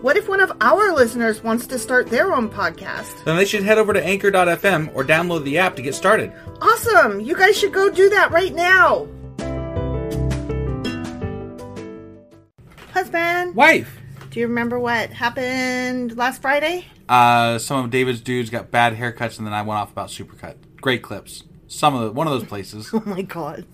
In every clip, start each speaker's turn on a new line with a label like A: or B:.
A: what if one of our listeners wants to start their own podcast?
B: Then they should head over to anchor.fm or download the app to get started.
A: Awesome! You guys should go do that right now! Husband,
B: Wife!
A: do you remember what happened last Friday?
B: Uh, some of David's dudes got bad haircuts, and then I went off about Supercut. Great clips. Some of the, one of those places.
A: Oh my god.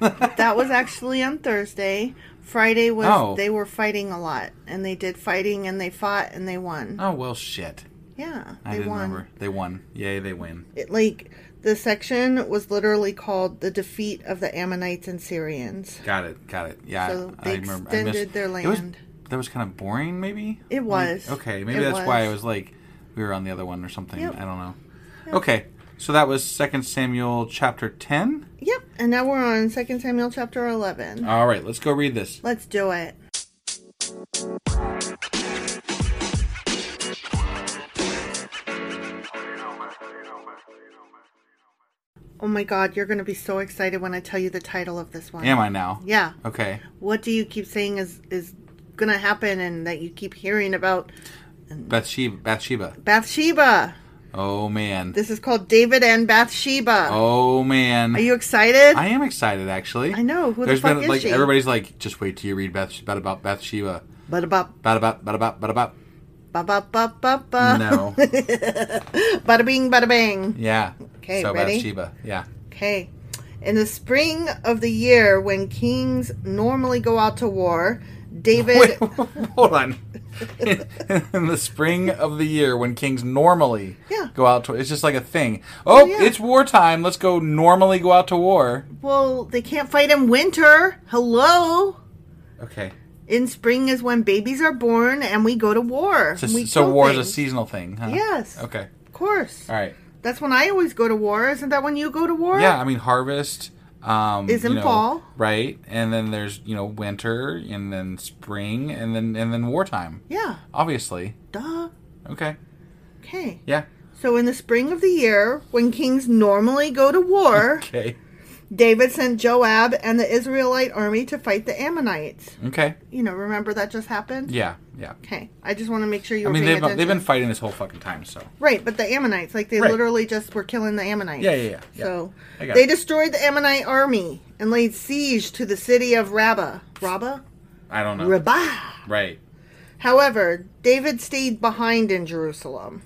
A: that was actually on Thursday. Friday was
B: Oh.
A: they were fighting a lot and they did fighting and they fought and they won.
B: oh well, shit.
A: Yeah,
B: I
A: they
B: didn't
A: won.
B: remember. They won. Yay, they win.
A: It, like the section was literally called the defeat of the Ammonites and Syrians.
B: Got it. Got it. Yeah,
A: So
B: I,
A: they
B: I remember. I
A: extended
B: missed,
A: their
B: It was,
A: land.
B: that was kind of boring, maybe.
A: It was.
B: Like, okay, maybe
A: It
B: that's why I
A: was.
B: was like, we were on the other one or something.
A: Yep.
B: I don't know. Okay, so that was Second Samuel chapter ten.
A: Yep, and now we're on 2 Samuel chapter 11.
B: All right, let's go read this.
A: Let's do it. Oh my god, you're going to be so excited when I tell you the title of this one.
B: Am I Oh. now?
A: Yeah.
B: Okay.
A: What do you keep saying is is going to happen and that you keep hearing about
B: Bathsheba. Bathsheba.
A: Bathsheba.
B: Oh man.
A: This is called David and Bathsheba.
B: Oh man.
A: Are you excited?
B: I am excited actually.
A: I know, who the
B: There's
A: fuck
B: been
A: is
B: like
A: she?
B: everybody's like, just wait till you read Beth about about Bathsheba.
A: But about
B: Bada bop bada bop bada bop.
A: ba ba ba ba ba.
B: No.
A: Bada bing, bada bang.
B: yeah.
A: Okay,
B: So
A: ready?
B: Bathsheba. Yeah.
A: Okay. In the spring of the year, when kings normally go out to war, David.
B: Wait, hold on. In, in the spring of the year, when kings normally
A: Yeah.
B: go out to, it's just like a thing. Oh,
A: yeah.
B: it's wartime. Let's go normally go out to war.
A: Well, they can't fight in winter. Hello.
B: Okay.
A: In spring is when babies are born and we go to war.
B: So,
A: We
B: so
A: kill
B: war is a
A: things.
B: seasonal thing. Huh?
A: Yes.
B: Okay.
A: Of course.
B: All right.
A: That's when I always go to war. Isn't that when you go to war?
B: Yeah, I mean harvest um,
A: Is in
B: you know,
A: fall.
B: right? And then there's you know winter, and then spring, and then and then wartime.
A: Yeah.
B: Obviously,
A: Duh.
B: okay,
A: Okay.
B: yeah,
A: So in the spring of the year, when kings normally go to war,
B: okay,
A: David sent Joab and the Israelite army to fight the Ammonites.
B: okay,
A: You know, remember that just happened?
B: yeah, yeah.
A: Okay. I just want to make sure you
B: I
A: were
B: mean
A: paying
B: they've been,
A: attention.
B: they've been fighting this whole fucking time, so
A: Right, but the Ammonites, like they
B: Right.
A: literally just were killing the Ammonites.
B: Yeah, yeah, yeah, yeah.
A: So
B: I got
A: they
B: it.
A: destroyed the Ammonite army and laid siege to the city of Rabbah. Rabbah?
B: I don't know.
A: Rabbah.
B: Right?
A: However, David stayed behind in Jerusalem.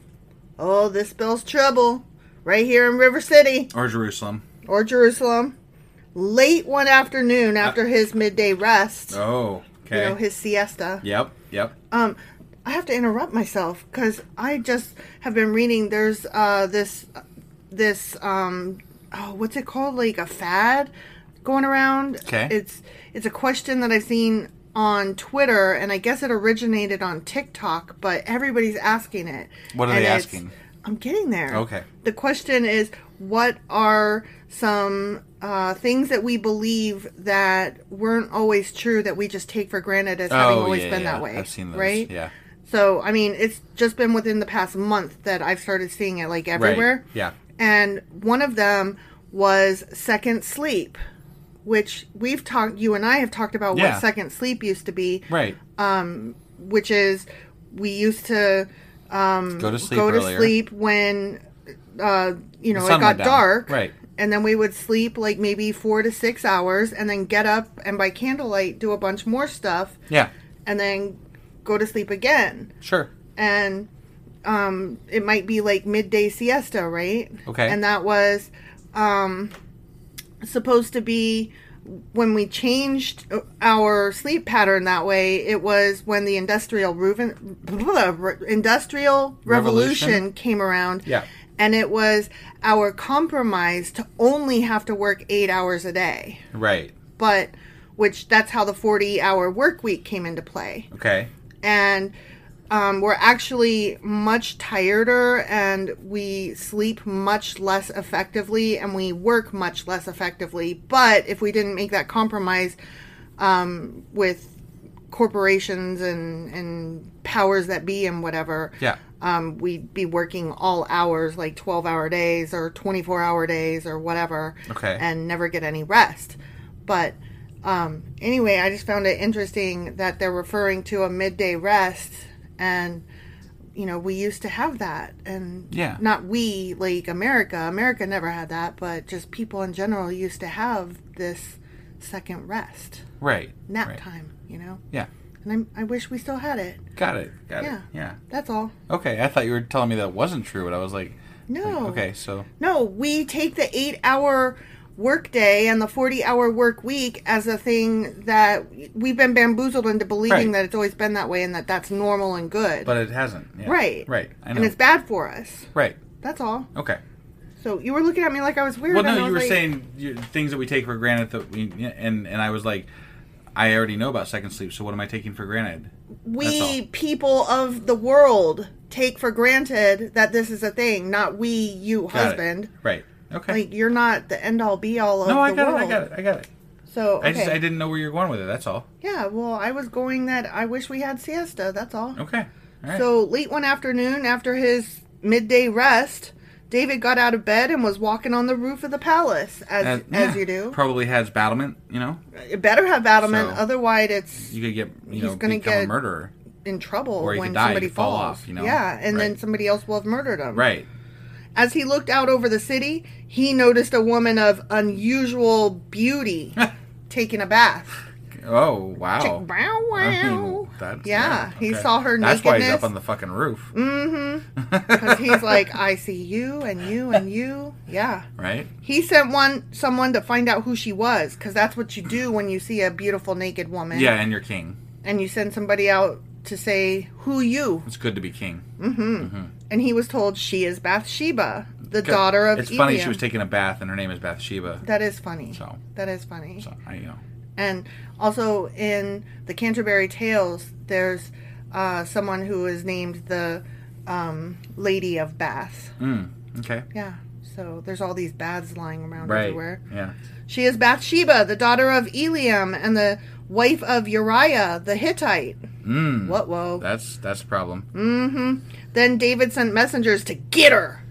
A: Oh, this spells trouble. Right here in River City
B: Or Jerusalem?
A: or Jerusalem. Late one afternoon after his midday rest,
B: Oh, okay.
A: you know, his siesta.
B: yep, yep.
A: Um, I have to interrupt myself because I just have been reading. There's uh, this this um, oh, what's it called? Like a fad going around.
B: Okay.
A: It's it's a question that I've seen on Twitter, and I guess it originated on TikTok, but everybody's asking it.
B: What are
A: And
B: they
A: it's-
B: asking?
A: I'm getting there.
B: Okay.
A: The question is, what are some uh, things that we believe that weren't always true that we just take for granted as having
B: Oh,
A: always
B: yeah,
A: been
B: yeah.
A: that way?
B: I've seen those,
A: Right?
B: yeah.
A: So I mean, it's just been within the past month that I've started seeing it like everywhere.
B: yeah.
A: And one of them was second sleep, which we've talked. You and I have talked about
B: Yeah.
A: what second sleep used to be,
B: Right.
A: um, which is we used to um,
B: go to sleep.
A: go to
B: earlier.
A: sleep when uh, you know
B: The
A: it
B: sun
A: got
B: went down.
A: dark,
B: Right.
A: And then we would sleep like maybe four to six hours, and then get up and by candlelight do a bunch more stuff,
B: Yeah.
A: and then go to sleep again.
B: Sure.
A: And um, it might be like midday siesta, right?
B: Okay.
A: And that was um, supposed to be when we changed our sleep pattern that way. It was when the industrial Reuven, industrial revolution,
B: Revolution?
A: came around.
B: Yeah.
A: And it was our compromise to only have to work eight hours a day,
B: Right.
A: but which that's how the 40 hour work week came into play
B: Okay.
A: and um, we're actually much tireder and we sleep much less effectively and we work much less effectively. But if we didn't make that compromise um, with corporations and, and powers that be and whatever,
B: Yeah.
A: um, we'd be working all hours, like 12 hour days or 24 hour days or whatever,
B: Okay.
A: and never get any rest. But um, anyway, I just found it interesting that they're referring to a midday rest, and you know, we used to have that, and
B: Yeah.
A: not we like America, America never had that, but just people in general used to have this second rest,
B: Right.
A: nap
B: right.
A: time, you know,
B: Yeah.
A: and I, I wish we still had it.
B: Got it. Got
A: Yeah.
B: it. Yeah.
A: That's all.
B: Okay. I thought you were telling me that wasn't true, and I was like,
A: No.
B: okay, so
A: No, we take the eight hour workday and the 40 hour work week as a thing that we've been bamboozled into believing
B: Right.
A: that it's always been that way and that that's normal and good.
B: but it hasn't. Yeah.
A: right.
B: Right. I know.
A: And it's bad for us.
B: Right.
A: That's all.
B: Okay.
A: So you were looking at me like I was weird.
B: Well,
A: and I
B: no,
A: was
B: you were
A: like-
B: saying you, things that we take for granted that we, and and I was like, I already know about second sleep, so what am I taking for granted?
A: we
B: all.
A: people of the world take for granted that this is a thing, not we, you,
B: Got it.
A: husband.
B: Right. Okay.
A: Like you're not the end all be all of
B: no, I
A: the
B: got
A: world.
B: it. I got it. I got it.
A: So okay.
B: I just I didn't know where you were going with it. That's all.
A: Yeah, well, I was going that I wish we had siesta. That's all.
B: Okay. All right.
A: So late one afternoon, after his midday rest, David got out of bed and was walking on the roof of the palace, as
B: Uh,
A: as
B: yeah,
A: you do.
B: probably has battlement. You know,
A: it better have battlement,
B: So-
A: otherwise it's
B: you could get you
A: He's
B: know
A: gonna
B: become a
A: get-
B: murderer.
A: in trouble
B: Or he
A: when
B: could die, he
A: somebody
B: could fall
A: falls.
B: off, you know?
A: Yeah, and then
B: Right.
A: somebody else will have murdered him.
B: Right.
A: As he looked out over the city, he noticed a woman of unusual beauty taking a bath.
B: Oh wow.
A: Chick- wow,
B: I mean,
A: wow.
B: that's-
A: Yeah, he
B: okay.
A: saw her
B: That's why he's
A: nakedness. Mm.
B: up on the fucking roof,
A: Because he's like, I see you and you and you. Yeah.
B: right?
A: He sent one someone to find out who she was, because that's what you do when you see a beautiful naked woman.
B: Yeah, and you're king.
A: And you send somebody out to say who you.
B: It's good to be king.
A: And he was told she is Bathsheba, the daughter of.
B: It's funny she
A: Eliam.
B: was taking a bath and her name is Bathsheba.
A: That is funny.
B: So.
A: That is funny.
B: So I, you know,
A: And also in the Canterbury Tales, there's uh, someone who is named the um, Lady of Bath.
B: Mm. okay,
A: Yeah. So there's all these baths lying around
B: right?
A: everywhere.
B: Yeah,
A: She is Bathsheba, the daughter of Eliam and the wife of Uriah the Hittite.
B: Hmm.
A: Mm, what? Whoa.
B: that's that's a problem.
A: Mm. then David sent messengers to get her.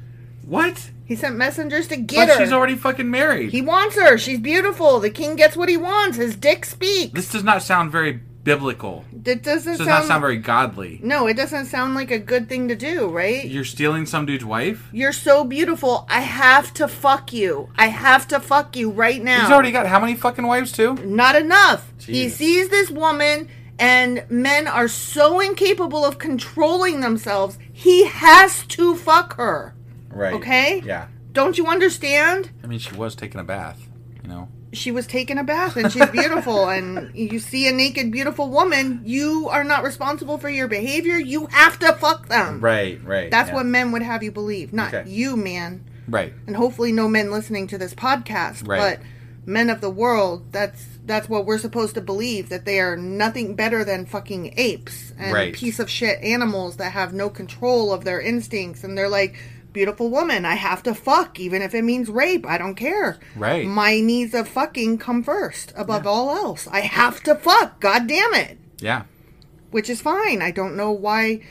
B: What?
A: He sent messengers to get
B: But
A: her.
B: she's already fucking married.
A: he wants her. She's beautiful. The king gets what he wants. His dick speaks.
B: this does not sound very biblical.
A: That doesn't
B: This does
A: sound,
B: not sound very godly.
A: No, it doesn't sound like a good thing to do, right?
B: You're stealing some dude's wife.
A: You're so beautiful. I have to fuck you. I have to fuck you right now.
B: He's already got how many fucking wives too?
A: Not enough. He
B: Jesus.
A: sees this woman, and men are so incapable of controlling themselves. He has to fuck her.
B: Right.
A: Okay?
B: Yeah.
A: Don't you understand?
B: I mean, she was taking a bath. You know.
A: She was taking a bath and she's beautiful, and you see a naked, beautiful woman. You are not responsible for your behavior. You have to fuck them.
B: Right. Right.
A: That's
B: yeah.
A: what men would have you believe, not
B: Okay.
A: you, man.
B: Right.
A: and hopefully no men listening to this podcast
B: Right.
A: but men of the world that's that's what we're supposed to believe that they are nothing better than fucking apes and
B: Right.
A: piece of shit animals that have no control of their instincts and they're like beautiful woman i have to fuck even if it means rape i don't care
B: Right.
A: my needs of fucking come first above all else i have to fuck god damn it
B: Yeah.
A: which is fine. I don't know why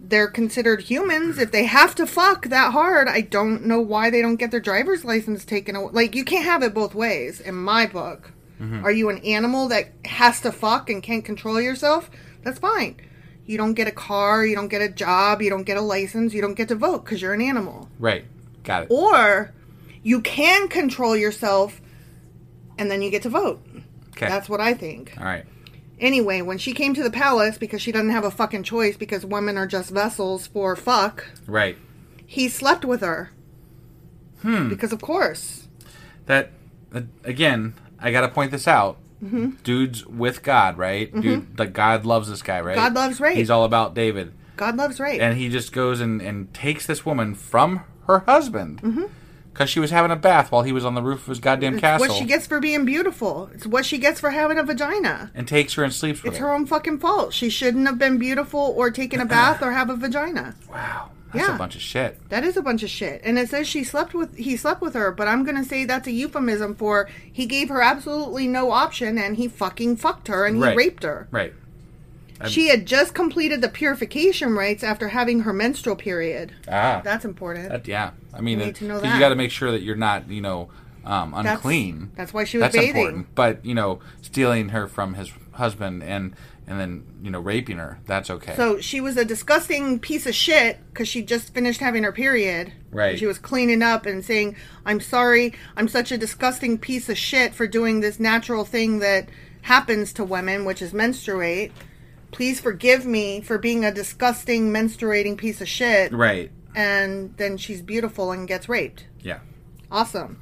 A: they're considered humans if they have to fuck that hard. I don't know why they don't get their driver's license taken away. Like you can't have it both ways in my book. Are you an animal that has to fuck and can't control yourself? That's fine. You don't get a car, you don't get a job, you don't get a license, you don't get to vote cuz you're an animal.
B: Right. Got it.
A: Or you can control yourself and then you get to vote.
B: Okay.
A: That's what I think.
B: All right.
A: Anyway, when she came to the palace, because she doesn't have a fucking choice because women are just vessels for fuck,
B: Right.
A: he slept with her. Hmm. Because of course.
B: that uh, again i gotta point this out
A: Mm-hmm.
B: dude's with god right dude like god loves this guy right
A: God loves rape.
B: he's all about david
A: God loves rape.
B: and he just goes and, and takes this woman from her husband because she was having a bath while he was on the roof of his goddamn castle
A: Mm-hmm. what she gets for being beautiful. It's what she gets for having a vagina.
B: and takes her and sleeps with
A: It's her own fucking fault. She shouldn't have been beautiful or taken a bath or have a vagina.
B: wow that's
A: Yeah.
B: a bunch of shit
A: That is a bunch of shit. And it says she slept with he slept with her, but I'm gonna say that's a euphemism for he gave her absolutely no option and he fucking fucked her and he
B: Right.
A: raped her.
B: right
A: She had just completed the purification rites after having her menstrual period.
B: ah
A: That's important.
B: that- yeah i mean
A: We need
B: it-
A: to know
B: 'cause
A: that.
B: you gotta make sure that you're not you know um, unclean
A: that's why she was bathing.
B: but you know stealing her from his husband and and then you know raping her that's okay
A: so she was a disgusting piece of shit because she just finished having her period.
B: Right.
A: She was cleaning up and saying, I'm sorry, I'm such a disgusting piece of shit for doing this natural thing that happens to women, which is menstruate. Please forgive me for being a disgusting menstruating piece of shit.
B: right
A: And then she's beautiful and gets raped.
B: yeah
A: Awesome.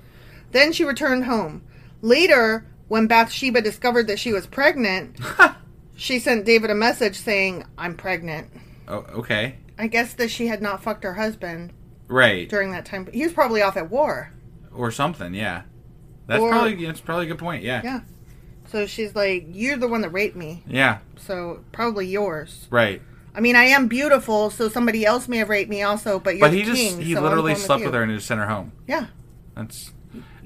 A: Then she returned home. Later, when Bathsheba discovered that she was pregnant, she sent David a message saying, I'm pregnant.
B: oh, okay
A: I guess that she had not fucked her husband
B: right
A: during that time. He was probably off at war.
B: or something yeah that's
A: Or-
B: probably that's probably a good point yeah
A: Yeah. So she's like, You're the one that raped me.
B: Yeah,
A: So probably yours.
B: right
A: I mean, I am beautiful, so somebody else may have raped me also, but you're
B: but
A: the
B: he just
A: king,
B: he
A: so I'm
B: literally
A: going
B: slept with,
A: you."
B: her and just sent her home
A: Yeah.
B: that's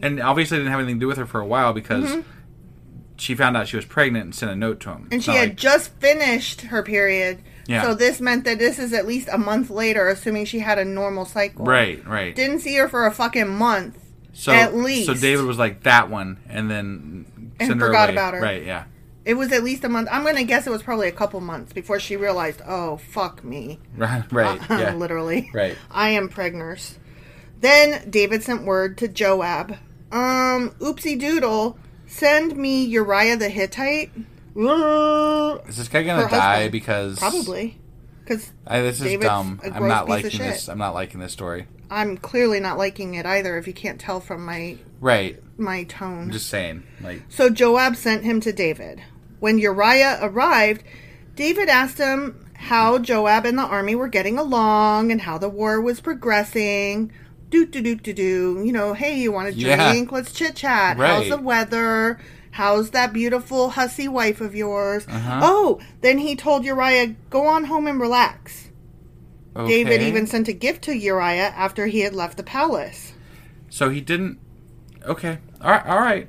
B: and obviously didn't have anything to do with her for a while because she found out she was pregnant and sent a note to him
A: Mm-hmm. And
B: It's
A: she
B: not
A: had
B: like-
A: just finished her period.
B: Yeah.
A: So this meant that this is at least a month later, assuming she had a normal cycle.
B: right right
A: Didn't see her for a fucking month.
B: so
A: at least.
B: so david was like that one and then
A: And
B: send her
A: forgot
B: away.
A: about her.
B: right yeah
A: It was at least a month. I'm going to guess it was probably a couple months before she realized, oh, fuck me.
B: Right, right, yeah.
A: Literally.
B: Right.
A: I am pregnant. Then David sent word to Joab. Um, oopsie doodle, send me Uriah the Hittite.
B: Is this guy gonna
A: Her
B: die
A: husband.
B: because
A: Probably. Because
B: I, this is
A: David's
B: dumb.
A: a
B: I'm
A: gross
B: not
A: piece of
B: liking
A: shit.
B: this. I'm not liking this story.
A: I'm clearly not liking it either if you can't tell from my
B: Right.
A: my tone.
B: I'm just saying. Like
A: So Joab sent him to David. When Uriah arrived, David asked him how Joab and the army were getting along and how the war was progressing. Do do do do do. You know, hey, you want a
B: Yeah.
A: drink? Let's chit chat. How's
B: Right.
A: the weather? How's that beautiful hussy wife of yours?
B: Uh-huh.
A: Oh, then he told Uriah, go on home and relax. David
B: okay.
A: even sent a gift to Uriah after he had left the palace.
B: So he didn't. Okay. All right. All right.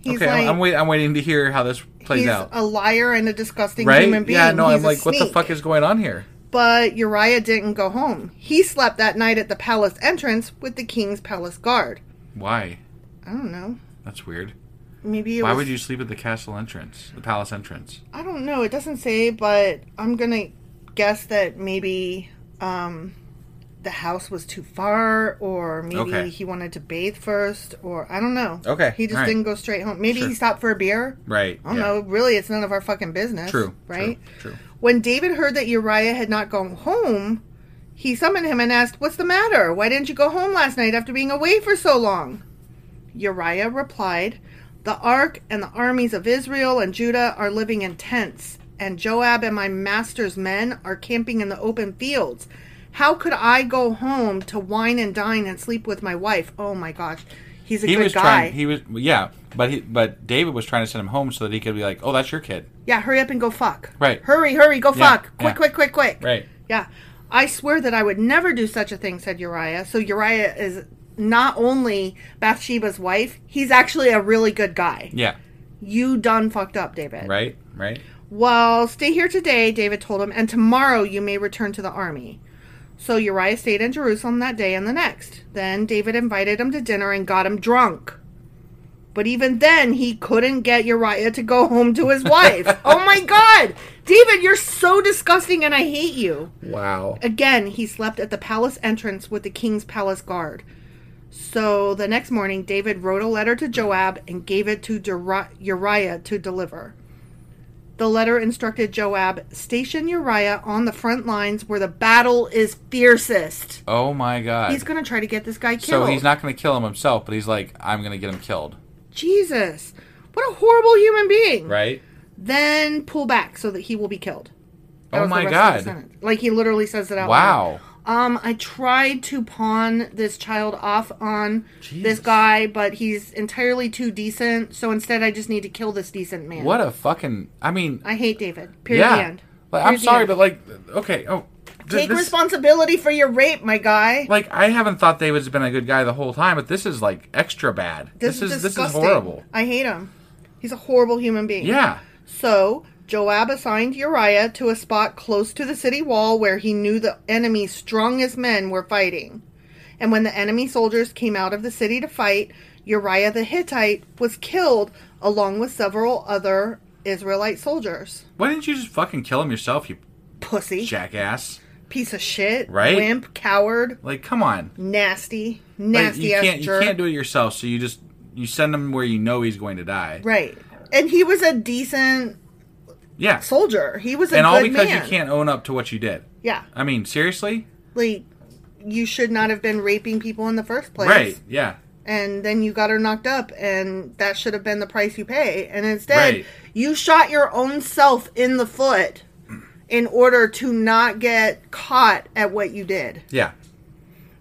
A: He's
B: okay. I'm, I'm wait. I'm waiting to hear how this plays
A: he's
B: out.
A: a liar and a disgusting
B: right.
A: human being.
B: Yeah. No.
A: He's
B: I'm
A: a
B: like, what the
A: sneak.
B: fuck is going on here?
A: But Uriah didn't go home. He slept that night at the palace entrance with the king's palace guard.
B: Why?
A: I don't know.
B: That's weird.
A: Maybe it
B: Why
A: was,
B: would you sleep at the castle entrance, the palace entrance?
A: I don't know. It doesn't say, but I'm gonna guess that maybe um, the house was too far, or maybe
B: Okay.
A: he wanted to bathe first, or I don't know.
B: Okay,
A: He just
B: alright.
A: didn't go straight home. Maybe
B: Sure.
A: he stopped for a beer.
B: Right.
A: I don't
B: yeah.
A: know. Really, it's none of our fucking business.
B: True.
A: Right.
B: True. true.
A: When David heard that Uriah had not gone home, he summoned him and asked, What's the matter? Why didn't you go home last night after being away for so long? Uriah replied, The ark and the armies of Israel and Judah are living in tents, and Joab and my master's men are camping in the open fields. How could I go home to wine and dine and sleep with my wife? Oh my gosh. He's a
B: He
A: good
B: was
A: guy.
B: trying. He was. Yeah. But he. But David was trying to send him home so that he could be like, oh, that's your kid.
A: Yeah, hurry up and go fuck.
B: Right.
A: Hurry, hurry, go
B: Yeah,
A: fuck.
B: yeah.
A: Quick, quick, quick, quick.
B: Right.
A: Yeah. I swear that I would never do such a thing, said Uriah. So Uriah is not only Bathsheba's wife, he's actually a really good guy.
B: Yeah.
A: You done fucked up, David.
B: Right. Right.
A: Well, stay here today, David told him, and tomorrow you may return to the army. So Uriah stayed in Jerusalem that day and the next. Then David invited him to dinner and got him drunk. But even then, he couldn't get Uriah to go home to his wife. oh my God! David, you're so disgusting and I hate you.
B: Wow.
A: Again, he slept at the palace entrance with the king's palace guard. So the next morning, David wrote a letter to Joab and gave it to Uri- Uriah to deliver. The letter instructed Joab station Uriah on the front lines where the battle is fiercest.
B: Oh my God.
A: He's going to try to get this guy
B: so
A: killed.
B: he's not going to kill him himself, but he's like, I'm going to get him killed.
A: Jesus. What a horrible human being.
B: Right.
A: Then pull back so that he will be killed. That
B: Oh
A: was the
B: my
A: rest of the
B: God.
A: sentence. Like he literally says it out loud.
B: Wow.
A: Um, I tried to pawn this child off on this guy, but he's entirely too decent. So instead, I just need to kill this decent man.
B: What a fucking. I mean.
A: I hate David. Period.
B: yeah.
A: End.
B: Like,
A: Period
B: I'm sorry,
A: end.
B: but like, okay. Oh. th-
A: take
B: this-
A: responsibility for your rape, my guy.
B: Like I haven't thought David's been a good guy the whole time, but this is like extra bad. This, is this is
A: disgusting.
B: horrible.
A: I hate him. He's a horrible human being.
B: Yeah.
A: So Joab assigned Uriah to a spot close to the city wall where he knew the enemy's strongest men were fighting. And when the enemy soldiers came out of the city to fight, Uriah the Hittite was killed along with several other Israelite soldiers.
B: Why didn't you just fucking kill him yourself, you
A: Pussy.
B: jackass?
A: Piece of shit.
B: Right?
A: Wimp. Coward.
B: Like, come on.
A: Nasty.
B: Like,
A: Nasty
B: you
A: ass
B: can't
A: jerk.
B: you can't do it yourself, so you just you send him where you know he's going to die.
A: right. And he was a decent
B: Yeah.
A: soldier. He was a
B: and
A: good
B: all because
A: man.
B: you can't own up to what you did.
A: Yeah.
B: I mean, seriously?
A: like you should not have been raping people in the first place
B: Right. Yeah.
A: and then you got her knocked up and that should have been the price you pay and instead
B: Right.
A: you shot your own self in the foot in order to not get caught at what you did
B: Yeah.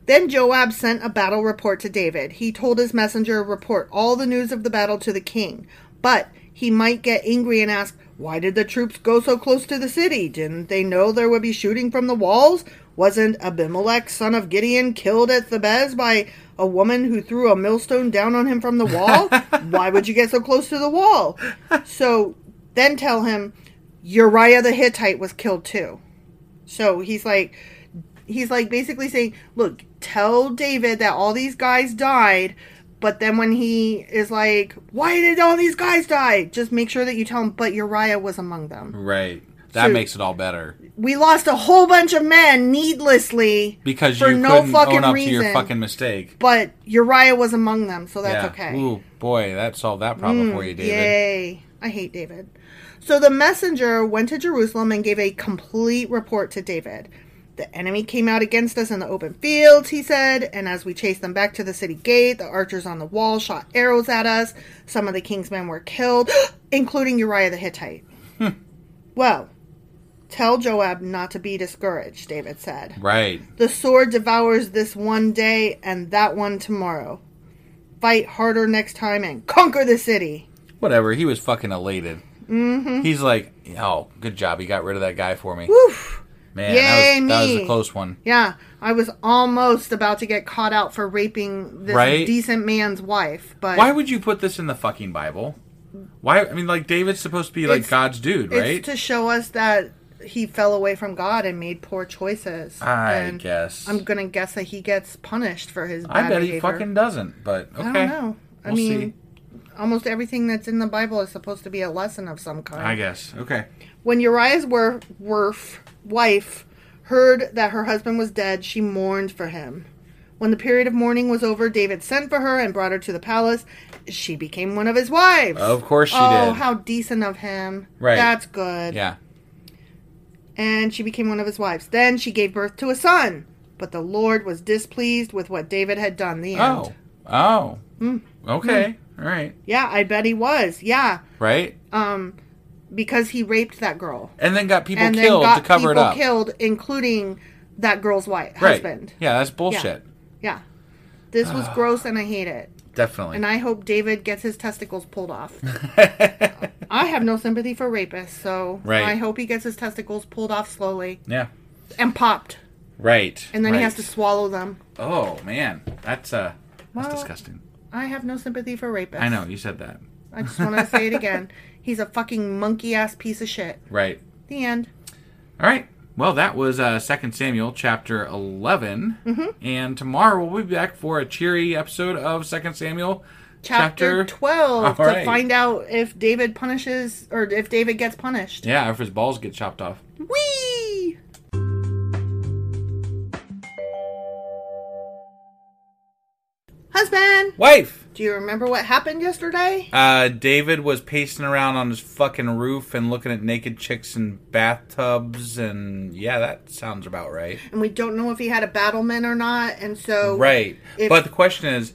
A: then Joab sent a battle report to David. He told his messenger report all the news of the battle to the king, but he might get angry and ask, "Why did the troops go so close to the city? Didn't they know there would be shooting from the walls? Wasn't Abimelech, son of Gideon, killed at Thebes by a woman who threw a millstone down on him from the wall? Why would you get so close to the wall?" So then tell him Uriah the Hittite was killed too. So he's like, he's like basically saying, look, tell David that all these guys died, But then when he is like, "Why did all these guys die?" Just make sure that you tell him. But Uriah was among them.
B: Right. That
A: So-
B: makes it all better
A: We lost a whole bunch of men needlessly
B: because
A: for
B: you
A: no
B: couldn't
A: fucking
B: own up
A: reason.
B: to your fucking mistake.
A: but Uriah was among them, so that's okay. Mm,
B: Ooh, boy, that solved that problem for you, David.
A: Yay. I hate David. So the messenger went to Jerusalem and gave a complete report to David. The enemy came out against us in the open fields, he said, and as we chased them back to the city gate, the archers on the wall shot arrows at us. Some of the king's men were killed, including Uriah the Hittite. well, tell Joab not to be discouraged, David said.
B: Right.
A: The sword devours this one day and that one tomorrow. Fight harder next time and conquer the city.
B: Whatever. He was fucking elated. Mm-hmm. He's like, oh, good job. He got rid of that guy for me.
A: Oof.
B: Man,
A: Yay,
B: that, was, that was
A: me.
B: a close one.
A: Yeah, I was almost about to get caught out for raping this
B: Right?
A: decent man's wife, but
B: Why would you put this in the fucking Bible? Why? I mean, like, David's supposed to be like
A: It's-
B: God's dude,
A: it's
B: right?
A: to show us that he fell away from God and made poor choices.
B: I
A: and
B: guess.
A: I'm gonna guess that he gets punished for his. Bad
B: I bet he
A: behavior.
B: fucking doesn't, but okay.
A: I don't know. I
B: We'll
A: mean,
B: see.
A: almost everything that's in the Bible is supposed to be a lesson of some kind.
B: I guess. Okay.
A: When Uriah's wer- werf, wife heard that her husband was dead, she mourned for him. When the period of mourning was over, David sent for her and brought her to the palace. She became one of his wives.
B: Of course she
A: oh,
B: did.
A: how decent of him.
B: Right.
A: That's good.
B: Yeah.
A: And she became one of his wives. Then she gave birth to a son. But the Lord was displeased with what David had done. The end.
B: Oh. Oh.
A: Mm.
B: Okay. All right.
A: Yeah, I bet he was. Yeah,
B: Right.
A: because he raped that girl.
B: and then got people
A: and then
B: killed
A: got
B: to cover it
A: people
B: up.
A: killed, including that girl's wife,
B: right.
A: husband.
B: Yeah, that's bullshit.
A: Yeah. This was
B: Ah.
A: gross and I hate it.
B: Definitely.
A: And I hope David gets his testicles pulled off. I have no sympathy for rapists, so
B: Right.
A: I hope he gets his testicles pulled off slowly
B: yeah.
A: and popped.
B: Right.
A: And then he
B: right.
A: has to swallow them.
B: Oh man, that's uh, that's
A: Well-
B: disgusting.
A: I have no sympathy for rapists.
B: I know you said that.
A: I just want to say it again. He's a fucking monkey ass piece of shit.
B: Right.
A: The end.
B: All right. Well, that was uh, 2 Samuel chapter 11.
A: Mm-hmm.
B: And tomorrow we'll be back for a cheery episode of 2 Samuel
A: Chapter, 12
B: All
A: to
B: right.
A: find out if David punishes or if David gets punished.
B: Yeah, if his balls get chopped off.
A: Whee! Husband,
B: Wife!
A: do you remember what happened yesterday?
B: Uh, David was pacing around on his fucking roof and looking at naked chicks in bathtubs, and yeah, that sounds about right.
A: And we don't know if he had a battleman or not, and so
B: Right.
A: if-
B: but the question is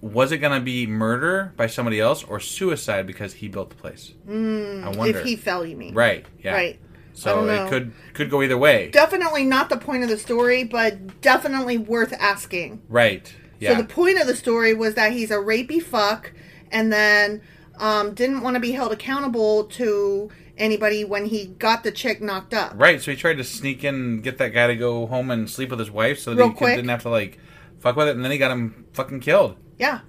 B: was it going to be murder by somebody else or suicide because he built the place? Mm, I wonder.
A: if he fell, you mean?
B: right. Yeah.
A: Right. I
B: So
A: don't
B: it
A: know.
B: could could go either way.
A: Definitely not the point of the story, but definitely worth asking.
B: right. Yeah.
A: So the point of the story was that he's a rapey fuck, and then um, didn't want to be held accountable to anybody when he got the chick knocked up.
B: right. So he tried to sneak in and get that guy to go home and sleep with his wife so that
A: Real
B: he could,
A: quick.
B: didn't have to like fuck with it and then he got him fucking killed.
A: Yeah,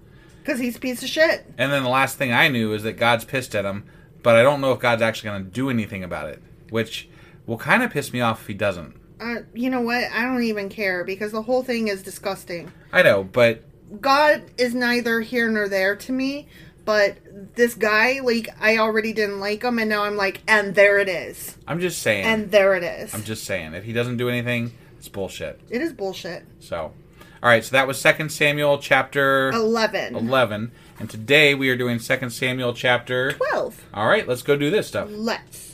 A: because he's a piece of shit.
B: And then the last thing I knew is that God's pissed at him, but I don't know if God's actually going to do anything about it, which will kind of piss me off if he doesn't.
A: Uh, you know what? I don't even care because the whole thing is disgusting.
B: I know, but
A: God is neither here nor there to me, but this guy, like, I already didn't like him, and now I'm like, and there it is.
B: I'm just saying.
A: And there it is.
B: I'm just saying, if he doesn't do anything, it's bullshit.
A: it is bullshit.
B: So, all right. So that was Second Samuel chapter
A: 11.
B: 11, and today we are doing Second Samuel chapter
A: 12.
B: All right, let's go do this stuff.
A: Let's.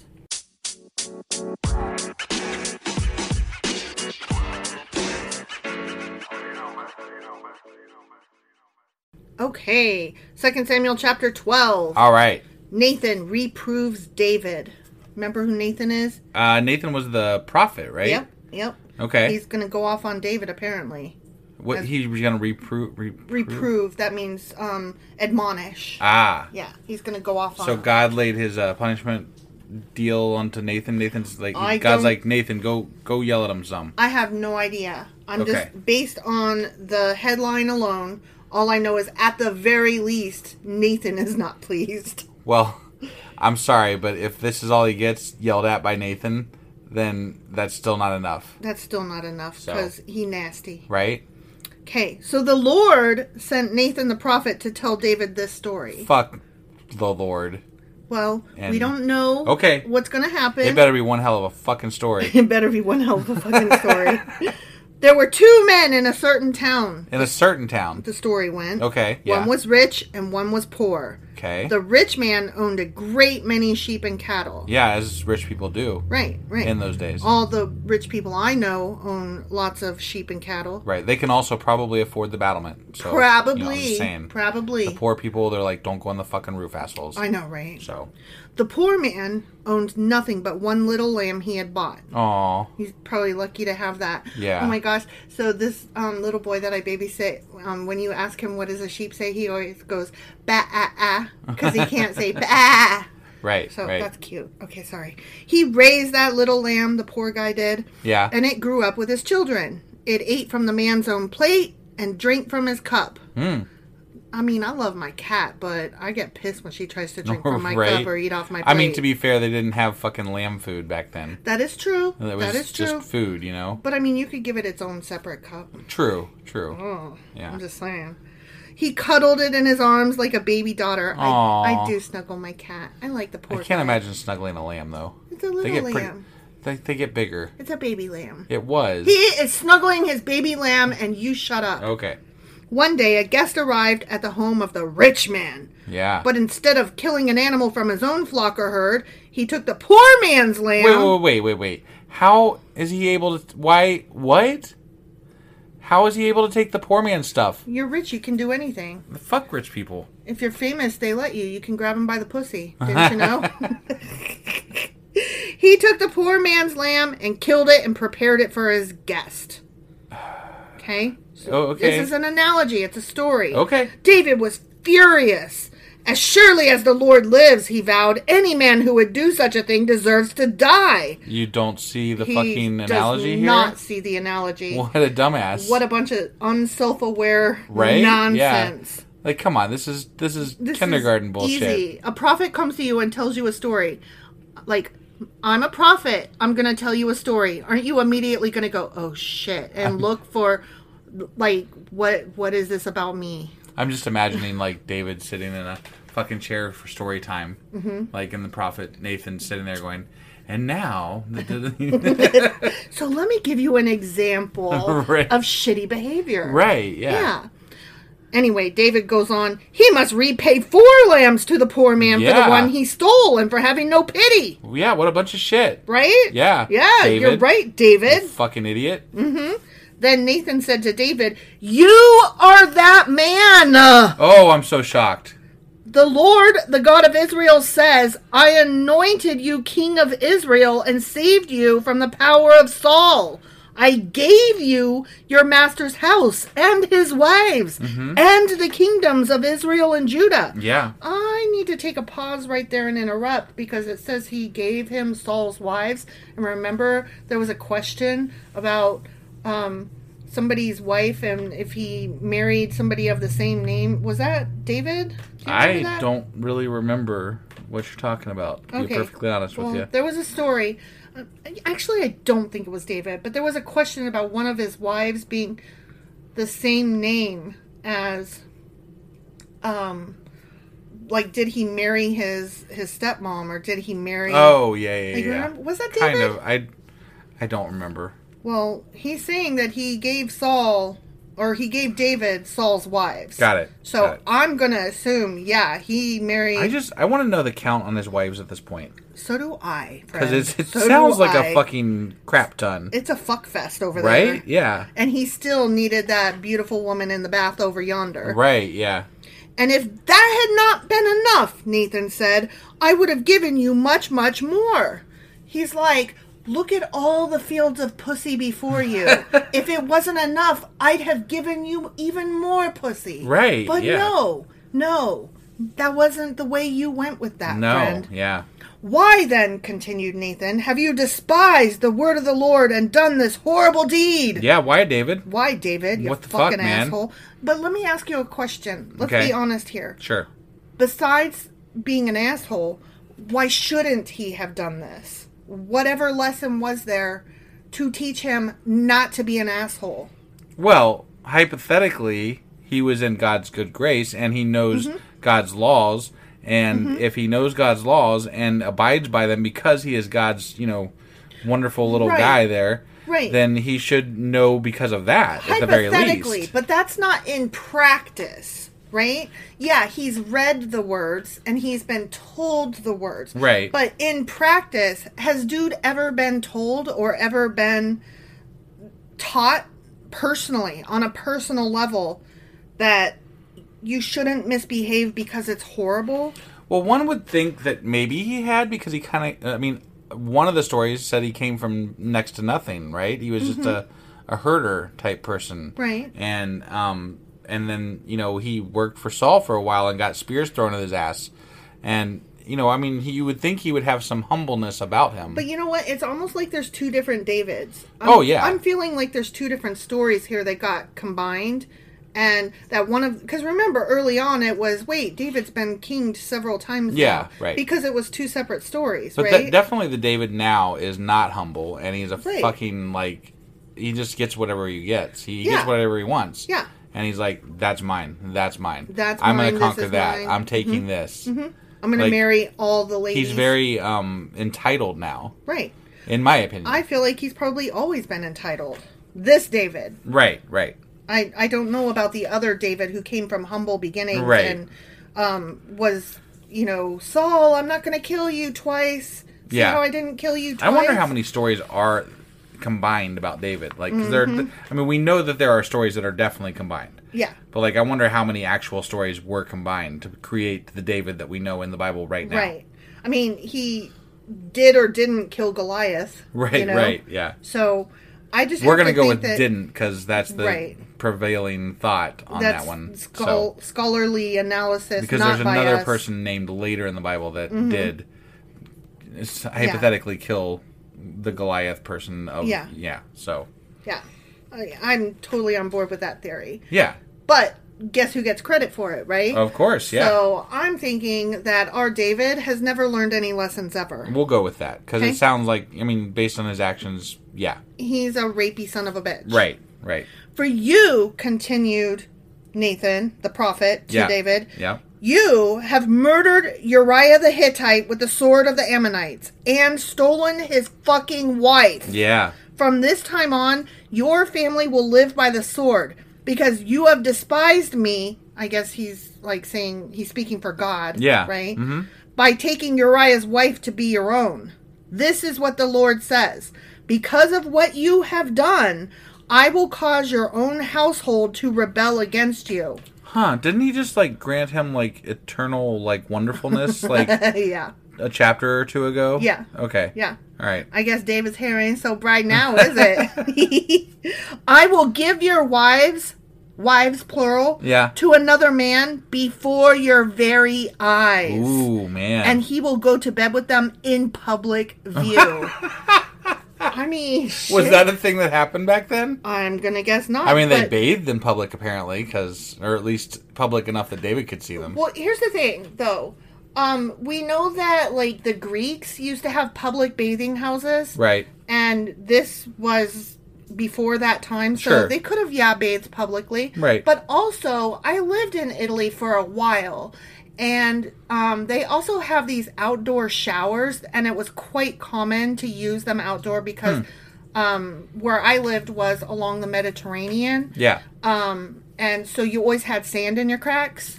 A: Okay, Second Samuel chapter 12.
B: All right.
A: Nathan reproves David. Remember who Nathan is?
B: Uh, Nathan was the prophet, right?
A: Yep, yep.
B: Okay.
A: He's going to go off on David apparently.
B: what he was gonna reprove.
A: Reprove, that means um admonish.
B: Ah.
A: yeah, he's going to go off on
B: So
A: him.
B: God laid his uh, punishment deal onto Nathan. Nathan's like
A: I
B: God's
A: don't-
B: like Nathan, go go yell at him some.
A: I have no idea. I'm
B: Okay.
A: just based on the headline alone. All I know is at the very least, Nathan is not pleased.
B: Well, I'm sorry, but if this is all he gets yelled at by Nathan, then that's still not enough,
A: That's still not enough because he nasty.
B: right?
A: Okay, so the Lord sent Nathan the prophet to tell David this story.
B: Fuck the Lord.
A: Well,
B: And-
A: we don't know
B: Okay.
A: what's going to happen.
B: It better be one hell of a fucking story.
A: It better be one hell of a fucking story. there were two men in a certain town,
B: In a certain town.
A: the story went.
B: Okay, yeah.
A: One was rich and one was poor.
B: Okay.
A: The rich man owned a great many sheep and cattle.
B: Yeah, as rich people do
A: Right, Oh. right.
B: in those days.
A: All the rich people I know own lots of sheep and cattle.
B: Right. They can also probably afford the battlement. So, You know, I'm
A: probably.
B: just saying.
A: probably.
B: The poor people, they're like, don't go on the fucking roof, assholes.
A: I know, right?
B: So,
A: The poor man owned nothing but one little lamb he had bought.
B: oh,
A: He's probably lucky to have that.
B: Yeah.
A: Oh my gosh. So this um, little boy that I babysit, um, when you ask him what does a sheep say, he always goes ba ah ah because he can't say ba. ah.
B: right,
A: So
B: right,
A: that's cute. Okay, sorry. He raised that little lamb. The poor guy did.
B: Yeah.
A: And it grew up with his children. It ate from the man's own plate and drank from his cup.
B: Hmm.
A: I mean, I love my cat, but I get pissed when she tries to drink from my
B: right.
A: cup or eat off my plate.
B: I mean, to be fair, they didn't have fucking lamb food back then.
A: That is true.
B: That was
A: that is true.
B: just food, you know.
A: But I mean, you could give it its own separate cup.
B: True, true.
A: Oh,
B: yeah.
A: I'm just saying. He cuddled it in his arms like a baby daughter. I, I do snuggle my cat. I like the
B: I
A: poor.
B: can't
A: guy.
B: imagine snuggling a lamb though.
A: It's a little
B: they get
A: lamb.
B: Pretty, they, they get bigger.
A: It's a baby lamb.
B: It was
A: He is snuggling his baby lamb, and you shut up.
B: okay.
A: One day, a guest arrived at the home of the rich man.
B: Yeah.
A: But instead of killing an animal from his own flock or herd, he took the poor man's lamb.
B: wait, wait, wait, wait, wait. How is he able to? Why? What? How is he able to take the poor man's stuff?
A: You're rich, you can do anything.
B: Fuck rich people.
A: If you're famous, they let you. You can grab him by the pussy. Didn't you know? he took the poor man's lamb and killed it and prepared it for his guest. Okay?
B: Oh, okay.
A: This is an analogy, it's a story.
B: Okay.
A: David was furious. As surely as the Lord lives, he vowed, any man who would do such a thing deserves to die.
B: you don't see the
A: he
B: fucking
A: does
B: analogy here.
A: not see the analogy.
B: what a dumbass.
A: What a bunch of unself-aware
B: right? Yeah.
A: nonsense.
B: Like, come on. This is this is
A: This is
B: kindergarten bullshit.
A: A prophet comes to you and tells you a story. Like, I'm a prophet. I'm going to tell you a story. Aren't you immediately going to go, "Oh shit," and look for like what what is this about me?
B: I'm just imagining like David sitting in a fucking chair for story time,
A: Mm-hmm.
B: like in the prophet Nathan sitting there going, and now,
A: So let me give you an example
B: Right.
A: of shitty behavior.
B: right? Yeah.
A: Yeah. Anyway, David goes on, he must repay four lambs to the poor man for
B: Yeah.
A: the one he stole and for having no pity,
B: Yeah, What a bunch of shit.
A: right?
B: Yeah,
A: Yeah, you're
B: David.
A: right, Mm-hmm. David.
B: Fucking idiot.
A: Then Nathan said to David, You are that man.
B: Oh, I'm so shocked.
A: The Lord, the God of Israel, says, I anointed you king of Israel and saved you from the power of Saul. I gave you your master's house and his wives and the kingdoms of Israel and Judah.
B: Yeah.
A: I need to take a pause right there and interrupt because it says he gave him Saul's wives. And remember, there was a question about um, somebody's wife and if he married somebody of the same name. Was that David? Do you remember
B: I
A: that?
B: don't really remember what you're talking about. To be
A: Okay.
B: perfectly honest
A: Well,
B: with you.
A: There was a story. uh, Actually, I don't think it was David, but there was a question about one of his wives being the same name as, um, like, did he marry his his stepmom or did he marry?
B: Oh yeah, yeah,
A: Like,
B: yeah.
A: remember- was that
B: kind
A: David?
B: of? I, I don't remember.
A: Well, he's saying that he gave Saul or he gave David Saul's wives.
B: Got it.
A: So
B: Got it.
A: I'm gonna assume, yeah, he married.
B: I just I want to know the count on his wives at this point
A: so do I,
B: because
A: friend.
B: it, it
A: So do
B: sounds like a
A: I.
B: fucking crap ton,
A: It's a fuck fest over there,
B: right? Yeah,
A: and he still needed that beautiful woman in the bath over yonder.
B: right. Yeah.
A: And if that had not been enough, Nathan said, I would have given you much, much more. He's like, Look at all the fields of pussy before you. if it wasn't enough, I'd have given you even more pussy.
B: Right,
A: But
B: yeah.
A: no, no. That wasn't the way you went with that,
B: No.
A: friend.
B: Yeah.
A: Why then, continued Nathan, have you despised the word of the Lord and done this horrible deed?
B: Yeah. Why, David?
A: Why, David? You
B: What the fuck,
A: fucking
B: man?
A: asshole. But let me ask you a question. Let's
B: Okay.
A: be honest here.
B: Sure.
A: Besides being an asshole, why shouldn't he have done this? Whatever lesson was there to teach him not to be an asshole?
B: Well, hypothetically, he was in God's good grace and he knows
A: Mm-hmm.
B: God's laws. And if he knows God's laws and abides by them because he is God's, you know, wonderful little
A: Right.
B: guy there,
A: Right.
B: then he should know because of that, at the very
A: hypothetically,
B: least.
A: but that's not in practice, right? Yeah, he's read the words and he's been told the words.
B: Right.
A: But in practice, has dude ever been told or ever been taught personally on a personal level that you shouldn't misbehave because it's horrible?
B: Well, one would think that maybe he had because he kind of, I mean, one of the stories said he came from next to nothing, right? He was just a, a herder type person.
A: Mm-hmm. Right.
B: And, um, and then, you know, he worked for Saul for a while and got spears thrown at his ass. And, you know, I mean, he, you would think he would have some humbleness about him.
A: But you know what? It's almost like there's two different Davids. I'm-
B: Oh, yeah.
A: I'm feeling like there's two different stories here that got combined, and that one of because remember early on it was wait David's been kinged several times.
B: Yeah,
A: now,"
B: right.
A: Because it was two separate stories,
B: But
A: right?
B: de- definitely the David now is not humble and he's a
A: Right.
B: fucking, like, he just gets whatever he gets. He
A: Yeah.
B: gets whatever he wants.
A: Yeah.
B: And he's like, that's mine. That's mine.
A: That's
B: I'm going
A: mine,
B: to
A: this
B: conquer
A: is
B: that.
A: mine." Mm-hmm.
B: I'm taking this.
A: I'm gonna
B: like,
A: marry all the ladies.
B: He's very um, entitled now,
A: right.
B: in my opinion.
A: I feel like he's probably always been entitled. This David,
B: right, right.
A: I I don't know about the other David who came from humble beginnings
B: Right.
A: and um, was you know Saul. I'm not going to kill you twice. See
B: Yeah.
A: how I didn't kill you. twice?
B: I wonder how many stories are combined about David. Like, because there, I mean, we know that there are stories that are definitely combined.
A: Mm-hmm. Yeah.
B: But like, I wonder how many actual stories were combined to create the David that we know in the Bible right now.
A: Right. I mean, he did or didn't kill Goliath.
B: Right,
A: you know?
B: right, yeah.
A: So I just
B: We're
A: have
B: gonna
A: to
B: go
A: think
B: with
A: that
B: didn't because that's the
A: Right.
B: prevailing thought on
A: That's
B: that one.
A: schol-
B: so
A: scholarly analysis.
B: because
A: not Mm-hmm.
B: there's
A: by
B: another
A: us.
B: person named later in the Bible that did s- hypothetically kill the Goliath person of
A: Yeah.
B: yeah so
A: Yeah, I, I'm totally on board with that theory.
B: yeah
A: But guess who gets credit for it, right?
B: of course yeah
A: So I'm thinking that our David has never learned any lessons ever.
B: we'll go with that because
A: Okay.
B: it sounds like I mean based on his actions yeah
A: He's a rapey son of a bitch.
B: right right
A: For you, continued Nathan, the prophet, to
B: yeah
A: David.
B: yeah
A: You have murdered Uriah the Hittite with the sword of the Ammonites and stolen his fucking wife.
B: yeah
A: From this time on, your family will live by the sword because you have despised me. I guess he's like saying he's speaking for God.
B: Yeah.
A: Right? By taking Uriah's wife to be your own. This is what the Lord says. Because of what you have done, I will cause your own household to rebel against you.
B: huh didn't he just like grant him like eternal like wonderfulness like
A: yeah.
B: a chapter or two ago
A: Yeah.
B: okay
A: Yeah.
B: all right
A: I guess David's hair ain't so bright now, is it? I will give your wives, wives plural,
B: Yeah.
A: to another man before your very eyes.
B: ooh man
A: And he will go to bed with them in public view. I mean,
B: was
A: shit.
B: that a thing that happened back then
A: I'm gonna guess not.
B: I mean, they
A: but-
B: bathed in public apparently, because or at least public enough that David could see them.
A: Well, here's the thing, though. Um, we know that like the Greeks used to have public bathing houses,
B: Right.
A: and this was before that time so
B: Sure.
A: they could have yeah bathed publicly
B: Right.
A: but also i lived in italy for a while and um, they also have these outdoor showers and it was quite common to use them outdoor
B: Hmm.
A: because um, where i lived was along the mediterranean
B: Yeah.
A: um, and so you always had sand in your cracks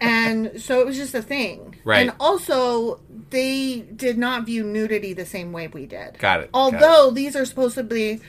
A: and so it was just a thing
B: Right.
A: and also they did not view nudity the same way we
B: Got
A: did
B: it, got it.
A: although these are supposed to be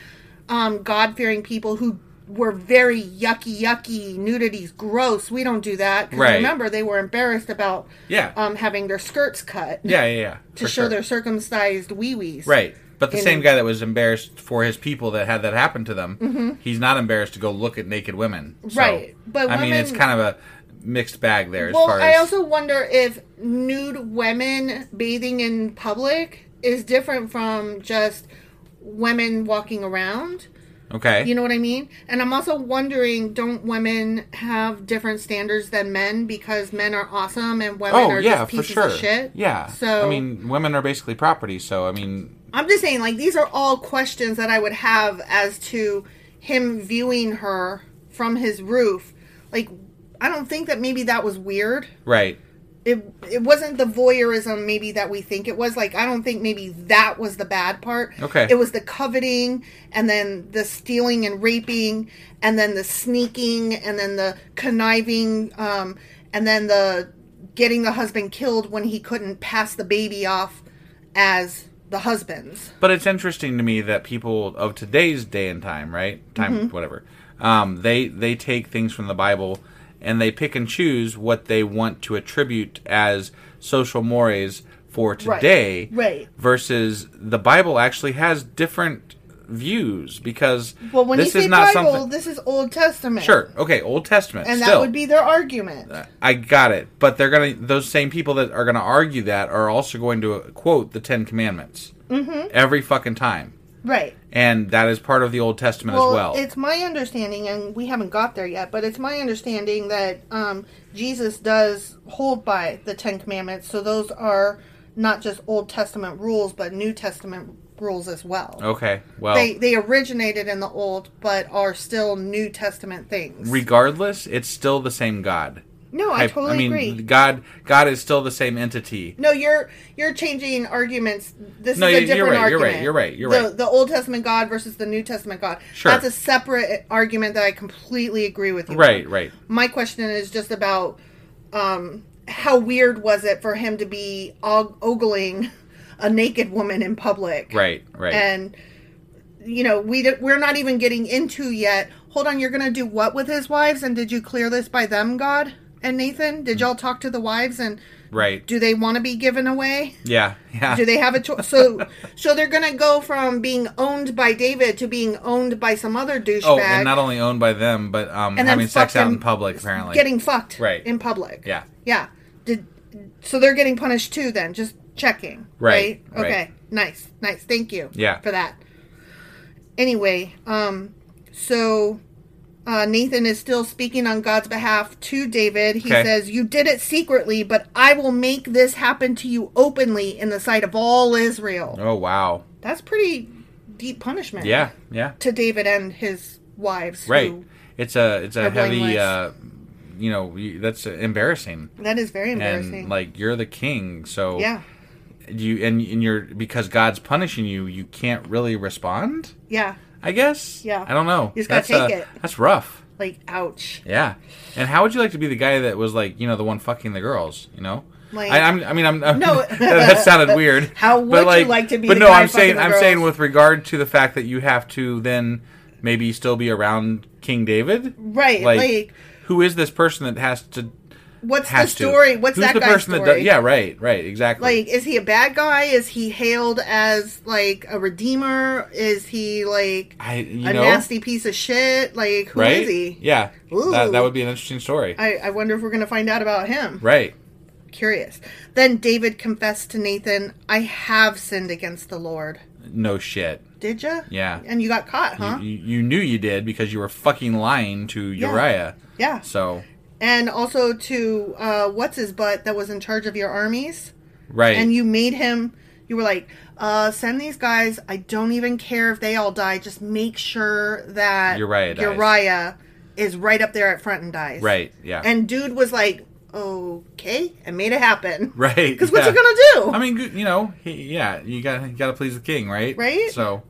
A: um, god-fearing people who were very yucky yucky nudities gross we don't do that 'Cause
B: Right.
A: remember they were embarrassed about
B: Yeah.
A: um, having their skirts cut
B: yeah. Yeah. Yeah.
A: to
B: for
A: show their circumcised wee-wees
B: Right. But the
A: in-
B: same guy that was embarrassed for his people that had that happen to them, he's not embarrassed to go look at naked women. So,
A: Mm-hmm. Right. But
B: I mean, it's
A: women-
B: kind of a mixed bag there.
A: Well,
B: as far
A: I
B: as,
A: also wonder if nude women bathing in public is different from just women walking around.
B: okay.
A: You know what I mean? And I'm also wondering don't women have different standards than men because men are awesome and women
B: oh
A: are
B: yeah,
A: just
B: for
A: pieces
B: sure.
A: of shit?
B: Yeah.
A: So
B: I mean, women are basically property. So I mean,
A: I'm just saying, like, these are all questions that I would have as to him viewing her from his roof. Like, I don't think that maybe that was weird.
B: Right.
A: It it wasn't the voyeurism maybe that we think it was. Like, I don't think maybe that was the bad part.
B: Okay.
A: It was the coveting and then the stealing and raping and then the sneaking and then the conniving um, and then the getting the husband killed when he couldn't pass the baby off as the husband's.
B: But it's interesting to me that people of today's day and time, right? Time,
A: Mm-hmm.
B: whatever. Um, they they take things from the Bible and they pick and choose what they want to attribute as social mores for today.
A: Right.
B: Versus the Bible actually has different views because
A: Well, when
B: this
A: you say
B: is not
A: Bible,
B: something.
A: this is Old Testament.
B: sure. Okay. Old Testament.
A: And
B: still.
A: that would be their argument.
B: I got it, but they're gonna those same people that are gonna argue that are also going to quote the Ten Commandments mm-hmm. every fucking time,
A: right.
B: and that is part of the Old Testament as well.
A: it's my understanding, and we haven't got there yet, but it's my understanding that um, Jesus does hold by the Ten Commandments. So those are not just Old Testament rules, but New Testament rules as well.
B: okay, Oh, well,
A: They, they originated in the Old, but are still New Testament things.
B: regardless, it's still the same God.
A: no, I, totally
B: mean,
A: agree.
B: God, God is still the same entity.
A: No, you're you're changing arguments. This
B: No,
A: is
B: you-
A: a
B: you're
A: different
B: right, you're right,
A: argument.
B: you're right, you're
A: the,
B: right.
A: The Old Testament God versus the New Testament God.
B: Sure.
A: That's a separate uh, argument that I completely agree with you.
B: Right,
A: on.
B: right.
A: My question is just about um, how weird was it for him to be og- ogling a naked woman in public?
B: Right, right.
A: And you know, we d- we're not even getting into yet. Hold on, you're going to do what with his wives? And did you clear this by them, God and Nathan? Did y'all talk to the wives and?
B: right.
A: do they want to be given away?
B: yeah, yeah.
A: Do they have a choice? So, so they're gonna go from being owned by David to being owned by some other douchebag.
B: oh, and not only owned by them, but um,
A: and then
B: having sex out
A: fucking
B: in public. Apparently,
A: getting fucked
B: Right.
A: in public.
B: Yeah.
A: yeah. Did so they're getting punished too? Then just checking.
B: Right,
A: Right.
B: right.
A: Okay. Nice. Nice. Thank you.
B: Yeah.
A: For that. Anyway, um, so. Uh, Nathan is still speaking on God's behalf to David. He
B: Okay.
A: says, You did it secretly, but I will make this happen to you openly in the sight of all Israel.
B: Oh wow.
A: That's pretty deep punishment.
B: Yeah, yeah.
A: To David and his wives.
B: Right.
A: who-
B: It's a it's a
A: are
B: heavy.
A: blameless.
B: Uh, you know you, that's embarrassing.
A: that is very embarrassing.
B: and like you're the king so
A: yeah.
B: you and, and you're because god's punishing you you can't really respond
A: Yeah.
B: i guess
A: Yeah.
B: i don't know
A: You just gotta
B: that's, uh,
A: take it.
B: that's rough
A: Like, ouch.
B: yeah and how would you like to be the guy that was like you know the one fucking the girls you know
A: Like-
B: I, I'm, I mean, I'm, I'm
A: No.
B: that, that sounded weird.
A: How
B: But,
A: would you like to be
B: But
A: the
B: no,
A: guy
B: I'm saying,
A: fucking the
B: I'm saying
A: girls?
B: with regard to the fact that you have to then maybe still be around King David,
A: Right, like-
B: who is this person that has to
A: What's the
B: has to?
A: story? What's
B: Who's
A: that
B: the
A: guy's
B: person
A: story?
B: That does, yeah, right, right, exactly.
A: Like, is he a bad guy? Is he hailed as like a redeemer? Is he like
B: I- you
A: a
B: know.
A: nasty piece of shit? Like, who is
B: right?
A: he?
B: Yeah, that,
A: Ooh.
B: that would be an interesting story.
A: I, I wonder if we're gonna find out about him.
B: right.
A: Curious. Then David confessed to Nathan, "I have sinned against the Lord."
B: No shit.
A: Did ya?
B: Yeah.
A: And you got caught, huh?
B: You, you knew you did because you were fucking lying to Uriah.
A: yeah.
B: So,
A: and also to uh, what's his butt that was in charge of your armies,
B: right.
A: and you made him. You were like, uh, send these guys. I don't even care if they all die. Just make sure that
B: Uriah dies.
A: Uriah is right up there at front and dies.
B: Right, yeah.
A: And dude was like, okay, and made it happen.
B: right.
A: Because what
B: yeah.
A: you gonna do?
B: I mean, you know, he, yeah, you got you got to please the king, right?
A: Right?
B: So,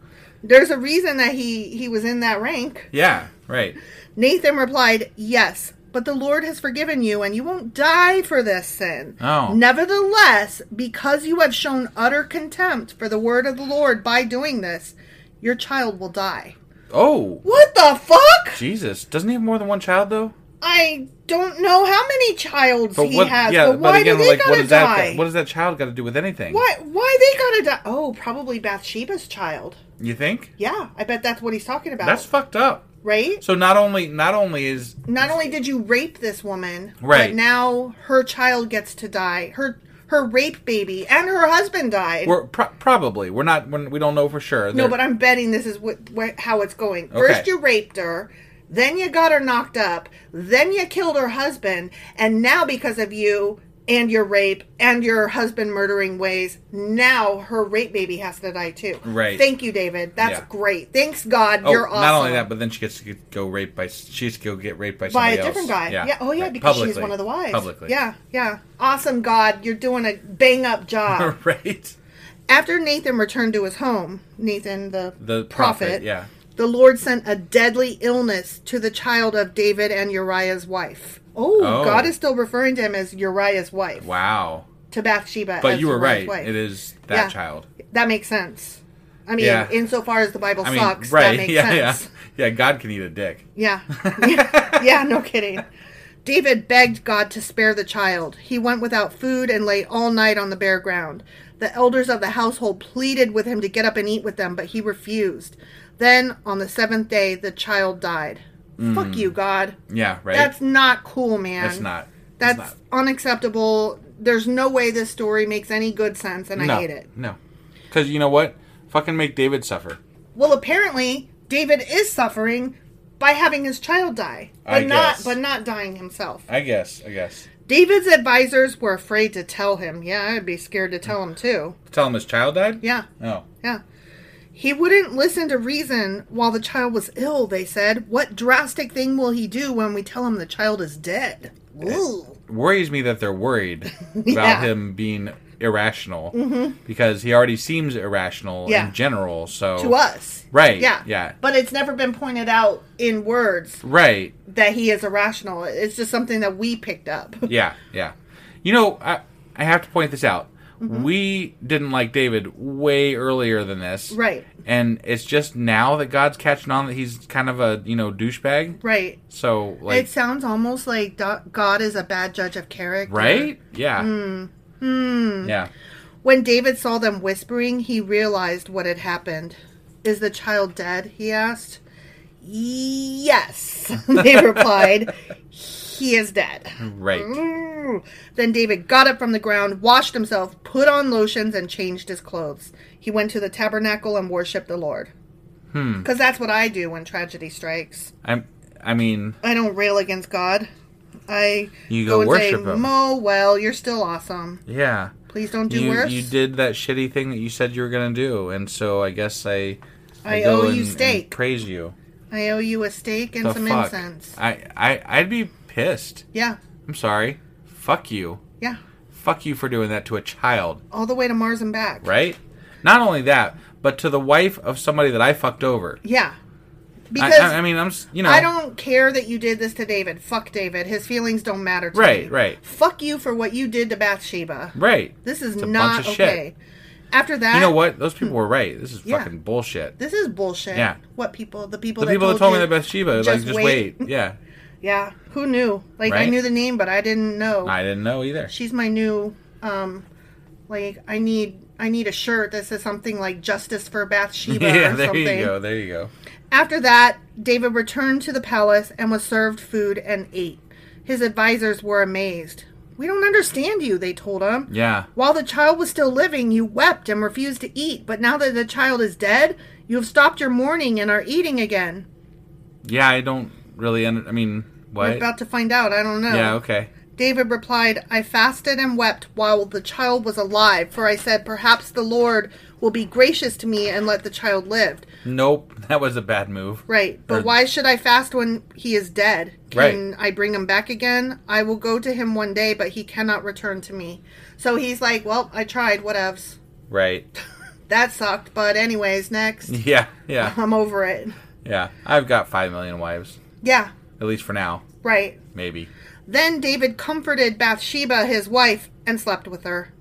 A: there's a reason that he he was in that rank.
B: yeah, right.
A: Nathan replied, Yes, but the Lord has forgiven you, and you won't die for this sin.
B: Oh.
A: Nevertheless, because you have shown utter contempt for the word of the Lord by doing this, your child will die.
B: Oh,
A: What the fuck?
B: Jesus! Doesn't he have more than one child though?
A: I don't know how many childs he has, but why do they gotta
B: what does that
A: die?
B: what does that child got to do with anything?
A: why, why they gotta die? Oh, probably Bathsheba's child.
B: you think?
A: Yeah, I bet that's what he's talking about.
B: That's fucked up.
A: right?
B: So not only not only is
A: not only did you rape this woman,
B: Right.
A: but now her child gets to die. Her her rape baby and her husband died.
B: We're pro- probably we're not we're, we don't know for sure.
A: no,
B: They're-
A: but I'm betting this is what, what how it's going. First you raped her, then you got her knocked up, then you killed her husband, and now because of you, and your rape and your husband murdering ways. Now her rape baby has to die too.
B: Right.
A: Thank you, David. That's
B: Yeah.
A: great. Thanks, God.
B: Oh,
A: You're awesome.
B: not only that, but then she gets to get- go raped by she gets to go get raped by
A: by
B: somebody
A: a different
B: else.
A: guy. Yeah. Oh, yeah,
B: Right.
A: because she's
B: Publicly.
A: one of the wives.
B: Publicly.
A: Yeah, yeah. Awesome, God. You're doing a bang up job.
B: right.
A: After Nathan returned to his home, Nathan the
B: The prophet, yeah.
A: the Lord sent a deadly illness to the child of David and Uriah's wife. Oh,
B: Oh.
A: God is still referring to him as Uriah's wife.
B: Wow.
A: To Bathsheba.
B: But
A: as
B: you were right.
A: Uriah's wife.
B: It is that
A: Yeah.
B: child.
A: That makes sense. I mean,
B: Yeah.
A: insofar as the Bible
B: I mean,
A: sucks,
B: right?
A: that makes
B: yeah,
A: sense.
B: yeah, yeah. God can eat a dick.
A: Yeah. yeah. Yeah, no kidding. David begged God to spare the child. He went without food and lay all night on the bare ground. The elders of the household pleaded with him to get up and eat with them, but he refused. Then, on the seventh day, the child died. Fuck you, God.
B: Mm. Yeah, right.
A: That's not cool, man.
B: It's not. It's
A: That's
B: not.
A: unacceptable. There's no way this story makes any good sense, and
B: no,
A: I hate it.
B: No, because you know what? Fucking make David suffer.
A: Well, apparently David is suffering by having his child die, but
B: I
A: not
B: guess.
A: but not dying himself.
B: I guess. I guess.
A: David's advisors were afraid to tell him. Yeah, I'd be scared to tell him too.
B: Tell him his child died.
A: Yeah,
B: Oh,
A: yeah. He wouldn't listen to reason while the child was ill, they said. What drastic thing will he do when we tell him the child is dead?
B: Eh,
A: Ooh.
B: worries me that they're worried about
A: Yeah. Mm-hmm.
B: him being irrational because he already seems irrational
A: Yeah.
B: in general. So
A: To us.
B: Right,
A: Yeah.
B: yeah.
A: But it's never been pointed out in words
B: right?
A: that he is irrational. It's just something that we picked up.
B: Yeah, yeah. You know, I I have to point this out.
A: Mm-hmm.
B: We didn't like David way earlier than this,
A: Right.
B: And it's just now that God's catching on that he's kind of a you know douchebag.
A: right.
B: So like,
A: it sounds almost like Do- God is a bad judge of character.
B: right? Yeah.
A: Hmm.
B: Yeah.
A: When David saw them whispering, he realized what had happened. Is the child dead? He asked. Yes, they replied. He is dead. Hmm.
B: Right.
A: Then David got up from the ground, washed himself, put on lotions, and changed his clothes. He went to the tabernacle and worshiped the Lord.
B: Hmm.
A: Because that's what I do when tragedy strikes.
B: I'm. I mean,
A: I don't rail against God. I
B: You go
A: and
B: worship him.
A: Mo, well, you're still awesome.
B: yeah.
A: Please don't do
B: You
A: worse.
B: you did that shitty thing that you said you were gonna do, and so I guess I.
A: I
B: go
A: owe you
B: and- and
A: steak.
B: praise you.
A: I owe you a steak and
B: The
A: some
B: fuck?
A: incense.
B: I I I'd be pissed.
A: Yeah,
B: I'm sorry. Fuck you.
A: yeah.
B: Fuck you for doing that to a child.
A: All the way to Mars and back.
B: right? Not only that, but to the wife of somebody that I fucked over.
A: Yeah.
B: I,
A: Because
B: I, I mean, I'm s- you know,
A: I don't care that you did this to David. Fuck David. His feelings don't matter to
B: Right,
A: me.
B: right.
A: Fuck you for what you did to Bathsheba.
B: right?
A: This is
B: It's a
A: not
B: bunch of shit.
A: okay. After that,
B: You know what? Those people were right. This is
A: Yeah.
B: fucking bullshit.
A: This is bullshit.
B: Yeah.
A: What people? The people.
B: the
A: that
B: people that told
A: told
B: me
A: you,
B: that Bathsheba, like, just wait. Yeah,
A: Yeah. Who knew? Like I
B: Right?
A: knew the name, but I didn't know.
B: I didn't know either.
A: She's my new. um Like I need. I need a shirt that says something like "Justice for Bathsheba"
B: yeah,
A: or
B: there
A: something.
B: you go. There you go.
A: After that, David returned to the palace and was served food and ate. His advisors were amazed. We don't understand you, they told him.
B: Yeah.
A: While the child was still living, you wept and refused to eat, but now that the child is dead, you have stopped your mourning and are eating again.
B: Yeah, I don't really. Un- I mean,
A: We're
B: what?
A: about to find out, I don't know.
B: Yeah. Okay.
A: David replied, I fasted and wept while the child was alive, for I said, Perhaps the Lord will be gracious to me and let the child live.
B: Nope. That was a bad move.
A: Right, but why should I fast when he is dead? Can I bring him back again? I will go to him one day, but he cannot return to me. So he's like, well, I tried, whatevs.
B: Right.
A: That sucked, but anyways, next.
B: Yeah. Yeah.
A: I'm over it.
B: Yeah. I've got five million wives,
A: Yeah,
B: at least for now.
A: right.
B: Maybe.
A: Then David comforted Bathsheba, his wife, and slept with her.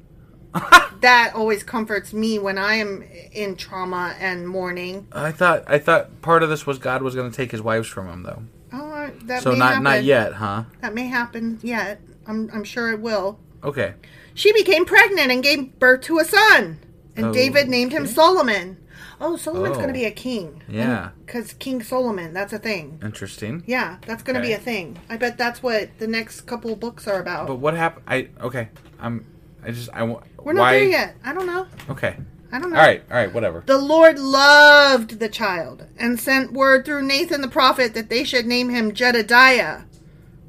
A: that always comforts me when I am in trauma and mourning.
B: I thought. I thought part of this was God was going to take his wives from him, though.
A: Oh, that
B: So
A: may
B: not
A: happen.
B: not yet, huh?
A: That may happen yet. I'm, I'm sure it will.
B: Okay.
A: She became pregnant and gave birth to a son. And David named him Solomon. Oh, Solomon's
B: Oh.
A: going to be a king.
B: Yeah.
A: Because King Solomon, that's a thing.
B: Interesting.
A: Yeah, that's going to be
B: Okay.
A: a thing. I bet that's what the next couple books are about.
B: But what happened? I okay. I'm. I just. I want.
A: We're not there yet. I don't know.
B: Okay.
A: I don't
B: All
A: know.
B: right. All right. Whatever.
A: The Lord loved the child and sent word through Nathan the prophet that they should name him Jedediah,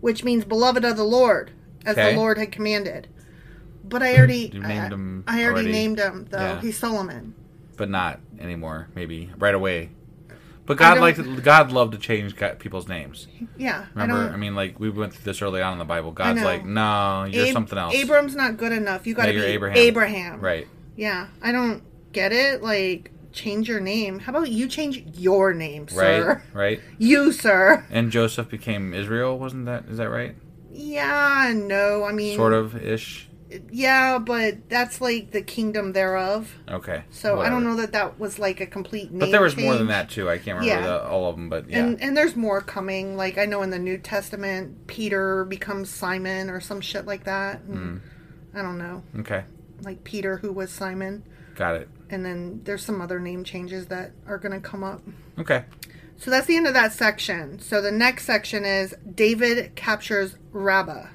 A: which means beloved of the Lord, as
B: Okay.
A: the Lord had commanded. But I already
B: You
A: I-
B: named him
A: I, already,
B: already.
A: named him though.
B: Yeah.
A: He's Solomon.
B: but not anymore. Maybe right away. But God
A: don't-
B: liked God loved to change God, people's names.
A: Yeah. I
B: Remember,
A: don't
B: I, mean, like we went through this early on in the Bible. God's
A: know.
B: like, no, you're
A: Ab-
B: something else.
A: Abram's not good enough. You
B: no,
A: got to
B: you're
A: be
B: Abraham.
A: Abraham.
B: Right.
A: Yeah. I don't get it. Like change your name. How about you change your name,
B: Right.
A: sir?
B: Right.
A: You, sir.
B: And Joseph became Israel. Wasn't that? Is that right?
A: Yeah, no. I mean
B: Sort of ish.
A: Yeah, but that's like the kingdom thereof.
B: Okay.
A: So I
B: whatever.
A: don't know that that was like a complete name.
B: But there was more than
A: change.
B: that too. I can't remember
A: Yeah.
B: the, all of them, but yeah.
A: And and there's more coming. Like I know in the New Testament, Peter becomes Simon or some shit like that. And
B: Hmm.
A: I don't know.
B: okay.
A: Like Peter, who was Simon,
B: Got it.
A: and then there's some other name changes that are gonna come up.
B: Okay.
A: So that's the end of that section. So the next section is David captures Rabbah.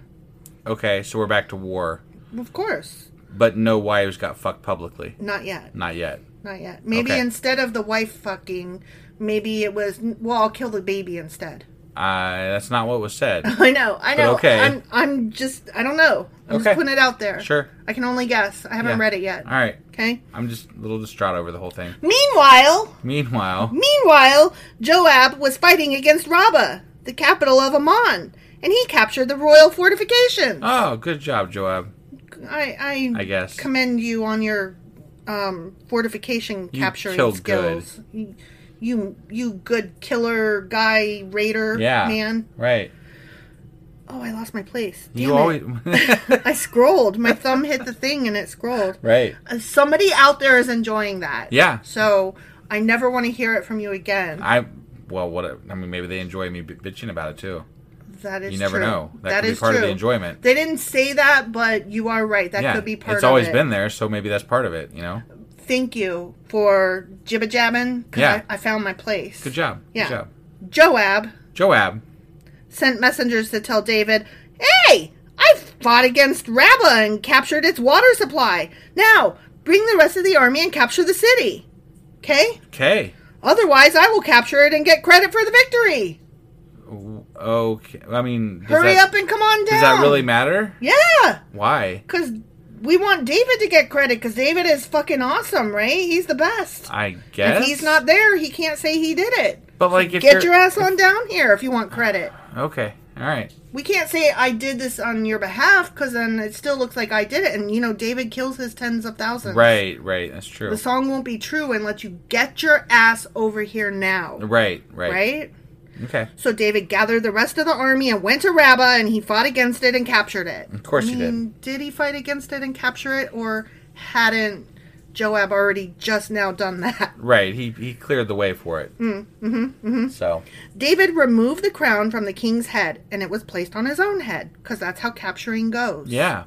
B: Okay. So we're back to war,
A: Of course,
B: but no wives got fucked publicly.
A: not yet.
B: Not yet.
A: Not yet. Maybe
B: Okay.
A: instead of the wife fucking, maybe it was well, I'll kill the baby instead.
B: Uh, that's not what was said.
A: I know. I
B: But
A: know.
B: okay.
A: I'm I'm just I don't know. I'm
B: Okay.
A: just putting it out there.
B: Sure.
A: I can only guess. I haven't
B: Yeah.
A: read it yet.
B: All right.
A: Okay.
B: I'm just a little distraught over the whole thing.
A: Meanwhile,
B: Meanwhile,
A: meanwhile, Joab was fighting against Rabbah, the capital of Ammon, and he captured the royal fortifications.
B: oh, good job, Joab.
A: I, I
B: I guess.
A: commend you on your um, fortification
B: You
A: capturing
B: killed
A: skills. You, you you good killer guy raider
B: Yeah.
A: man.
B: Right.
A: Oh, I lost my place. Damn
B: you
A: it.
B: always.
A: I scrolled. My thumb hit the thing and it scrolled.
B: right.
A: Uh, Somebody out there is enjoying that.
B: Yeah.
A: So I never want to hear it from you again.
B: I. Well, what? I mean, maybe they enjoy me b- bitching about it too.
A: that is
B: you never
A: true.
B: know. That
A: That
B: could be
A: is
B: part of the
A: true.
B: enjoyment.
A: They didn't say that, but you are right. That
B: yeah.
A: could be part
B: it's
A: of
B: always
A: it.
B: been there, so maybe that's part of it. You know.
A: Thank you for jibba jabbing. 'cause
B: Yeah.
A: I, I found my place.
B: Good job.
A: Yeah.
B: Good job.
A: Joab
B: Joab.
A: sent messengers to tell David, Hey, I fought against Rabbah and captured its water supply. Now, bring the rest of the army and capture the city. Okay?
B: Okay.
A: Otherwise, I will capture it and get credit for the victory.
B: Okay. I mean, does
A: Hurry
B: that,
A: up and come on down.
B: Does that really matter?
A: Yeah,
B: Why?
A: because we want David to get credit because David is fucking awesome, right? He's the best.
B: I
A: If
B: guess.
A: he's not there, he can't say he did it.
B: But like, if
A: Get
B: you're-
A: your ass on down here if you want credit.
B: Okay. All right.
A: We can't say I did this on your behalf because then it still looks like I did it. And you know, David kills his tens of thousands.
B: Right. Right. That's true.
A: The song won't be true unless you get your ass over here now.
B: Right. Right.
A: Right?
B: Okay.
A: So David gathered the rest of the army and went to Rabbah, and he fought against it and captured it.
B: Of course you did.
A: Did he fight against it and capture it, or hadn't Joab already just now done that?
B: Right. He he cleared the way for it. Mm, mm-hmm, mm-hmm. So
A: David removed the crown from the king's head, and it was placed on his own head, because that's how capturing goes.
B: yeah.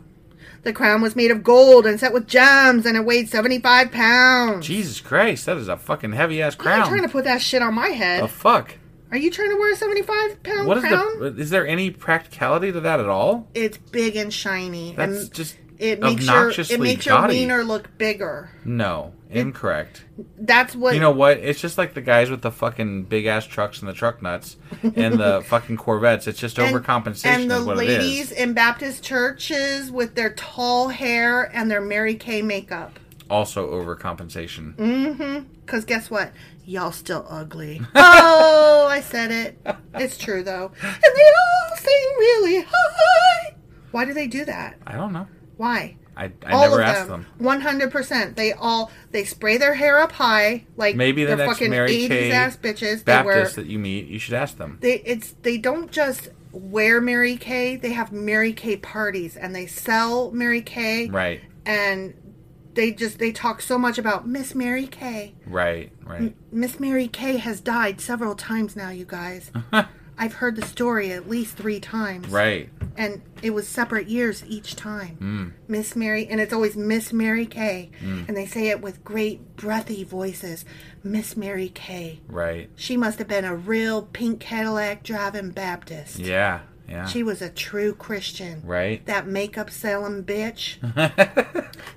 A: The crown was made of gold and set with gems, and it weighed 75 pounds.
B: Jesus Christ, that is a fucking heavy ass
A: I'm
B: crown.
A: not trying to put that shit on my head.
B: the fuck?
A: Are you trying to wear a 75 pound
B: What is
A: crown?
B: the? Is there any practicality to that at all?
A: it's big and shiny.
B: That's
A: and
B: just
A: it makes your
B: obnoxiously
A: it makes your
B: gaudy.
A: wiener look bigger.
B: No, incorrect.
A: That's what
B: You know what? It's just like the guys with the fucking big ass trucks and the truck nuts and the fucking Corvettes. It's just
A: and-
B: overcompensation
A: And the
B: is what
A: ladies
B: it is.
A: in Baptist churches with their tall hair and their Mary Kay makeup.
B: Also overcompensation.
A: Mm-hmm. Cause guess what? Y'all still ugly. oh, I said it. It's true though. And they all sing really high. Why do they do that?
B: I don't know.
A: Why?
B: I, I never asked them.
A: One hundred percent. They all they spray their hair up high like
B: Maybe the
A: they're
B: next
A: fucking
B: Mary Kay
A: ass bitches. They wear
B: Baptist that you meet, you should ask them.
A: they it's they don't just wear Mary Kay. They have Mary Kay parties and they sell Mary Kay.
B: Right,
A: And they just they talk so much about Miss Mary Kay.
B: right, right.
A: Miss Mary Kay has died several times now, you guys. I've heard the story at least three times.
B: Right.
A: And it was separate years each
B: Mm.
A: time. Miss Mary, and it's always Miss Mary Kay. And they say it with great breathy voices Miss Mary Kay.
B: Right.
A: She must have been a real pink Cadillac driving Baptist.
B: Yeah. Yeah.
A: She was a true Christian.
B: Right.
A: That makeup selling bitch.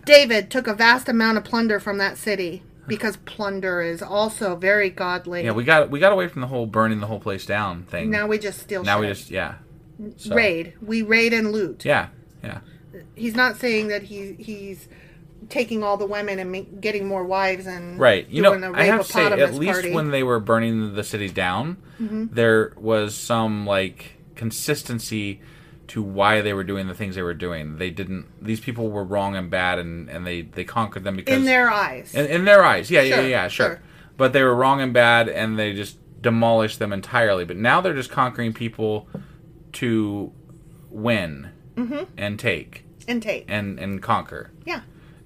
A: David took a vast amount of plunder from that city because plunder is also very godly.
B: yeah, we got we got away from the whole burning the whole place down thing.
A: now we just steal
B: now we
A: shit.
B: just yeah. So-
A: raid. We raid and loot.
B: Yeah. Yeah.
A: he's not saying that he he's taking all the women and make, getting more wives and
B: Right. You know,
A: doing a
B: I have to say, at
A: rapopotamus
B: least
A: party. Mm-hmm.
B: when they were burning the city down, there was some like consistency to why they were doing the things they were doing. They didn't; these people were wrong and bad, and and they they conquered them because
A: in their eyes.
B: in, in their eyes, yeah, yeah,
A: Sure,
B: yeah, yeah, sure.
A: sure.
B: But they were wrong and bad, and they just demolished them entirely. But now they're just conquering people to win
A: Mm-hmm.
B: and take
A: and take.
B: and and conquer
A: yeah.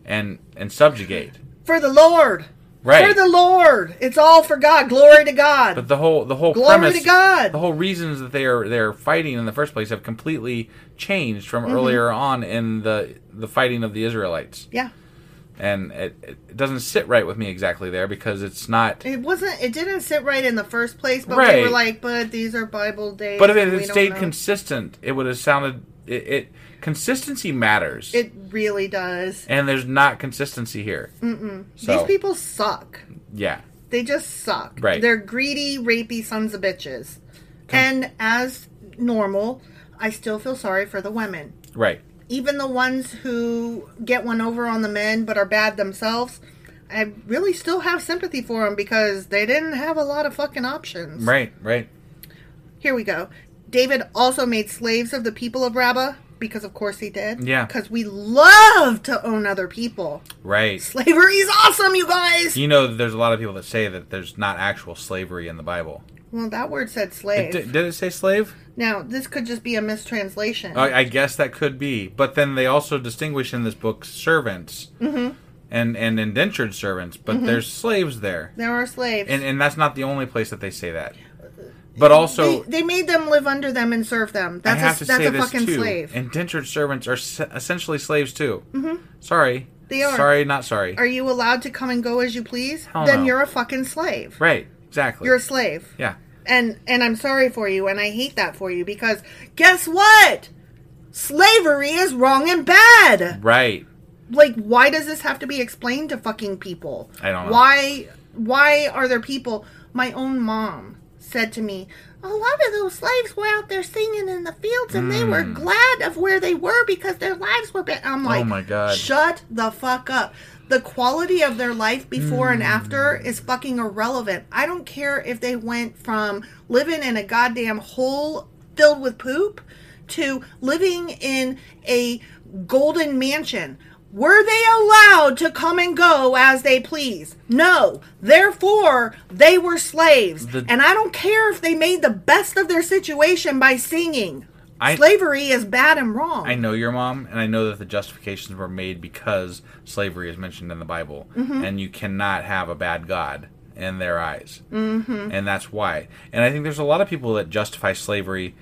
B: and and subjugate.
A: For the Lord.
B: Right.
A: For the Lord. It's all for God. Glory to God.
B: But the whole the whole
A: Glory
B: premise,
A: to God.
B: the whole reasons that they are they're fighting in the first place have completely changed from
A: Mm-hmm.
B: earlier on in the the fighting of the Israelites,
A: yeah.
B: and it, it doesn't sit right with me exactly there because it's not.
A: It wasn't. It didn't sit right in the first place. But we
B: Right.
A: were like, but these are Bible days.
B: But if it
A: and
B: had
A: we don't
B: stayed
A: know.
B: consistent, it would have sounded it, it consistency matters,
A: it really does.
B: and there's not consistency here. Mm-mm. So,
A: These people suck.
B: yeah,
A: They just suck.
B: Right.
A: They're greedy, rapey sons of bitches. and as normal, I still feel sorry for the women.
B: right,
A: Even the ones who get one over on the men but are bad themselves, I really still have sympathy for them because they didn't have a lot of fucking options.
B: right, right.
A: Here we go. David also made slaves of the people of Rabbah because, of course, he did.
B: Yeah.
A: Because we love to own other people.
B: Right.
A: Slavery is awesome, you guys.
B: You know, that there's a lot of people that say that there's not actual slavery in the Bible.
A: Well, that word said
B: It,
A: slave.
B: did, did it say slave?
A: Now, this could just be a mistranslation.
B: I, I guess that could be, but then they also distinguish in this book servants Mm-hmm. and and indentured servants, but there's slaves there,
A: there are slaves.
B: and and that's not the only place that they say that. But also,
A: they, they made them live under them and serve them.
B: I
A: That's
B: have
A: a,
B: to
A: that's
B: say
A: a
B: this
A: fucking
B: too:
A: slave.
B: indentured servants are se- essentially slaves too. Mm-hmm. Sorry,
A: They are.
B: Sorry, not sorry.
A: are you allowed to come and go as you please?
B: Hell
A: then
B: no.
A: you're a fucking slave.
B: right, exactly.
A: You're a slave.
B: yeah,
A: And and I'm sorry for you and I hate that for you because guess what? Slavery is wrong and bad.
B: right.
A: Like why does this have to be explained to fucking people?
B: I don't know.
A: Why why are there people my own mom said to me a lot of those slaves were out there singing in the fields and they
B: Mm.
A: were glad of where they were because their lives were better. I'm like,
B: Oh my God.
A: Shut the fuck up. The quality of their life before and
B: Hmm.
A: after is fucking irrelevant. I don't care if they went from living in a goddamn hole filled with poop to living in a golden mansion. Were they allowed to come and go as they please? No. Therefore, they were slaves. and I don't care if they made the best of their situation by singing.
B: I-
A: Slavery is bad and wrong.
B: I know your mom, and I know that the justifications were made because slavery is mentioned in the Bible,
A: Mm-hmm.
B: and you cannot have a bad God in their eyes, mm-hmm. and that's why. And I think there's a lot of people that justify slavery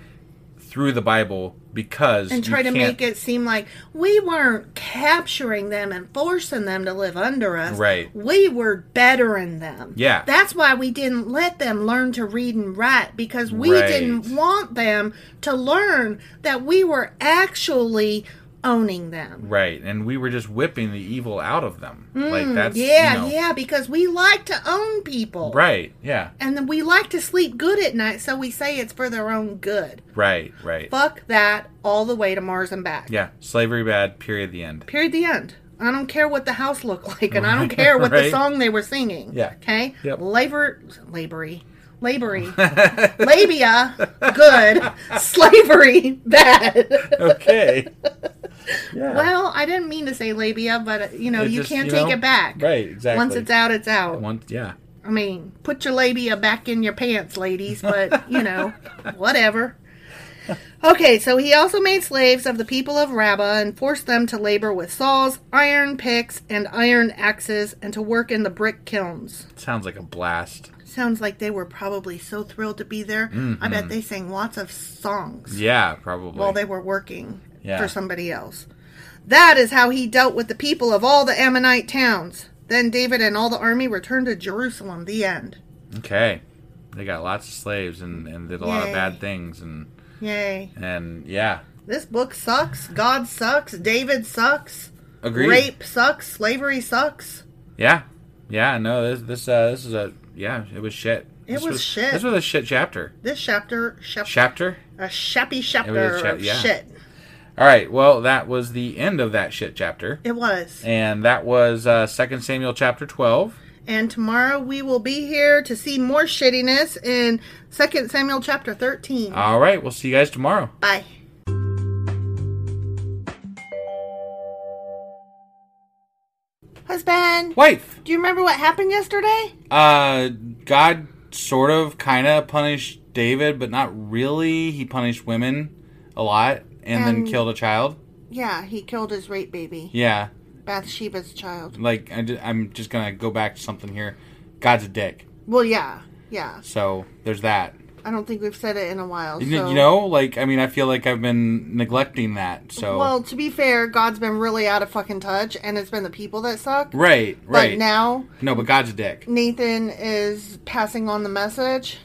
B: through the Bible because
A: and
B: you
A: try to
B: can't-
A: make it seem like we weren't capturing them and forcing them to live under us.
B: Right.
A: We were bettering them.
B: Yeah.
A: That's why we didn't let them learn to read and write because we
B: Right.
A: didn't want them to learn that we were actually owning them.
B: right, and we were just whipping the evil out of them. like that's you
A: Mm, Yeah,
B: know-
A: yeah, because we like to own people.
B: right, yeah,
A: And then we like to sleep good at night, so we say it's for their own good.
B: right, right,
A: Fuck that all the way to Mars and back.
B: yeah. Slavery bad. Period. The end.
A: period the end i don't care what the house looked like and i don't care what the
B: Right.
A: song they were singing
B: Yeah.
A: okay
B: Yep.
A: labor labory labory labia good slavery bad
B: Okay. yeah.
A: well i didn't mean to say labia but uh, you know
B: It
A: you
B: just,
A: can't
B: you
A: take
B: know,
A: it back
B: right, exactly.
A: once it's out it's out
B: One, yeah.
A: i mean put your labia back in your pants ladies but you know whatever Okay, so he also made slaves of the people of Rabbah and forced them to labor with saws, iron picks, and iron axes and to work in the brick kilns.
B: Sounds like a blast.
A: Sounds like they were probably so thrilled to be there. I bet they sang lots of songs
B: Mm-hmm. Yeah, probably.
A: while they were working
B: Yeah.
A: for somebody else. That is how he dealt with the people of all the Ammonite towns. Then David and all the army returned to Jerusalem. The end.
B: Okay. They got lots of slaves and, and did a lot of
A: Yay.
B: bad things and
A: Yay.
B: and yeah.
A: This book sucks. God sucks. David sucks.
B: Agreed.
A: Rape sucks. Slavery sucks.
B: Yeah. Yeah, no, this this uh this is a yeah, it was shit.
A: It
B: This
A: was shit.
B: This was a shit chapter.
A: This chapter, shap-
B: Chapter?
A: a shappy
B: It was
A: chapter
B: a chap-
A: of
B: yeah.
A: shit.
B: All right. Well, that was the end of that shit chapter.
A: It was.
B: And that was uh, 2 Samuel chapter 12.
A: And tomorrow we will be here to see more shittiness in 2 Samuel chapter 13.
B: All right. We'll see you guys tomorrow.
A: Bye. Husband,
B: Wife,
A: do you remember what happened yesterday?
B: uh, God sort of, kind of punished David, but not really. He punished women a lot and then
A: And-
B: killed a child.
A: Yeah, he killed his rape baby,
B: Yeah.
A: Bathsheba's child.
B: Like, I ju- I'm just going to go back to something here. God's a dick.
A: Well, yeah, yeah.
B: So there's that.
A: I don't think we've said it in a while.
B: You kn-
A: so-
B: You know, like, I mean, I feel like I've been neglecting that. So.
A: Well, to be fair, God's been really out of fucking touch, and it's been the people that suck.
B: right, right.
A: But now
B: no, but God's a dick.
A: Nathan is passing on the message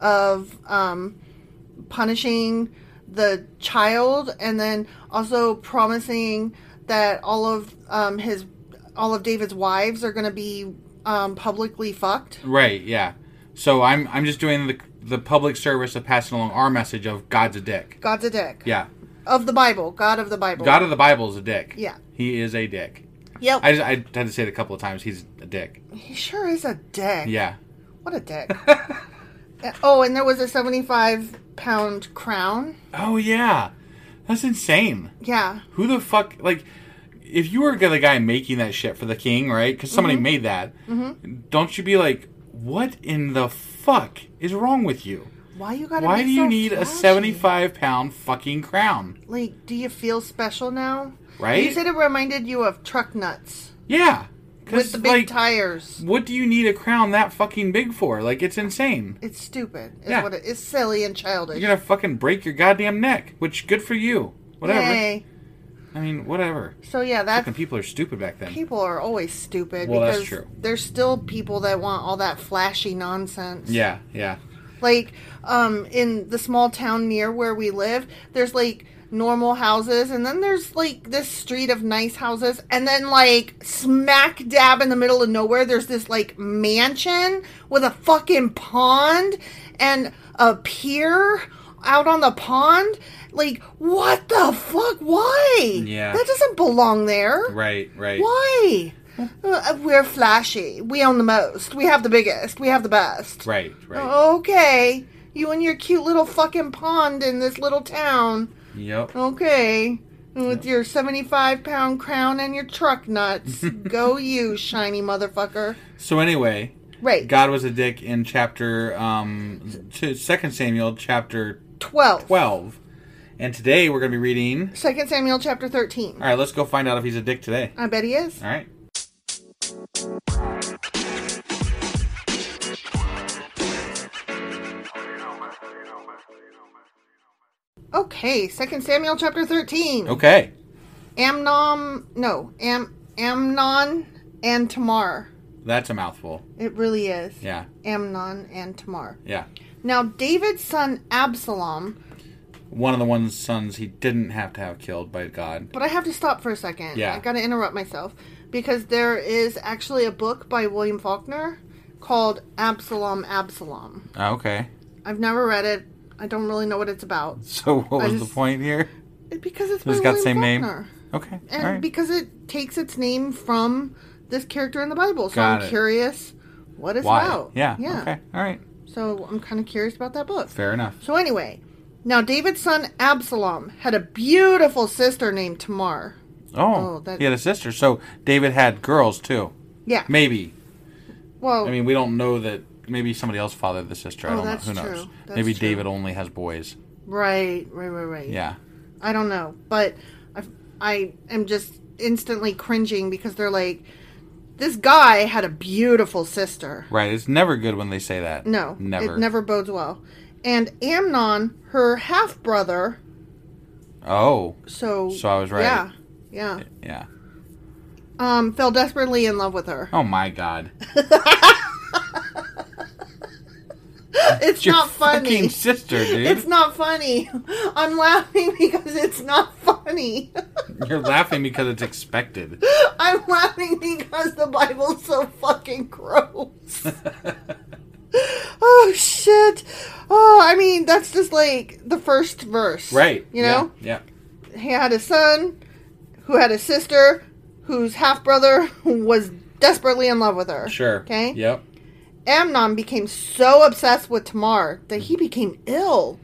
A: of um, punishing the child, and then also promising that all of um, his all of David's wives are going to be um, publicly fucked.
B: Right, yeah. So I'm I'm just doing the the public service of passing along our message of God's a dick.
A: God's a dick.
B: Yeah.
A: Of the Bible, God of the Bible.
B: God of the Bible is a dick.
A: Yeah.
B: He is a dick.
A: Yep.
B: I just, I had to say it a couple of times. He's a dick.
A: he sure is a dick.
B: Yeah.
A: What a dick. Uh, oh, and there was a 75 pound crown.
B: Oh yeah. That's insane.
A: Yeah.
B: Who the fuck like if you were the guy making that shit for the king, right? Because somebody
A: Mm-hmm.
B: made that. Don't you be like, what in the fuck is wrong with you?
A: Why you gotta
B: Why
A: be
B: do you
A: so
B: need a
A: flashy?
B: seventy-five pound fucking crown?
A: Like, do you feel special now?
B: Right?
A: You said it reminded you of truck nuts
B: Yeah, 'Cause,
A: with the big
B: like,
A: tires.
B: What do you need a crown that fucking big for? Like, it's insane.
A: It's stupid. It's
B: Yeah.
A: what it, it's silly and childish.
B: You're gonna fucking break your goddamn neck, which good for you. Whatever.
A: Yay.
B: I mean, whatever.
A: So yeah,
B: Fucking
A: that
B: people are stupid back then.
A: people are always stupid
B: Well, that's
A: because
B: true.
A: there's still people that want all that flashy nonsense.
B: Yeah, yeah.
A: Like, um, in the small town near where we live, there's like normal houses, and then there's like this street of nice houses, and then like smack dab in the middle of nowhere, there's this like mansion with a fucking pond and a pier out on the pond. Like, what the fuck? Why?
B: Yeah.
A: That doesn't belong there.
B: Right, right.
A: Why? Uh, We're flashy. We own the most. We have the biggest. We have the best.
B: Right, right.
A: Okay. You and your cute little fucking pond in this little town.
B: Yep.
A: Okay. And With your 75 pound crown and your truck nuts. Go you, shiny motherfucker.
B: So anyway,
A: Right.
B: God was a dick in chapter um, two, Second Samuel chapter
A: 12.
B: twelve, and today we're gonna be reading.
A: 2 Samuel chapter 13.
B: All right, let's go find out if he's a dick today.
A: I bet he is.
B: All right.
A: Okay, 2 Samuel chapter 13.
B: Okay.
A: Amnon, no, Am, Amnon and Tamar.
B: That's a mouthful.
A: It really is.
B: Yeah.
A: Amnon and Tamar.
B: Yeah.
A: Now, David's son Absalom,
B: one of the one's sons he didn't have to have killed by God.
A: but I have to stop for a second.
B: Yeah.
A: I got to interrupt myself because there is actually a book by William Faulkner called Absalom, Absalom.
B: Ah, Okay.
A: I've never read it. I don't really know what it's about
B: So what
A: I
B: was the
A: just-
B: point here?
A: It- because it's by
B: It's got the
A: William
B: same name.
A: Faulkner.
B: Okay.
A: And
B: All right.
A: Eh, because it takes its name from this character in the Bible. So
B: Got
A: I'm
B: it.
A: curious what it's
B: Why?
A: about.
B: Yeah.
A: Yeah.
B: Okay. All right.
A: So I'm kind of curious about that book.
B: Fair enough.
A: So anyway, now David's son Absalom had a beautiful sister named Tamar.
B: Oh,
A: Oh, that-
B: he had a sister. So David had girls too.
A: Yeah.
B: Maybe.
A: Well,
B: I mean, we don't know that. Maybe somebody else fathered the sister. I
A: Oh,
B: don't
A: that's
B: know. Who
A: true.
B: knows?
A: That's
B: maybe
A: true.
B: David only has boys.
A: right, right, right, right.
B: Yeah.
A: I don't know, but I, I am just instantly cringing because they're like, this guy had a beautiful sister.
B: Right. It's never good when they say that.
A: No,
B: Never.
A: It never bodes well. And Amnon, her half brother.
B: Oh.
A: So.
B: So I was right.
A: Yeah. Yeah.
B: Yeah.
A: Um, fell desperately in love with her.
B: Oh my God.
A: It's
B: Your
A: not funny.
B: fucking sister, dude.
A: It's not funny. I'm laughing because it's not funny.
B: You're laughing because it's expected.
A: I'm laughing because the Bible's so fucking gross. oh shit. Oh, I mean, that's just like the first verse.
B: Right.
A: You know?
B: Yeah. yeah.
A: he had a son who had a sister whose half brother was desperately in love with her.
B: Sure.
A: Okay.
B: Yep.
A: Amnon became so obsessed with Tamar that he became ill.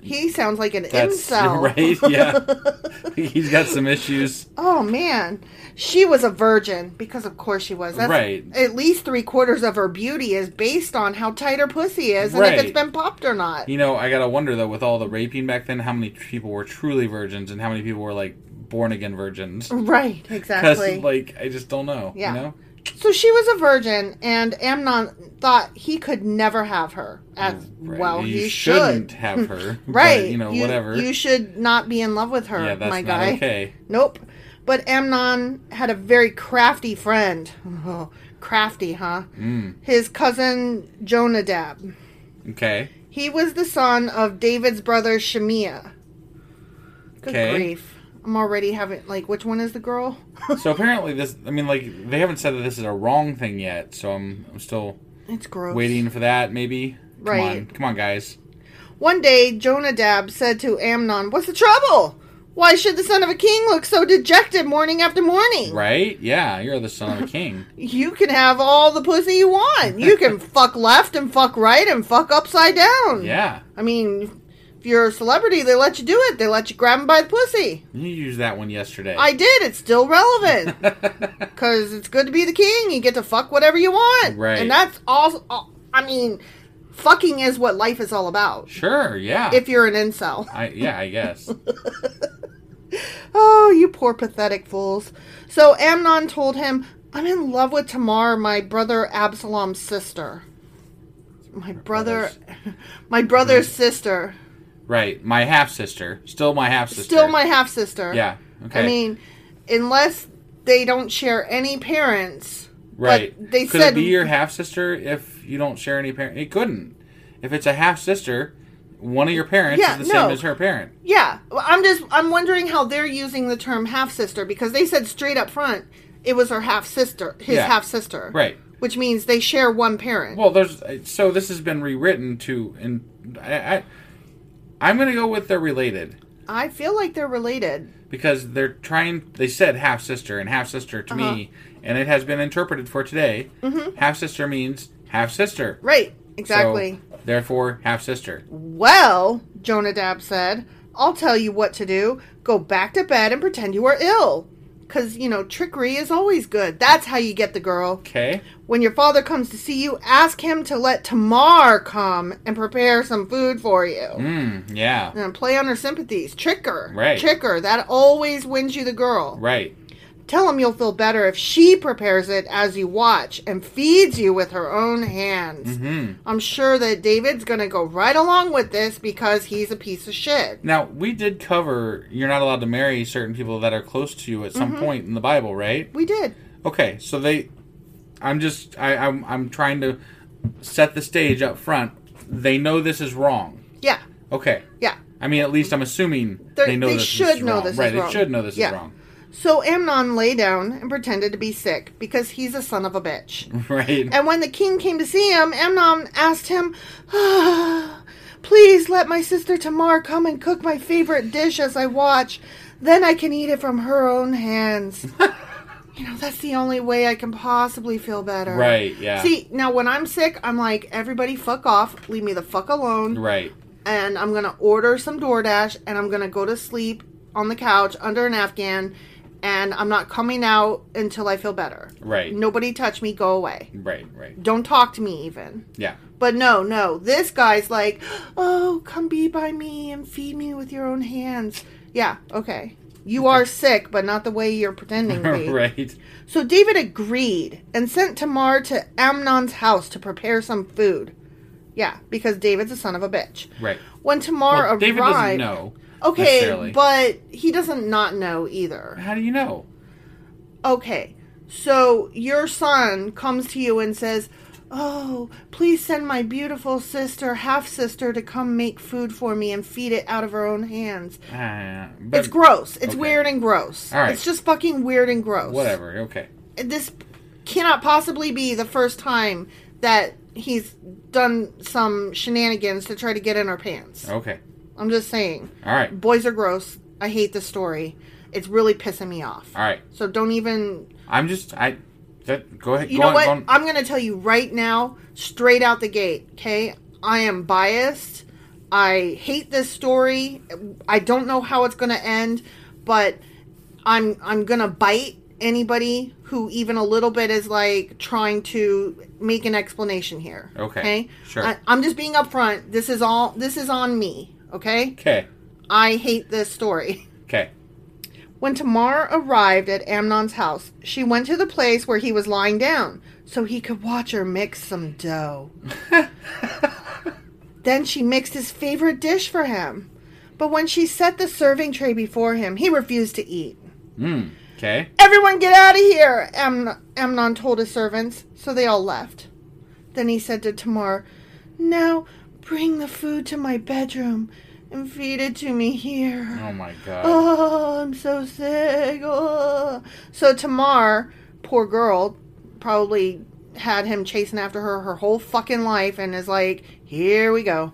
A: He sounds like an
B: That's
A: incel.
B: right. Yeah. He's got some issues.
A: Oh man, she was a virgin because of course she was. That's
B: Right.
A: At least three quarters of her beauty is based on how tight her pussy is and
B: Right.
A: if it's been popped or not.
B: You know, I gotta wonder though, with all the raping back then, how many people were truly virgins and how many people were like born again virgins?
A: Right.
B: Because
A: Exactly.
B: like, I just don't know.
A: Yeah.
B: You know?
A: so she was a virgin, and Amnon thought he could never have her. As
B: Mm, Right.
A: well,
B: you
A: he
B: shouldn't
A: should.
B: have her. but,
A: Right.
B: you know, whatever.
A: You should not be in love with her,
B: yeah, that's
A: my
B: not
A: guy.
B: okay.
A: Nope. But Amnon had a very crafty friend. crafty, huh?
B: Mm.
A: His cousin Jonadab.
B: Okay.
A: He was the son of David's brother Shemiah. Good
B: Okay.
A: grief. I'm already having like which one is the girl?
B: So apparently, this. I mean, like, they haven't said that this is a wrong thing yet. So I'm, I'm still
A: It's gross.
B: waiting for that. Maybe. Come On.
A: Right.
B: Come on, guys.
A: One day Jonadab said to Amnon, What's the trouble? Why should the son of a king look so dejected morning after morning?
B: Right? Yeah. You're the son of a king.
A: You can have all the pussy you want. You can fuck left and fuck right and fuck upside down.
B: Yeah.
A: I mean, if you're a celebrity, they let you do it. They let you grab them by the pussy.
B: You used that one yesterday.
A: I did. It's still relevant because it's good to be the king. You get to fuck whatever you want,
B: Right.
A: And that's all. all- I mean, fucking is what life is all about.
B: Sure. Yeah.
A: If you're an incel.
B: I yeah. I guess.
A: Oh, you poor pathetic fools. So Amnon told him, I'm in love with Tamar, my brother Absalom's sister. My brother my
B: Hmm.
A: brother's sister.
B: Right. My half sister. Still my half sister.
A: Still my half sister.
B: Yeah. Okay.
A: I mean, unless they don't share any parents.
B: Right.
A: But they
B: Could
A: said
B: it be your half sister if you don't share any parent? It couldn't. If it's a half sister, one of your parents
A: Yeah,
B: is the
A: no.
B: same as her parent.
A: Yeah, well, I'm just I'm wondering how they're using the term half sister because they said straight up front it was her half sister, his
B: Yeah.
A: half sister.
B: Right.
A: Which means they share one parent.
B: Well, there's so this has been rewritten to, and I, I I'm gonna go with they're related
A: I feel like they're related.
B: because they're trying. They said half sister and half sister to me,
A: Uh-huh.
B: and it has been interpreted for today. Half sister means half sister.
A: Mm-hmm. Right, exactly.
B: therefore, half sister.
A: Well, Jonadab said, I'll tell you what to do. Go back to bed and pretend you are ill. Because, you know, trickery is always good. That's how you get the girl.
B: Okay.
A: When your father comes to see you, ask him to let Tamar come and prepare some food for you.
B: Mm. Yeah.
A: And play on her sympathies. Trick her.
B: Right.
A: Trick her. That always wins you the girl.
B: Right.
A: Tell him you'll feel better if she prepares it as you watch and feeds you with her own hands.
B: Mm-hmm.
A: I'm sure that David's going to go right along with this because he's a piece of shit.
B: Now we did cover you're not allowed to marry certain people that are close to you at
A: Mm-hmm.
B: some point in the Bible, right?
A: We did.
B: Okay, so they, I'm just I, I'm I'm trying to set the stage up front. They know this is wrong.
A: Yeah.
B: Okay.
A: Yeah.
B: I mean, at least I'm assuming
A: They're-
B: they know
A: they
B: this
A: should
B: is
A: know
B: wrong.
A: this is
B: right,
A: wrong.
B: They should know this
A: Yeah.
B: is wrong.
A: So Amnon lay down and pretended to be sick because he's a son of a bitch.
B: Right.
A: And when the king came to see him, Amnon asked him, Please let my sister Tamar come and cook my favorite dish as I watch. Then I can eat it from her own hands. you know, that's the only way I can possibly feel better.
B: Right, yeah.
A: See, now when I'm sick, I'm like, everybody fuck off. Leave me the fuck alone.
B: right.
A: And I'm going to order some DoorDash and I'm going to go to sleep on the couch under an Afghan. And I'm not coming out until I feel better.
B: Right.
A: Nobody touch me. Go away
B: Right. Right.
A: don't talk to me even.
B: Yeah.
A: But no, no, this guy's like, oh, come be by me and feed me with your own hands. Yeah, okay. You are sick, but not the way you're pretending to be.
B: right.
A: So David agreed and sent Tamar to Amnon's house to prepare some food. Yeah, because David's a son of a bitch.
B: Right.
A: When Tamar
B: Well,
A: arrived,
B: David doesn't know.
A: Okay,
B: necessarily.
A: but he doesn't not know either.
B: how do you know?
A: okay, so your son comes to you and says, Oh, please send my beautiful sister, half sister, to come make food for me and feed it out of her own hands.
B: Uh, but
A: It's gross. It's
B: okay.
A: weird and gross.
B: All right.
A: It's just fucking weird and gross.
B: Whatever. Okay.
A: This cannot possibly be the first time that he's done some shenanigans to try to get in her pants.
B: Okay.
A: I'm just saying.
B: Oh. All right.
A: Boys are gross. I hate the story. It's really pissing me off.
B: All right.
A: So don't even.
B: I'm just I. That, go ahead.
A: You
B: go
A: know
B: on,
A: what?
B: Go on.
A: I'm going to tell you right now, straight out the gate, okay? I am biased. I hate this story. I don't know how it's going to end, but I'm I'm going to bite anybody who even a little bit is like trying to make an explanation here.
B: Okay,
A: Okay?
B: sure.
A: I, I'm just being upfront. This is all this is on me, okay?
B: Okay.
A: I hate this story.
B: Okay.
A: When Tamar arrived at Amnon's house, she went to the place where he was lying down so he could watch her mix some dough. then she mixed his favorite dish for him. But when she set the serving tray before him, he refused to eat.
B: Okay.
A: Everyone get out of here, Am- Amnon told his servants, so they all left. Then he said to Tamar, Now bring the food to my bedroom and feed it to me here.
B: Oh my god.
A: Oh, I'm so sick. Oh. So Tamar, poor girl, probably had him chasing after her her whole fucking life and is like, here we go.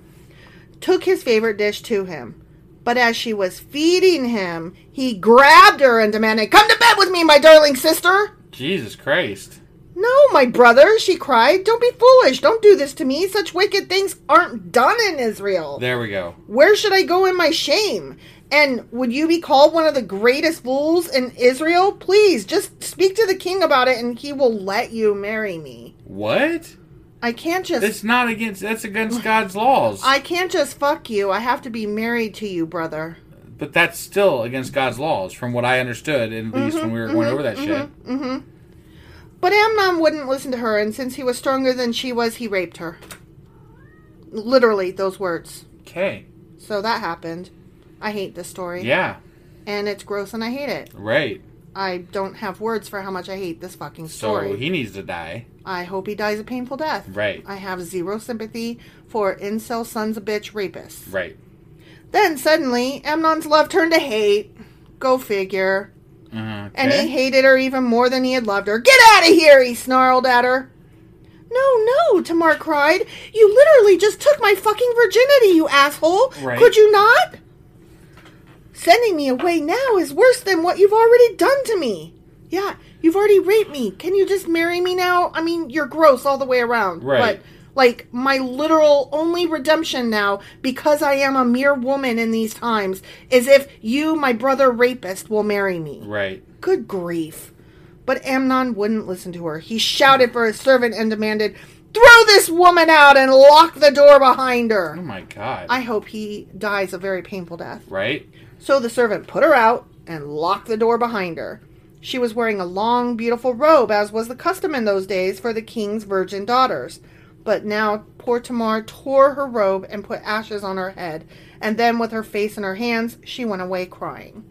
A: Took his favorite dish to him. But as she was feeding him, he grabbed her and demanded, Come to bed with me, my darling sister!
B: Jesus Christ.
A: No, my brother, she cried. Don't be foolish. Don't do this to me. Such wicked things aren't done in Israel.
B: There we go.
A: Where should I go in my shame? And would you be called one of the greatest fools in Israel? Please, just speak to the king about it and he will let you marry me.
B: What?
A: I can't just
B: That's not against. That's against God's laws.
A: I can't just fuck you. I have to be married to you, brother.
B: but that's still against God's laws, from what I understood, at
A: Mm-hmm,
B: least when we were going over that shit.
A: But Amnon wouldn't listen to her and since he was stronger than she was, he raped her. Literally those words.
B: Okay.
A: So that happened. I hate this story.
B: Yeah.
A: And it's gross and I hate it.
B: Right.
A: I don't have words for how much I hate this fucking
B: So
A: story.
B: he needs to die.
A: I hope he dies a painful death.
B: Right.
A: I have zero sympathy for incel sons of bitch rapists.
B: Right.
A: Then suddenly, Amnon's love turned to hate. Go figure.
B: Uh-huh.
A: And he hated her even more than he had loved her. Get out of here, he snarled at her. No, no, Tamar cried. You literally just took my fucking virginity, you asshole.
B: Right.
A: Could you not? Sending me away now is worse than what you've already done to me. Yeah, you've already raped me. Can you just marry me now? I mean, you're gross all the way around.
B: Right.
A: But, like, my literal only redemption now, because I am a mere woman in these times, is if you, my brother rapist, will marry me.
B: Right.
A: Good grief. But Amnon wouldn't listen to her. He shouted for his servant and demanded, Throw this woman out and lock the door behind
B: Oh
A: her.
B: my God.
A: I hope he dies a very painful death.
B: right.
A: So the servant put her out and locked the door behind her. She was wearing a long, beautiful robe, as was the custom in those days for the king's virgin daughters. But now poor Tamar tore her robe and put ashes on her head, and then with her face in her hands, she went away crying.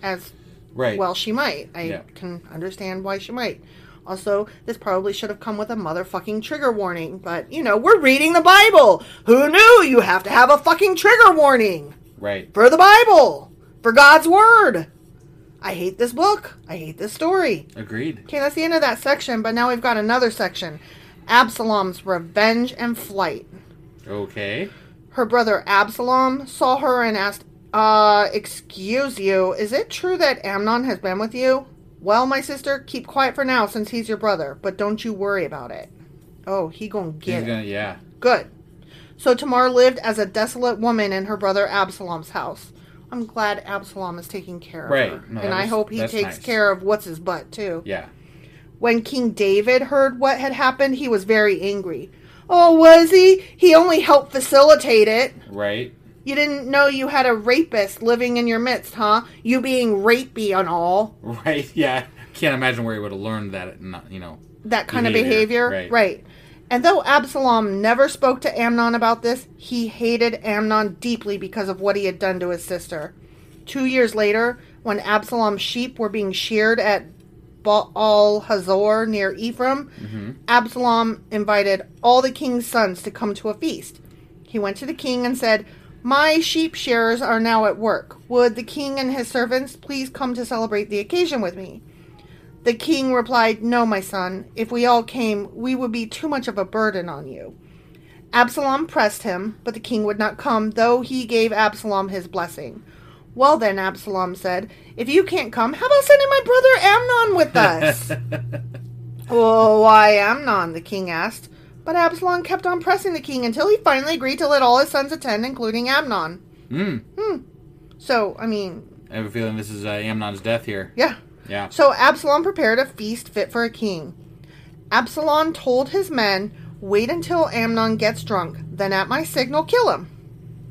A: As
B: Right.
A: well, she might. I
B: Yeah.
A: can understand why she might. Also, this probably should have come with a motherfucking trigger warning, but you know, we're reading the Bible. Who knew you have to have a fucking trigger warning?
B: right.
A: For the Bible! For God's Word! I hate this book. I hate this story.
B: Agreed.
A: Okay, that's the end of that section, but now we've got another section Absalom's Revenge and Flight.
B: Okay.
A: Her brother Absalom saw her and asked, Uh, excuse you, is it true that Amnon has been with you? Well, my sister, keep quiet for now since he's your brother, but don't you worry about it. Oh, he gonna
B: He's
A: get it.
B: gonna. Yeah.
A: Good. So Tamar lived as a desolate woman in her brother Absalom's house. I'm glad Absalom is taking care of
B: Right.
A: her.
B: No, that
A: and I
B: was-
A: hope he
B: that's
A: takes
B: nice.
A: care of what's his butt too.
B: Yeah.
A: When King David heard what had happened, he was very angry. Oh, was he? He only helped facilitate it.
B: Right.
A: You didn't know you had a rapist living in your midst, huh? You being rapey and all.
B: Right. Yeah. Can't imagine where he would have learned that. Not, you know.
A: that kind
B: Behavior,
A: of behavior.
B: right.
A: Right. And though Absalom never spoke to Amnon about this, he hated Amnon deeply because of what he had done to his sister. Two years later, when Absalom's sheep were being sheared at Baal Hazor near Ephraim, Absalom invited all the king's sons to come to a feast. He went to the king and said, My sheep shearers are now at work. Would the king and his servants please come to celebrate the occasion with me? The king replied, No, my son. If we all came, we would be too much of a burden on you. Absalom pressed him, but the king would not come, though he gave Absalom his blessing. Well then, Absalom said, If you can't come, how about sending my brother Amnon with us? oh, why Amnon? the king asked. But Absalom kept on pressing the king until he finally agreed to let all his sons attend, including Amnon. Hmm. So, I mean,
B: I have a feeling this is uh, Amnon's death here.
A: yeah.
B: Yeah.
A: So Absalom prepared a feast fit for a king. Absalom told his men, Wait until Amnon gets drunk, then at my signal, kill him.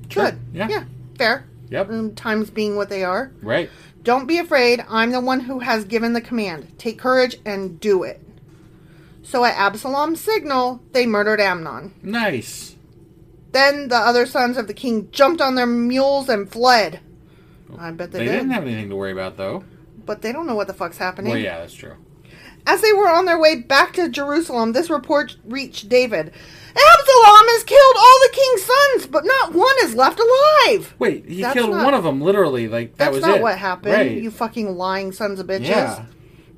B: Sure.
A: Good.
B: Yeah.
A: Yeah. Fair.
B: Yep.
A: Um, Times being what they are.
B: Right.
A: Don't be afraid. I'm the one who has given the command. Take courage and do it. So at Absalom's signal, they murdered Amnon.
B: Nice.
A: Then the other sons of the king jumped on their mules and fled. I bet they,
B: Oh, They
A: did.
B: didn't have anything to worry about though.
A: But they don't know what the fuck's happening.
B: Well, yeah, that's true.
A: As they were on their way back to Jerusalem, this report reached David. Absalom has killed all the king's sons, but not one is left alive.
B: Wait, he
A: That's
B: killed
A: not-
B: one of them literally. Like that
A: That's
B: was
A: not
B: it.
A: what happened,
B: Right.
A: you fucking lying sons of bitches.
B: Yeah.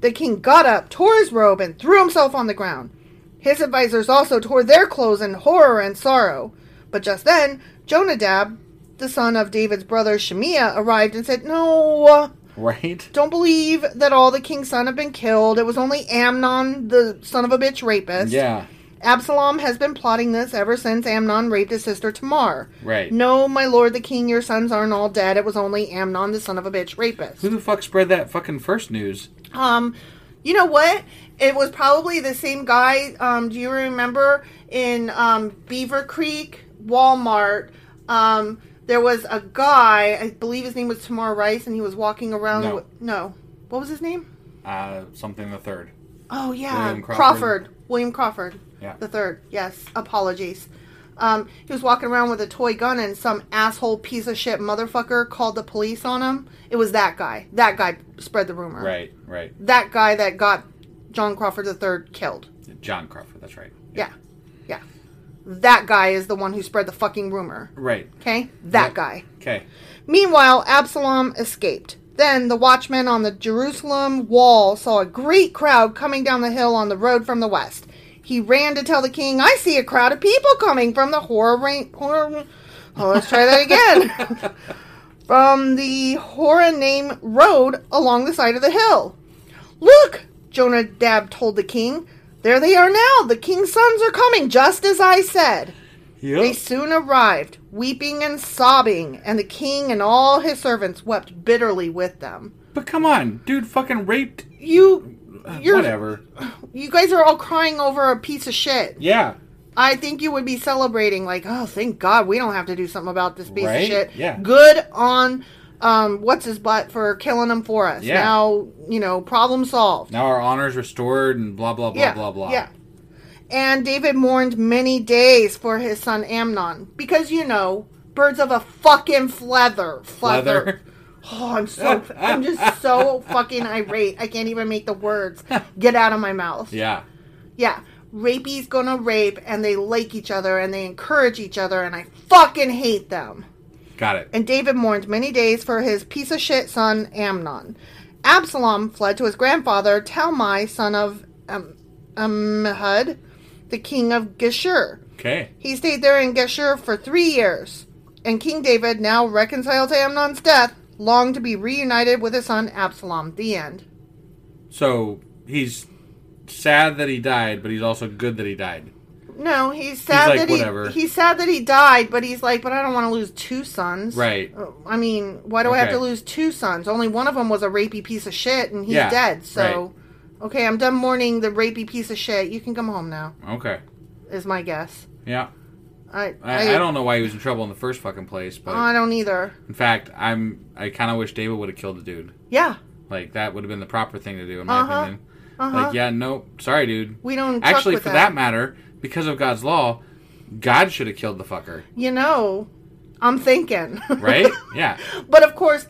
A: The king got up, tore his robe, and threw himself on the ground. His advisors also tore their clothes in horror and sorrow. But just then, Jonadab, the son of David's brother Shemiah, arrived and said, No,
B: Right.
A: don't believe that all the king's son have been killed. It was only Amnon, the son of a bitch rapist.
B: Yeah.
A: Absalom has been plotting this ever since Amnon raped his sister Tamar.
B: Right.
A: No, my lord the king, your sons aren't all dead. It was only Amnon, the son of a bitch rapist.
B: Who the fuck spread that fucking first news?
A: Um, you know what? It was probably the same guy. Um, do you remember in um, Beaver Creek Walmart? Um, there was a guy. I believe his name was Tamar Rice, and he was walking around.
B: No.
A: With, no, what was his name?
B: Uh, something the third.
A: Oh yeah,
B: William Crawford.
A: Crawford. William Crawford.
B: Yeah.
A: The third. Yes. Apologies. Um, he was walking around with a toy gun, and some asshole piece of shit motherfucker called the police on him. It was that guy. That guy spread the rumor.
B: Right. Right.
A: that guy that got John Crawford III killed.
B: John Crawford. That's right.
A: Yeah. Yeah. That guy is the one who spread the fucking rumor.
B: Right.
A: Okay? That
B: Yep.
A: guy.
B: Okay.
A: Meanwhile, Absalom escaped. Then the watchmen on the Jerusalem wall saw a great crowd coming down the hill on the road from the west. He ran to tell the king, I see a crowd of people coming from the horror. Rain- horror- oh, let's try that again. from the horror name road along the side of the hill. Look, Jonadab told the king. There they are now. The king's sons are coming, just as I said. They
B: Yep.
A: soon arrived, weeping and sobbing, and the king and all his servants wept bitterly with them.
B: But come on, dude, fucking raped.
A: You, you're,
B: Uh, Whatever.
A: you guys are all crying over a piece of shit.
B: Yeah.
A: I think you would be celebrating, like, oh, thank God we don't have to do something about this piece
B: Right?
A: of shit.
B: Yeah.
A: Good on, um, what's his butt for killing him for us.
B: Yeah.
A: Now, you know, problem solved.
B: Now our honor's restored and blah blah blah blah blah.
A: Yeah. And David mourned many days for his son Amnon because you know birds of a fucking feather.
B: Leather.
A: Feather. Oh, I'm so I'm just so fucking irate. I can't even make the words get out of my mouth.
B: Yeah.
A: Yeah. Rapey's gonna rape, and they like each other, and they encourage each other, and I fucking hate them
B: Got it.
A: and David mourned many days for his piece of shit son Amnon. Absalom fled to his grandfather Talmai, son of um, Amihud, the king of Geshur.
B: Okay.
A: He stayed there in Geshur for three years, and King David, now reconciled to Amnon's death, longed to be reunited with his son Absalom. The end.
B: So he's sad that he died, but he's also good that he died.
A: No, he's sad
B: like,
A: that
B: "Whatever."
A: he he's sad that he died, but he's like, but I don't want to lose two sons.
B: Right.
A: Uh, I mean, why do I have
B: Okay.
A: to lose two sons? Only one of them was a rapey piece of shit, and he's
B: Yeah,
A: dead. So, okay, I'm done mourning the rapey piece of shit. You can come home now.
B: Okay.
A: Is my guess.
B: Yeah.
A: I
B: I, I don't know why he was in trouble in the first fucking place, but
A: I don't either.
B: in fact, I'm I kind of wish David would have killed the dude.
A: Yeah,
B: Like that would have been the proper thing to do in my opinion. Like yeah, no, sorry, dude.
A: Uh-huh. We don't fuck
B: actually
A: with
B: for
A: that.
B: that matter because of God's law, God should have killed the fucker,
A: you know, I'm thinking.
B: right? yeah,
A: But of course,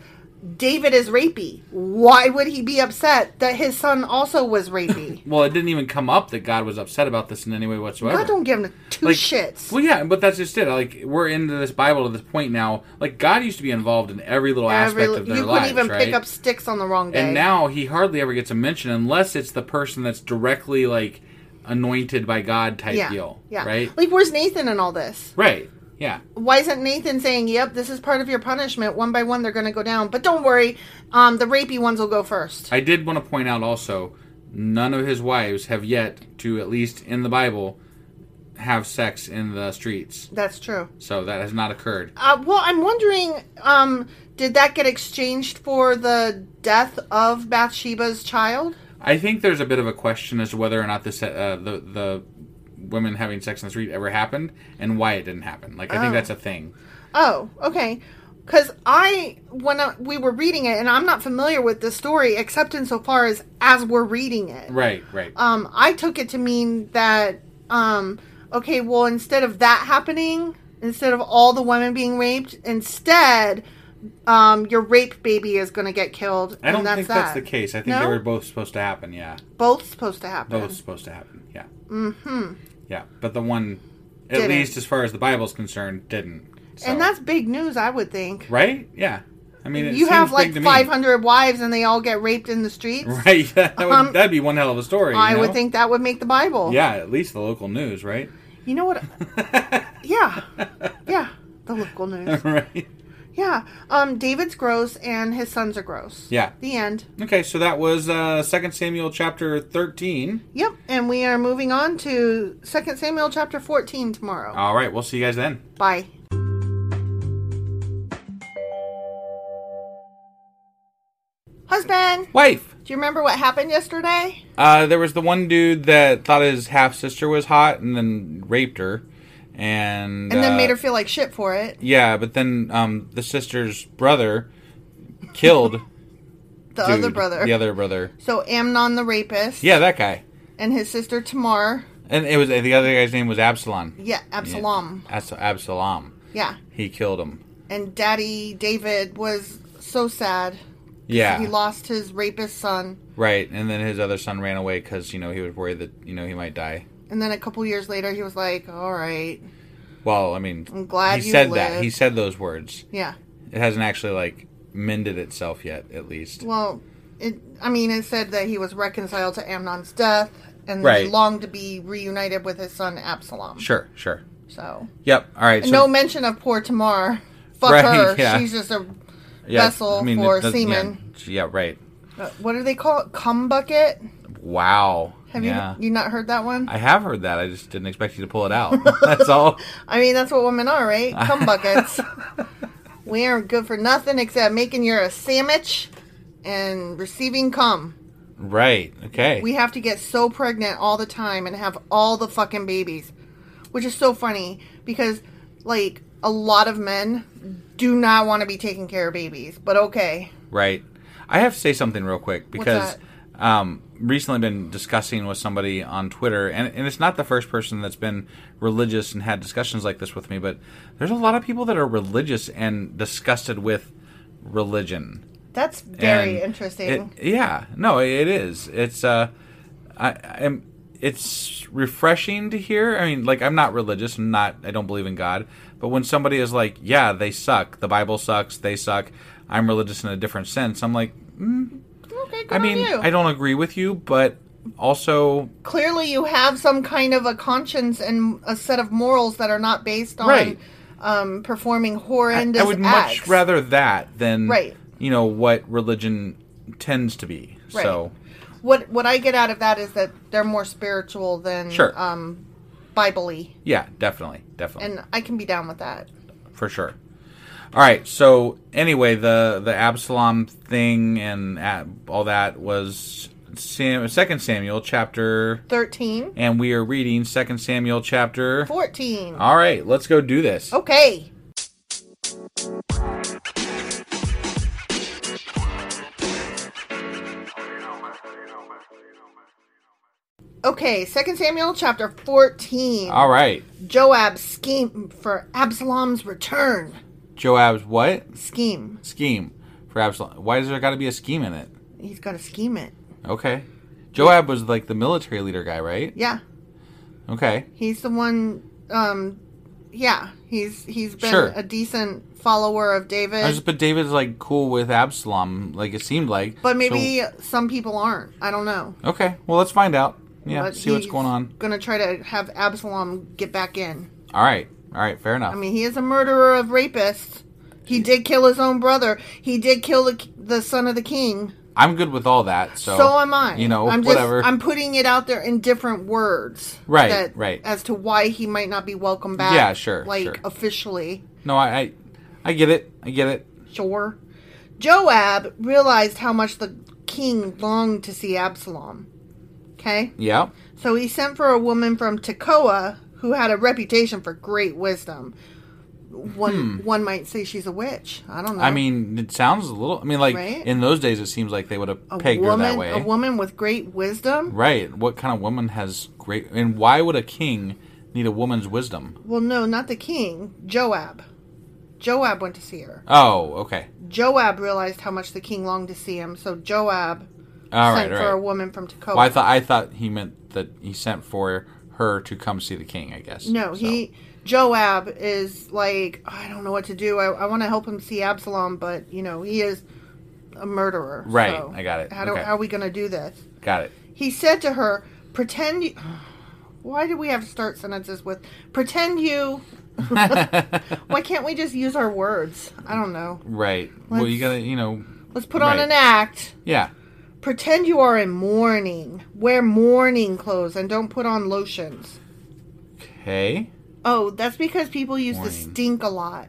A: David is rapey. Why would he be upset that his son also was rapey?
B: Well, it didn't even come up that God was upset about this in any way whatsoever.
A: I don't give him two shits.
B: Well, yeah, but that's just it. Like we're into this Bible to this point now. Like God used to be involved in every little aspect of their
A: you
B: lives,
A: couldn't even
B: right?
A: pick up sticks on the wrong day.
B: and now he hardly ever gets a mention unless it's the person that's directly like anointed by God type
A: yeah,
B: deal,
A: yeah,
B: right?
A: Like, where's Nathan in all this?
B: right. Yeah.
A: why isn't Nathan saying, "Yep, this is part of your punishment. One by one, they're going to go down." But don't worry, um, the rapey ones will go first.
B: I did want to point out also, none of his wives have yet to, at least in the Bible, have sex in the streets.
A: That's true.
B: So that has not occurred.
A: Uh, well, I'm wondering, um, did that get exchanged for the death of Bathsheba's child?
B: I think there's a bit of a question as to whether or not this uh, the the women having sex in the street ever happened and why it didn't happen. Like I think that's a thing.
A: Oh, okay. Because I, when I, we were reading it, and I'm not familiar with the story except insofar as as we're reading it.
B: Right, right.
A: Um, I took it to mean that um, okay, well, instead of that happening, instead of all the women being raped, instead, um, your rape baby is going to get killed.
B: I don't
A: and that's
B: think
A: that.
B: that's the case. I think
A: No?
B: they were both supposed to happen. Yeah,
A: both supposed to happen.
B: both supposed to happen. Yeah. Mm-hmm. Yeah, but the one, at
A: Didn't.
B: least as far as the Bible's concerned, didn't. So-
A: And that's big news, I would think.
B: right. Yeah. I mean, it
A: You
B: seems
A: have
B: big
A: like
B: to me.
A: 500 wives and they all get raped in the streets.
B: Right. That would,
A: Um,
B: that'd be one hell of a story. you
A: I
B: know?
A: would think that would make the Bible.
B: Yeah, at least the local news, right?
A: You know what? yeah. Yeah. The local news.
B: right.
A: Yeah. Um, David's gross and his sons are gross.
B: Yeah.
A: The end.
B: Okay, so that was uh, 2 Samuel chapter 13.
A: Yep. And we are moving on to 2 Samuel chapter 14 tomorrow.
B: All right, we'll see you guys then.
A: Bye. Husband,
B: Wife!
A: do you remember what happened yesterday?
B: Uh, there was the one dude that thought his half sister was hot and then raped her. And,
A: And then
B: uh,
A: made her feel like shit for it.
B: Yeah, but then um, the sister's brother killed
A: The
B: dude,
A: other brother.
B: The other brother.
A: So Amnon the rapist.
B: Yeah, that guy.
A: And his sister Tamar.
B: And it was the other guy's name was Absalom.
A: Yeah, Absalom.
B: As- Absalom.
A: Yeah.
B: He killed him.
A: And Daddy David was so sad.
B: Yeah.
A: He lost his rapist son.
B: Right, and then his other son ran away because you know he was worried that you know he might die.
A: And then a couple years later, he was like, all right.
B: Well, I mean,
A: I'm glad
B: he
A: you
B: said that.
A: lived.
B: He said those words.
A: Yeah.
B: It hasn't actually like mended itself yet, at least.
A: Well, it, I mean, it said that he was reconciled to Amnon's death and
B: Right.
A: he longed to be reunited with his son Absalom.
B: sure, sure.
A: So,
B: Yep. All right. So,
A: no mention of poor Tamar. Fuck
B: Right,
A: her.
B: yeah.
A: She's just a
B: yeah,
A: vessel for
B: it does-
A: semen.
B: Yeah, yeah, right.
A: uh, what do they call it? Cum bucket.
B: Wow.
A: Have
B: yeah.
A: you you not heard that one?
B: I have heard that. I just didn't expect you to pull it out. That's all.
A: I mean, that's what women are, right? Cum buckets. we aren't good for nothing except making you a sandwich and receiving cum.
B: Right. Okay.
A: We have to get so pregnant all the time and have all the fucking babies, which is so funny because, like, a lot of men do not want to be taking care of babies, but okay.
B: Right. I have to say something real quick because
A: that?
B: um, recently been discussing with somebody on Twitter, and, and it's not the first person that's been religious and had discussions like this with me, but there's a lot of people that are religious and disgusted with religion.
A: That's very
B: And
A: interesting.
B: it- yeah, no, it is. It's uh, I am. It's refreshing to hear. I mean, like I'm not religious. I'm not. I don't believe in God. But when somebody is like, "Yeah, they suck. The Bible sucks. They suck." I'm religious in a different sense. I'm like,
A: okay, good
B: I mean,
A: on you.
B: I don't agree with you, but also,
A: Clearly, you have some kind of a conscience and a set of morals that are not based on
B: Right.
A: um, performing
B: I,
A: horrendous
B: I would
A: acts.
B: much rather that than
A: Right.
B: You know what religion tends to be. So
A: What what I get out of that is that they're more spiritual than
B: Sure.
A: um, Bible-y,
B: yeah, definitely, definitely.
A: and I can be down with that.
B: for sure. All right. So anyway, the the Absalom thing and a all that was Sam, Second Samuel chapter,
A: 13,
B: and we are reading Second Samuel chapter.
A: 14.
B: All right, let's go do this.
A: Okay. Okay, 2 Samuel chapter 14.
B: All right,
A: Joab's scheme for Absalom's return.
B: Joab's what
A: Scheme.
B: scheme for Absalom? Why does there got to be a scheme in it?
A: He's got to scheme it.
B: Okay, Joab was like the military leader guy, right?
A: Yeah.
B: Okay,
A: He's the one um yeah, he's he's been
B: Sure.
A: a decent follower of David.
B: I just but David's like cool with Absalom, like it seemed like.
A: but
B: So-
A: maybe some people aren't. I don't know.
B: okay. Well, let's find out. Yeah,
A: But
B: see what's
A: he's
B: going on.
A: Gonna try to have Absalom get back in.
B: All right. All right, fair enough.
A: I mean, he is a murderer of rapists. He did kill his own brother. He did kill the, the son of the king.
B: I'm good with all that. So,
A: so am I.
B: You know,
A: I'm just,
B: whatever.
A: I'm putting it out there in different words.
B: Right, right.
A: As to why he might not be welcome back.
B: Yeah, sure,
A: Like
B: sure.
A: officially.
B: no, I, I, I get it. I get it.
A: Sure. Joab realized how much the king longed to see Absalom. Okay?
B: Yeah.
A: So he sent for a woman from Tekoa who had a reputation for great wisdom. One one might say she's a witch. I don't
B: Hmm.
A: know.
B: I mean, it sounds a little. I mean, like
A: Right?
B: in those days, it seems like they would have
A: a
B: pegged
A: woman
B: her that way.
A: a woman with great wisdom?
B: Right. What kind of woman has great? And why would a king need a woman's wisdom?
A: Well, no, not the king. Joab. Joab went to see her.
B: Oh, okay.
A: Joab realized how much the king longed to see him, so Joab
B: All right,
A: sent
B: all
A: for
B: right.
A: a woman from Tekoa.
B: Well, I thought I thought he meant that he sent for her to come see the king. I guess.
A: No,
B: So-
A: he Joab is like I don't know what to do. I, I want to help him see Absalom, but you know he is a murderer.
B: Right,
A: so
B: I got it.
A: How, do,
B: Okay.
A: how are we going to do this?
B: got it.
A: He said to her, "Pretend." You, why do we have to start sentences with "pretend you"? why can't we just use our words? I don't know.
B: Right. well, you
A: Let's-
B: gotta, you know.
A: Let's put on
B: Right.
A: an act.
B: Yeah.
A: Pretend you are in mourning. Wear mourning clothes and don't put on lotions.
B: Okay.
A: Oh, that's because people used to
B: Morning.
A: stink a lot.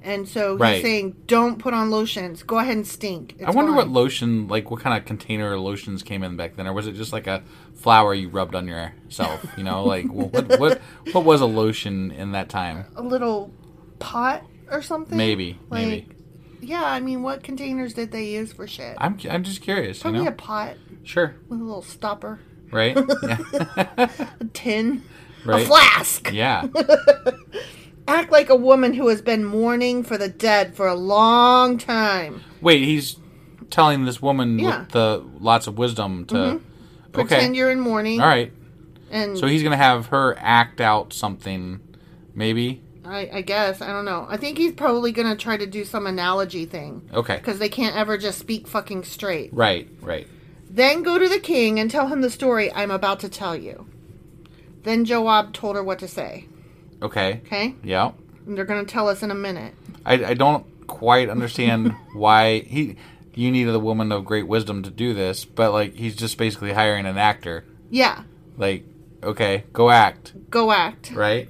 A: And so he's
B: Right.
A: saying, don't put on lotions. Go ahead and stink. It's
B: I wonder what
A: fine."
B: lotion, like what kind of container lotions came in back then, or was it just like a flower you rubbed on yourself? You know, like wh- what what what was a lotion in that time?
A: a little pot or something.
B: Maybe, maybe.
A: Yeah, I mean, what containers did they use for shit?
B: I'm cu- I'm just curious. You
A: Probably a
B: know,
A: pot
B: sure,
A: with a little stopper,
B: right? Yeah.
A: a tin, a
B: Right.
A: flask.
B: Yeah.
A: Act like a woman who has been mourning for the dead for a long time.
B: Wait, he's telling this woman
A: Yeah. Mm-hmm.
B: with the lots of wisdom to.
A: Pretend
B: Okay.
A: you're in mourning.
B: All right.
A: And
B: So he's gonna have her act out something, maybe.
A: I, I guess. I don't know. I think he's probably going to try to do some analogy thing.
B: Okay.
A: Because they can't ever just speak fucking straight.
B: Right. Right.
A: Then go to the king and tell him the story I'm about to tell you. Then Joab told her what to say.
B: Okay.
A: Okay?
B: Yeah.
A: And they're going to tell us in a minute.
B: I, I don't quite understand why he you needed a woman of great wisdom to do this, but like he's just basically hiring an actor.
A: Yeah.
B: Like, okay, go act,
A: Go act.
B: right?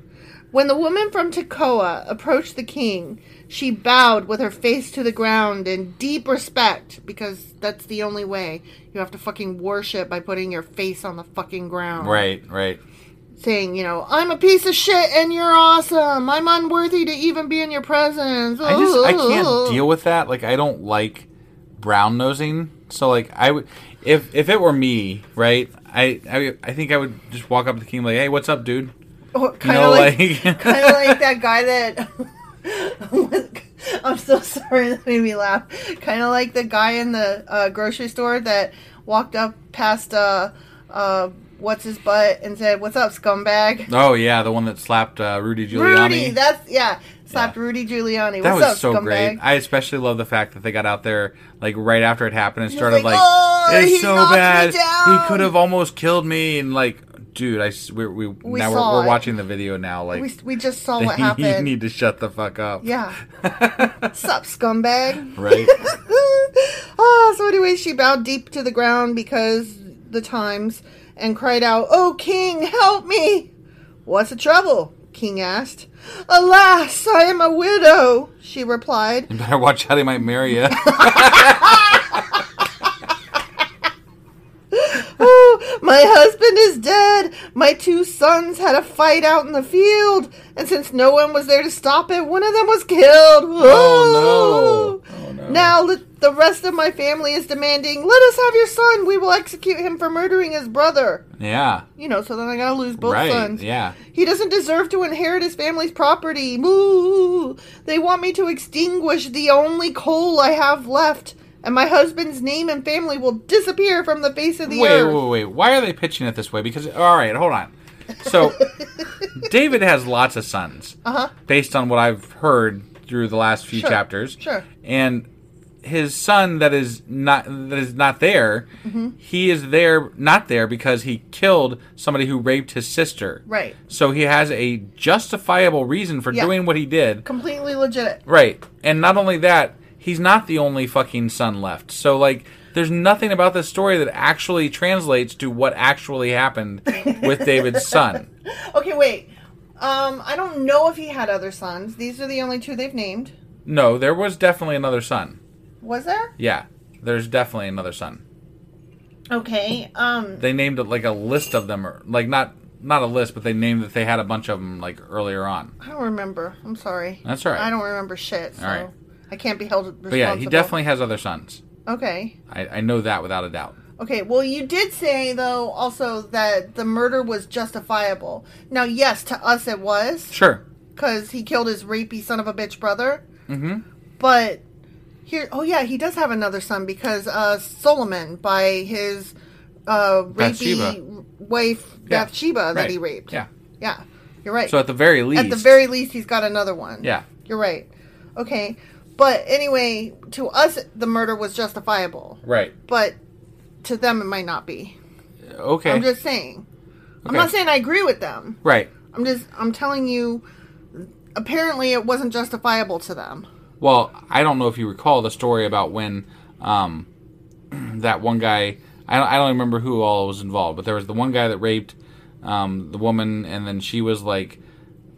A: When the woman from Tekoa approached the king, she bowed with her face to the ground in deep respect because that's the only way. You have to fucking worship by putting your face on the fucking ground.
B: Right, right.
A: saying, you know, I'm a piece of shit and you're awesome. I'm unworthy to even be in your presence.
B: I just I
A: Oh.
B: can't deal with that. Like I don't like brown nosing. So like I would if if it were me, right? I I, I think I would just walk up to the king like, "Hey, what's up, dude?" You
A: kind of
B: know,
A: Oh, like,
B: like
A: kind of like that guy that. I'm so sorry that made me laugh. Kind of like the guy in the uh, grocery store that walked up past uh, uh, what's his butt and said, "What's up, scumbag?"
B: Oh yeah, the one that slapped uh, Rudy Giuliani.
A: Rudy, that's yeah, slapped Rudy Giuliani.
B: That
A: What's
B: was
A: up,
B: so
A: scumbag?
B: great. I especially love the fact that they got out there like right after it happened and
A: was
B: started
A: like,
B: like,
A: "Oh, he
B: it's so
A: knocked me
B: bad. He
A: down."
B: could have almost killed me and like dude, I s- we we, now
A: saw
B: we're,
A: it.
B: we're watching the video now like
A: We, we just saw what happened.
B: you need to shut the fuck up.
A: Yeah. Sup, scumbag.
B: Right?
A: oh, so anyway, she bowed deep to the ground because the times and cried out, Oh, king, help me! What's the trouble? King asked. Alas, I am a widow, she replied.
B: you better watch out he might marry you.
A: Oh, my husband is dead. My two sons had a fight out in the field, and since no one was there to stop it, one of them was killed.
B: Oh,
A: Whoa.
B: no. Oh, no.
A: Now let, the rest of my family is demanding, "Let us have your son. We will execute him for murdering his brother."
B: yeah.
A: You know, so then I gotta lose both
B: right.
A: sons.
B: Yeah.
A: He doesn't deserve to inherit his family's property. Moo! They want me to extinguish the only coal I have left, and my husband's name and family will disappear from the face of the
B: Wait,
A: earth.
B: wait, wait. Why are they pitching it this way? Because all right, hold on. So David has lots of sons, uh-huh. based on what I've heard through the last few
A: Sure,
B: chapters.
A: sure.
B: And his son that is not that is not there,
A: Mm-hmm.
B: he is there not there because he killed somebody who raped his sister.
A: Right.
B: So he has a justifiable reason for
A: Yeah.
B: doing what he did.
A: Completely legit.
B: Right. And not only that, he's not the only fucking son left. So like there's nothing about this story that actually translates to what actually happened with David's son.
A: Okay, wait. Um, I don't know if he had other sons. These are the only two they've named.
B: No, there was definitely another son.
A: Was there?
B: Yeah. There's definitely another son.
A: Okay. Um,
B: They named it like a list of them or like not not a list, but they named that they had a bunch of them like earlier on.
A: I don't remember. I'm sorry.
B: That's all right.
A: I don't remember shit. So
B: right.
A: I can't be held responsible.
B: But yeah, he definitely has other sons.
A: Okay.
B: I, I know that without a doubt.
A: Okay, well, you did say, though, also that the murder was justifiable. Now, yes, to us it was,
B: Sure.
A: because he killed his rapey son of a bitch brother. Mm-hmm. But here, oh, yeah, he does have another son because uh, Solomon, by his uh, rapey
B: Bathsheba.
A: wife,
B: Yeah,
A: Bathsheba, that
B: right.
A: he raped.
B: Yeah.
A: Yeah, you're right.
B: So at the very least
A: At the very least, he's got another one.
B: Yeah.
A: You're right. Okay. But anyway, to us, the murder was justifiable.
B: Right.
A: But to them, it might not be.
B: Okay.
A: I'm just saying. I'm
B: Okay.
A: not saying I agree with them.
B: right.
A: I'm just I'm telling you apparently it wasn't justifiable to them.
B: Well, I don't know if you recall the story about when um, that one guy. I don't, I don't remember who all was involved, but there was the one guy that raped um, the woman, and then she was like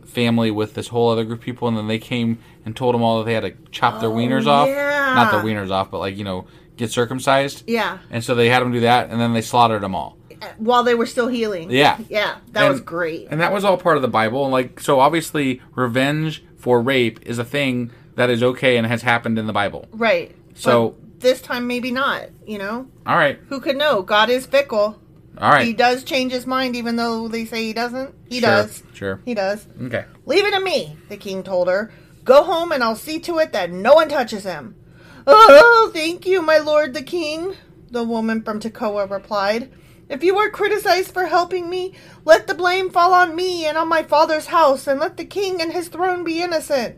B: family with this whole other group of people, and then they came and told them all that they had to chop their wieners off.
A: Oh, yeah.
B: Not their wieners off, but like, you know, get circumcised.
A: Yeah.
B: And so they had them do that, and then they slaughtered them all.
A: While they were still healing.
B: Yeah.
A: Yeah. That was
B: And-
A: great.
B: And that was all part of the Bible. And like, so obviously, revenge for rape is a thing that is okay and has happened in the Bible.
A: right.
B: So-
A: But this time maybe not, you know?
B: All right.
A: Who could know? God is fickle.
B: All right.
A: He does change his mind even though they say he doesn't. He
B: Sure,
A: does.
B: sure.
A: He does.
B: Okay.
A: Leave it to me, the king told her. Go home and I'll see to it that no one touches him. Oh, thank you, my lord the king, the woman from Tekoa replied. If you are criticized for helping me, let the blame fall on me and on my father's house, and let the king and his throne be innocent.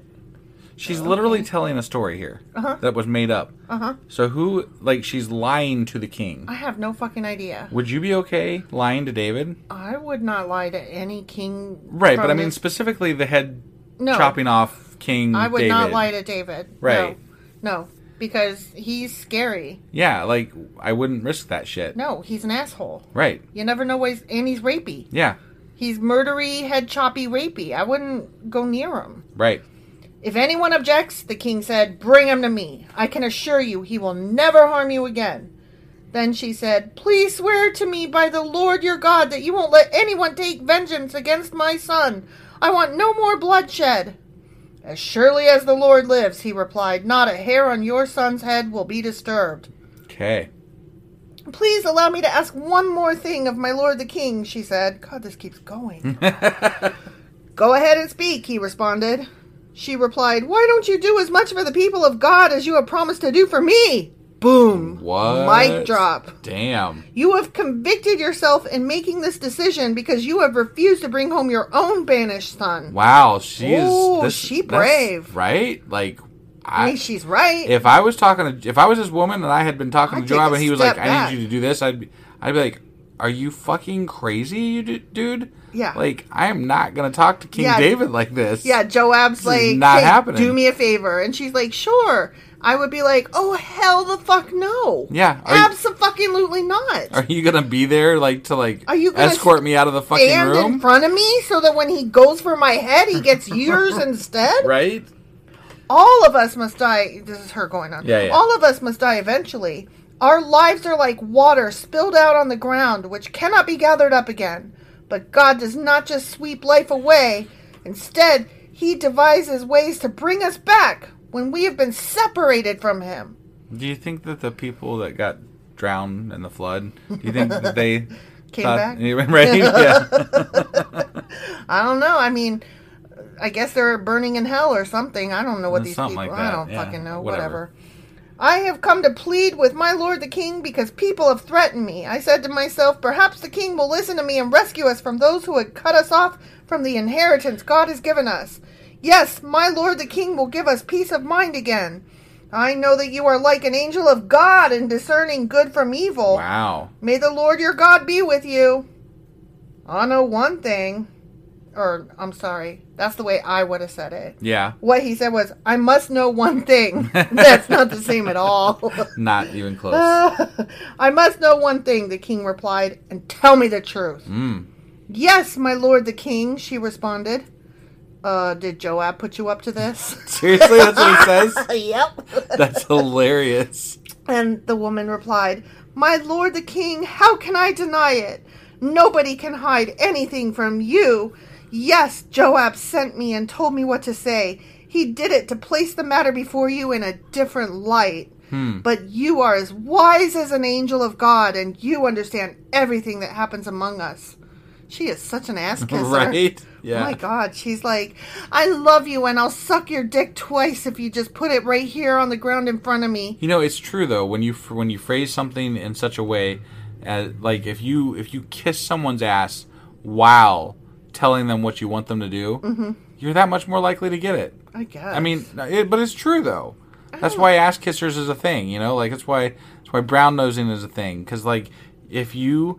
B: She's literally telling a story here that was made up. Uh-huh. So who like she's lying to the king?
A: I have no fucking idea.
B: Would you be okay lying to David?
A: I would not lie to any king.
B: Right, but
A: from
B: I mean
A: this-
B: specifically the head
A: No.
B: chopping off king
A: I would
B: David.
A: not lie to David.
B: Right.
A: No. no, because he's scary.
B: Yeah, like I wouldn't risk that shit.
A: No, he's an asshole.
B: Right.
A: You never know what he's, and he's rapey.
B: Yeah.
A: He's murdery, head choppy, rapey. I wouldn't go near him.
B: Right.
A: If anyone objects, the king said, bring him to me. I can assure you he will never harm you again. Then she said, Please swear to me by the Lord your God that you won't let anyone take vengeance against my son. I want no more bloodshed. As surely as the Lord lives, he replied, not a hair on your son's head will be disturbed.
B: Okay.
A: Please allow me to ask one more thing of my lord the king, she said. God, this keeps going. Go ahead and speak, he responded. She replied, Why don't you do as much for the people of God as you have promised to do for me? Boom.
B: What?
A: Mic drop.
B: Damn.
A: You have convicted yourself in making this decision because you have refused to bring home your own banished son.
B: Wow, she is
A: Ooh,
B: this-
A: she
B: that's-
A: brave.
B: Right? Like
A: I
B: I
A: mean, she's right.
B: if I was talking to if I was this woman and I had been talking
A: I'd
B: to
A: take
B: Joab
A: a
B: and he was
A: step
B: like,
A: back.
B: "I need you to do this," I'd be, I'd be like, "Are you fucking crazy, you d- dude?
A: Yeah.
B: like I am not gonna talk to King
A: Yeah.
B: David like this.
A: Yeah, Joab's
B: This is
A: like,
B: not
A: "Hey,
B: happening."
A: do me a favor. And she's like, sure. I would be like, oh, hell the fuck no.
B: Yeah, are you-
A: Absolutely not.
B: Are you gonna be there like to like
A: Are you gonna
B: escort me out of the fucking
A: Stand
B: room?
A: in front of me so that when he goes for my head, he gets yours instead?
B: right?
A: All of us must die. This is her going on.
B: Yeah, yeah.
A: All of us must die eventually. Our lives are like water spilled out on the ground, which cannot be gathered up again. But God does not just sweep life away. Instead, He devises ways to bring us back when we have been separated from Him.
B: Do you think that the people that got drowned in the flood? Do you think that they
A: Came
B: thought-
A: back?
B: right? Yeah.
A: I don't know. I mean, I guess they're burning in hell or something. I don't know what these
B: Mm, Something
A: people.
B: like
A: I
B: that,
A: don't
B: yeah,
A: fucking know. Whatever.
B: whatever.
A: I have come to plead with my lord the king because people have threatened me. I said to myself, perhaps the king will listen to me and rescue us from those who would cut us off from the inheritance God has given us. Yes, my lord the king will give us peace of mind again. I know that you are like an angel of God in discerning good from evil.
B: Wow.
A: May the Lord your God be with you. I know one thing. Or, I'm sorry. That's the way I would have said it.
B: Yeah.
A: What he said was, I must know one thing. That's not the same at all.
B: Not even close.
A: I must know one thing, the king replied, and tell me the truth. Yes, my lord the king, she responded. Uh, did Joab put you up to this?
B: Seriously, that's what he says?
A: yep.
B: That's hilarious.
A: And the woman replied, My lord the king, how can I deny it? Nobody can hide anything from you. Yes, Joab sent me and told me what to say. He did it to place the matter before you in a different light.
B: Hmm.
A: But you are as wise as an angel of God, and you understand everything that happens among us. She is such an ass kisser.
B: Right?
A: Oh
B: Yeah.
A: my god, she's like, I love you and I'll suck your dick twice if you just put it right here on the ground in front of me.
B: You know, it's true though. When you when you phrase something in such a way, uh, like if you if you kiss someone's ass while telling them what you want them to do, you're that much more likely to get it.
A: I guess.
B: I mean, it, but it's true though. That's why ass kissers is a thing. You know, like that's why that's why brown nosing is a thing. Because like if you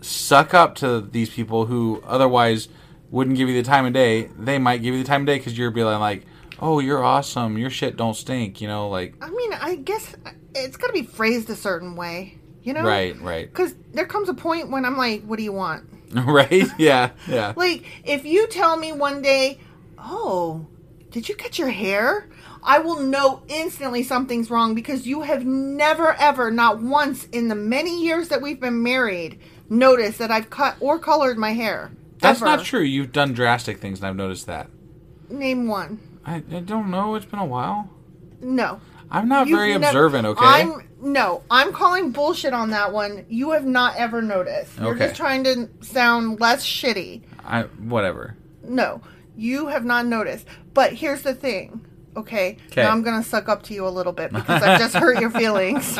B: suck up to these people who otherwise wouldn't give you the time of day, they might give you the time of day because you're being like, "Oh, you're awesome. Your shit don't stink." You know, like
A: I mean, I guess it's got to be phrased a certain way, you know?
B: right, right,
A: Because there comes a point when I'm like, what do you want?
B: right. Yeah, yeah.
A: Like, if you tell me one day, oh, did you cut your hair? I will know instantly something's wrong because you have never, ever, not once in the many years that we've been married, noticed that I've cut or colored my hair.
B: That's
A: Ever.
B: not true. You've done drastic things, and I've noticed that.
A: Name one.
B: I, I don't know. It's been a while.
A: No.
B: I'm not
A: You've
B: very
A: nev-
B: observant. Okay.
A: I'm no, I'm calling bullshit on that one. You have not ever noticed. You're
B: Okay.
A: just trying to sound less shitty.
B: I whatever.
A: No, you have not noticed. But here's the thing, okay?
B: 'Kay.
A: Now I'm gonna suck up to you a little bit because I've just hurt your feelings.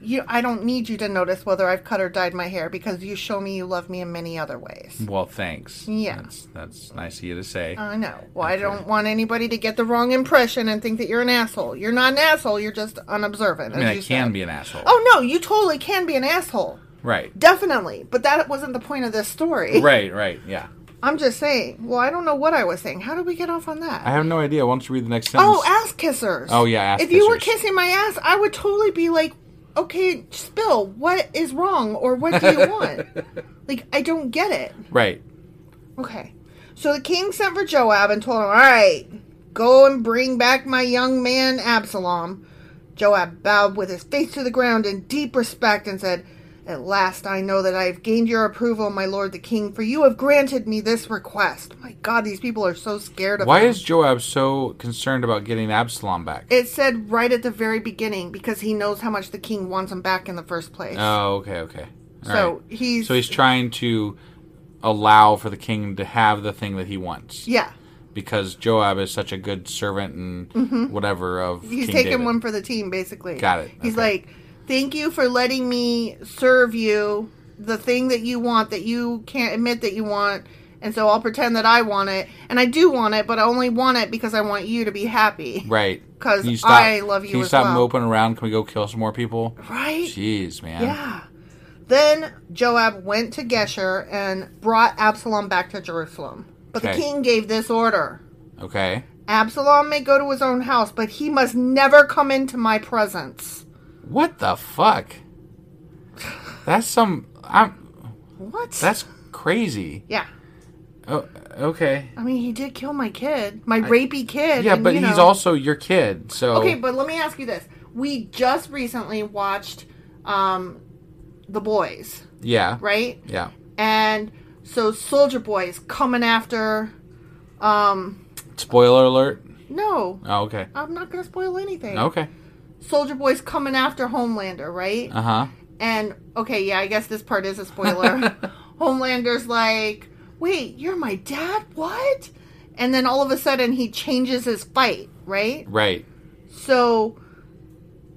A: You, I don't need you to notice whether I've cut or dyed my hair because you show me you love me in many other ways.
B: Well, thanks.
A: Yeah. Uh,
B: That's, that's nice of you to say.
A: I know. Well, I don't want anybody to get the wrong impression and think that you're an asshole. You're not an asshole. You're just unobservant.
B: I mean,
A: as
B: I
A: you
B: can
A: said.
B: be an asshole.
A: Oh no, you totally can be an asshole.
B: Right.
A: Definitely. But that wasn't the point of this story.
B: Right, right, yeah.
A: I'm just saying. Well, I don't know what I was saying. How did we get off on
B: I
A: that?
B: have no idea. Why don't you read the next sentence?
A: Oh, ass kissers.
B: Oh, yeah, ass
A: if you were
B: kissers.
A: kissing my ass, I would totally be like, "Okay, spill. What is wrong or what do you want?" like I don't get it.
B: Right.
A: Okay. So the king sent for Joab and told him, All right, go and bring back my young man Absalom. Joab bowed with his face to the ground in deep respect and said, At last I know that I have gained your approval, my lord the king, for you have granted me this request. My god, these people are so scared of
B: Why
A: him.
B: is Joab so concerned about getting Absalom back?
A: it said right at the very beginning because he knows how much the king wants him back in the first place.
B: oh, okay, okay. All
A: so
B: right.
A: he's
B: so he's trying to allow for the king to have the thing that he wants.
A: yeah,
B: Because Joab is such a good servant and
A: Mm-hmm.
B: whatever of
A: he's
B: King
A: taking
B: David.
A: one for the team basically
B: Got it.
A: he's
B: Okay.
A: like thank you for letting me serve you the thing that you want that you can't admit that you want and so i'll pretend that i want it and i do want it but i only want it because i want you to be happy
B: Right.
A: 'Cause
B: Can stop-
A: I love you
B: Can you
A: as
B: stop
A: well.
B: moping around? Can we go kill some more people?
A: Right?
B: Jeez, man.
A: yeah then joab went to geshur and brought absalom back to jerusalem but
B: Okay.
A: the king gave this order
B: Okay.
A: absalom may go to his own house but he must never come into my presence
B: What the fuck? That's some. I'm.
A: what
B: That's crazy.
A: yeah
B: Oh, okay.
A: I mean, he did kill my kid, my rapey kid.
B: Yeah,
A: and,
B: but
A: you
B: he's
A: know-
B: also your kid, so
A: okay. But let me ask you this: We just recently watched um, The Boys,
B: yeah,
A: right?
B: yeah.
A: And so Soldier Boy is coming after. Um,
B: Spoiler alert.
A: no,
B: Oh, okay,
A: I'm not gonna spoil anything.
B: okay.
A: Soldier Boy's coming after Homelander, right?
B: Uh huh.
A: And okay, yeah, I guess this part is a spoiler. Homelander's like, "Wait, you're my dad? What?" And then all of a sudden, he changes his fight, right?
B: Right.
A: So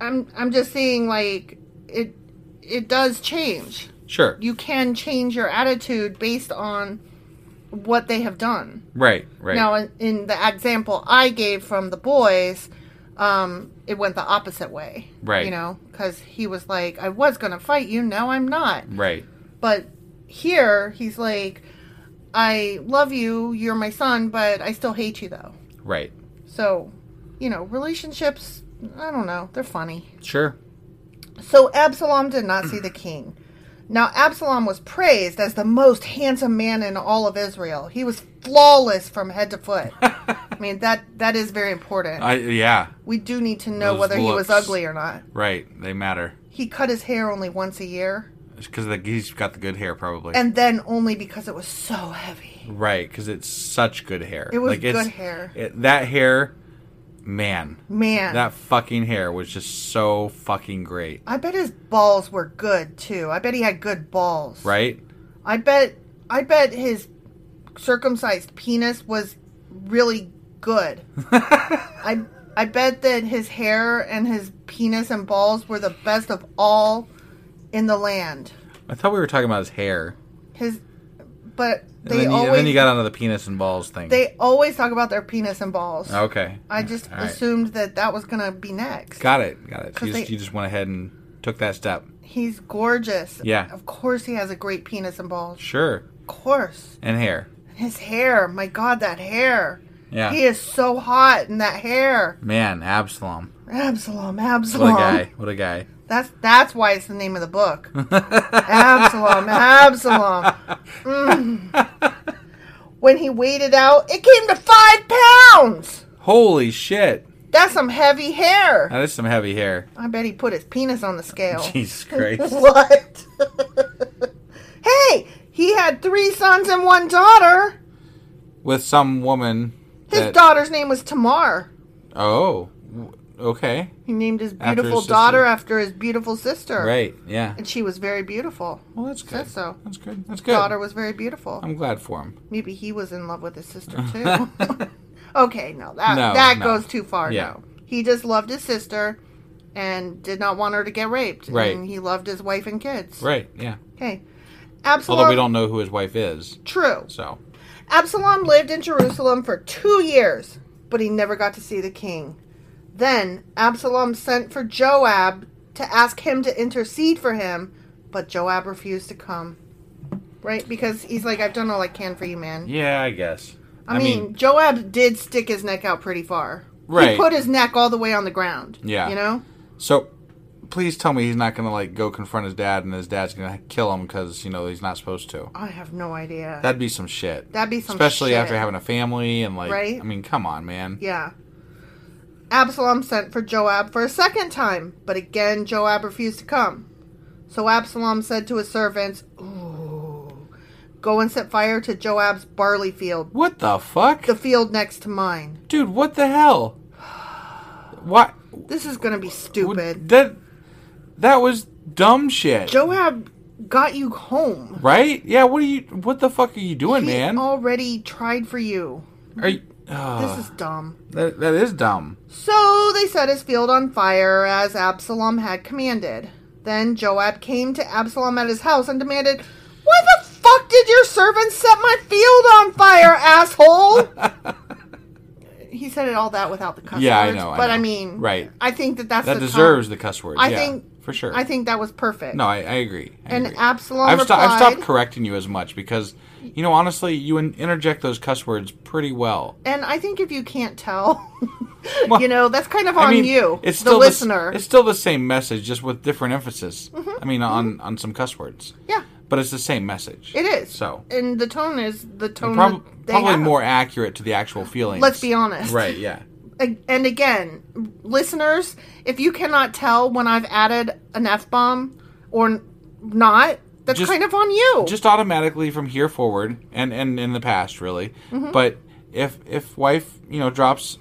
A: I'm I'm just saying like it it does change.
B: Sure.
A: You can change your attitude based on what they have done.
B: right. Right.
A: Now in, in the example I gave from the boys, um, it went the opposite way.
B: Right.
A: You know, because he was like, I was going to fight you. Now I'm not.
B: Right.
A: But here, he's like, I love you. You're my son, but I still hate you, though.
B: Right.
A: So, you know, relationships, I don't know. They're funny.
B: Sure.
A: So Absalom did not see the king. Now Absalom was praised as the most handsome man in all of Israel. He was flawless from head to foot. I mean that that is very important.
B: I yeah.
A: we do need to know
B: Those
A: whether he was
B: looks.
A: ugly or not.
B: Right. They matter
A: He cut his hair only once a year,
B: because he's got the good hair probably.
A: and then only because it was so heavy.
B: right, because it's such good hair.
A: It was
B: like, it's-
A: good hair.
B: it- that hair, man,
A: Man,
B: that fucking hair was just so fucking great.
A: I bet his balls were good too. I bet he had good balls.
B: Right.
A: I bet I bet his circumcised penis was really good. I I bet that his hair and his penis and balls were the best of all in the land.
B: I thought we were talking about his hair.
A: His but
B: And,
A: they
B: then, you,
A: always
B: and then you got onto the penis and balls thing.
A: they always talk about their penis and balls.
B: okay.
A: I just
B: Oh, All right.
A: assumed that that was going to be next.
B: Got it. Got it. So
A: 'Cause
B: you, just,
A: they-
B: you just went ahead and took that step.
A: He's gorgeous.
B: Yeah.
A: Of course he has a great penis and balls.
B: Sure.
A: Of course.
B: And hair.
A: His hair, my God, that hair.
B: Yeah.
A: He is so hot in that hair.
B: Man, Absalom.
A: Absalom,
B: What
A: Absalom.
B: a guy. What a guy.
A: That's that's why it's the name of the book. Absalom, Absalom. Mm. When he weighed it out, it came to five pounds.
B: Holy shit.
A: That's some heavy hair.
B: That is some heavy hair.
A: I bet he put his penis on the scale.
B: Jesus Christ.
A: What? hey, he had three sons and one daughter.
B: With some woman.
A: His
B: that-
A: daughter's name was Tamar.
B: Oh. w- Okay.
A: He named his
B: After his
A: beautiful
B: sister.
A: daughter after his beautiful sister.
B: Right. Yeah.
A: And she was very beautiful.
B: Well, that's good.
A: Says so.
B: That's good. That's good.
A: His daughter was very beautiful.
B: I'm glad for him.
A: Maybe he was in love with his sister too. okay, no, that
B: No,
A: that
B: no.
A: goes too far.
B: Yeah.
A: No, he just loved his sister and did not want her to get raped.
B: Right.
A: And he loved his wife and kids.
B: Right. Yeah.
A: Okay.
B: Although
A: Absalom.
B: we don't know who his wife is.
A: True.
B: So.
A: Absalom lived in Jerusalem for two years, but he never got to see the king. Then Absalom sent for Joab to ask him to intercede for him, but Joab refused to come. Right? Because he's like, I've done all I can for you, man.
B: Yeah, I guess.
A: I, mean, Joab did stick his neck out pretty far.
B: Right.
A: He put his neck all the way on the ground.
B: Yeah.
A: You know?
B: So, please tell me he's not going to like go confront his dad, and his dad's going to kill him because you know he's not supposed to.
A: I have no idea.
B: That'd be some shit.
A: That'd be some
B: especially after
A: shit.
B: having a family and like.
A: Right?
B: I mean, come on, man.
A: Yeah. Absalom sent for Joab for a second time, but again Joab refused to come. So Absalom said to his servants, Ooh, go and set fire to Joab's barley field,
B: What the fuck,
A: the field next to mine.
B: dude? What the hell? What?
A: This is going to be stupid.
B: That that was dumb shit.
A: Joab got you home.
B: Right? Yeah. What are you? What the fuck are you doing,
A: He
B: man?
A: already tried for you.
B: are you? Ugh,
A: This is dumb.
B: that, that is dumb.
A: So they set his field on fire as Absalom had commanded. Then Joab came to Absalom at his house and demanded, Why the fuck did your servants set my field on fire, asshole? he said it all that without the cuss
B: Yeah, I
A: words,
B: know, I
A: but I,
B: know.
A: mean,
B: Right.
A: I think that that's
B: That
A: the
B: deserves
A: time-
B: the cuss words.
A: I
B: yeah,
A: think
B: for sure.
A: I think that was perfect.
B: No, I, I agree. I
A: And
B: agree.
A: Absalom
B: I've, sto- I've stopped
A: replied-
B: correcting you as much because, you know, honestly, you in- interject those cuss words pretty well.
A: and I think if you can't tell, you know that's kind of on
B: I mean,
A: you,
B: it's
A: the
B: still s-
A: listener. Mm-hmm.
B: it's still the same message, just with different emphasis. I mean, on on some cuss words.
A: yeah,
B: But it's the same message.
A: it is.
B: So
A: and the tone is the tone.
B: prob-
A: that they
B: probably
A: have.
B: more accurate to the actual feelings.
A: Let's be honest.
B: Right? Yeah.
A: A- And again, listeners, if you cannot tell when I've added an F bomb or n- not, that's
B: Just-
A: kind of on you.
B: Just automatically from here forward, and and in the past, really.
A: Mm-hmm.
B: But if if wife, you know, drops,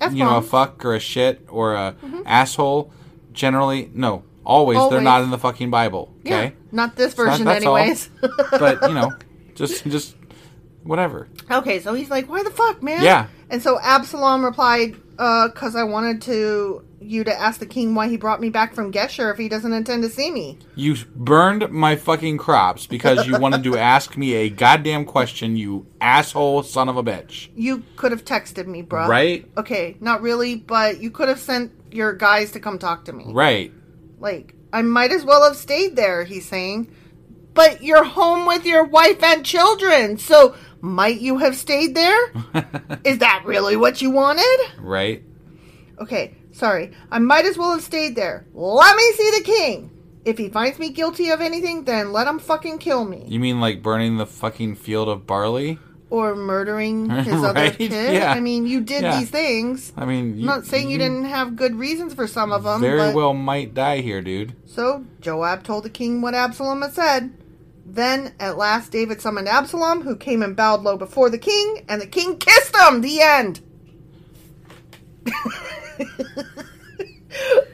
B: you know, a
A: F-bombs.
B: fuck or a shit or a asshole, generally, no, always, they're
A: Mm-hmm. Always.
B: not in the fucking Bible.
A: yeah.
B: Okay.
A: Not this
B: That-
A: version,
B: that's all.
A: anyways.
B: but you know, just just whatever.
A: okay, so he's like, why the fuck, man?
B: Yeah.
A: And so Absalom replied, because I wanted to you to ask the king why he brought me back from Gesher if he doesn't intend to see me.
B: You burned my fucking crops because you wanted to ask me a goddamn question, you asshole son of a bitch.
A: You could have texted me, bruh.
B: Right?
A: Okay, not really, but you could have sent your guys to come talk to me.
B: Right.
A: Like, I might as well have stayed there, he's saying. But you're home with your wife and children, so might you have stayed there? Is that really what you wanted?
B: Right.
A: Okay, sorry. I might as well have stayed there. Let me see the king. If he finds me guilty of anything, then let him fucking kill me.
B: You mean like burning the fucking field of barley?
A: Or murdering his other
B: Right,
A: kid.
B: yeah.
A: I mean, you did
B: Yeah.
A: these things.
B: I mean,
A: I'm not saying you, didn't have good reasons for some of them.
B: Mm-hmm. very
A: but...
B: well might die here, dude.
A: So Joab told the king what Absalom had said. Then at last David summoned Absalom, who came and bowed low before the king, and the king kissed him. The end.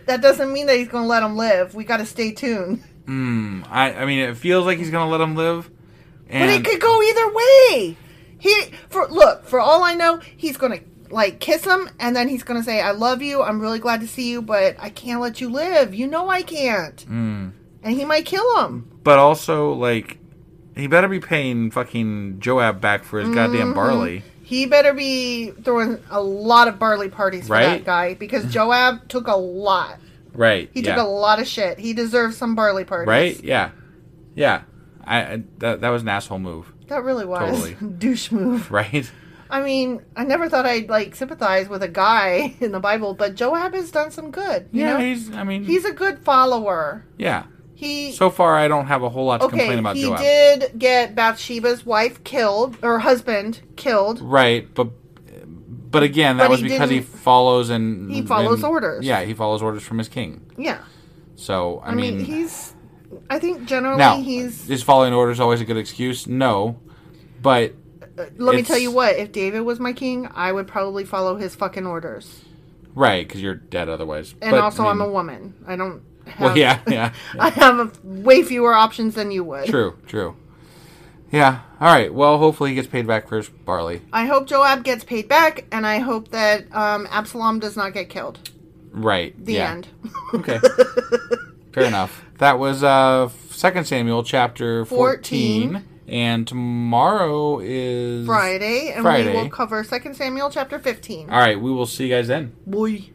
A: that doesn't mean that he's going to let him live. We got to stay tuned.
B: I, I mean, it feels like he's gonna let him live.
A: But
B: And
A: it could go either way. He for look, for all I know, he's going to like kiss him and then he's going to say I love you. I'm really glad to see you, but I can't let you live. You know I can't.
B: Hmm.
A: And he might kill him.
B: but also like he better be paying fucking Joab back for his
A: Mm-hmm.
B: goddamn barley.
A: He better be throwing a lot of barley parties for that
B: Right?
A: guy because Joab took a lot.
B: Right.
A: He
B: yeah.
A: took a lot of shit. He deserves some barley parties.
B: Right? Yeah. Yeah. I, I that, that was an asshole move,
A: That really was
B: Totally.
A: douche move.
B: right?
A: I mean, I never thought I'd like sympathize with a guy in the Bible, but Joab has done some good. You
B: yeah,
A: know?
B: he's I mean
A: he's a good follower.
B: yeah.
A: He
B: So far I don't have a whole lot to
A: okay.
B: complain about
A: he
B: Joab.
A: did get Bathsheba's wife killed or husband killed.
B: Right, but but again, that
A: But
B: was
A: he
B: because he
A: didn't-
B: follows and
A: He follows
B: and-
A: orders.
B: Yeah, he follows orders from his king.
A: Yeah,
B: So I,
A: I mean,
B: mean,
A: he's. I think generally
B: now
A: he's
B: is following orders always a good excuse? No, but
A: Let me
B: It's-
A: tell you what, if David was my king, I would probably follow his fucking orders.
B: right because you're dead otherwise.
A: And
B: But,
A: also,
B: I
A: I
B: mean,
A: am a woman. I don't have.
B: well, yeah, yeah,
A: I have a, way fewer options than you would.
B: true, true. Yeah. All right. Well, hopefully he gets paid back for his barley.
A: I hope Joab gets paid back, and I hope that um, Absalom does not get killed.
B: Right.
A: The
B: yeah.
A: end.
B: Okay. Fair enough. That was uh Second Samuel chapter 14,
A: 14.
B: and tomorrow is
A: Friday, and
B: Friday.
A: we will cover 2 Samuel chapter 15.
B: All right, we will see you guys then.
A: Boy.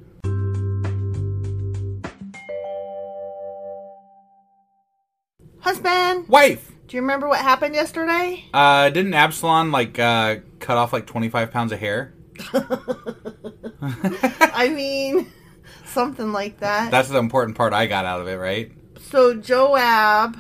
A: Husband,
B: Wife.
A: do you remember what happened yesterday?
B: Uh, didn't Absalom like uh, cut off like twenty five pounds of hair?
A: I mean, something like that.
B: That's the important part I got out of it, right?
A: So Joab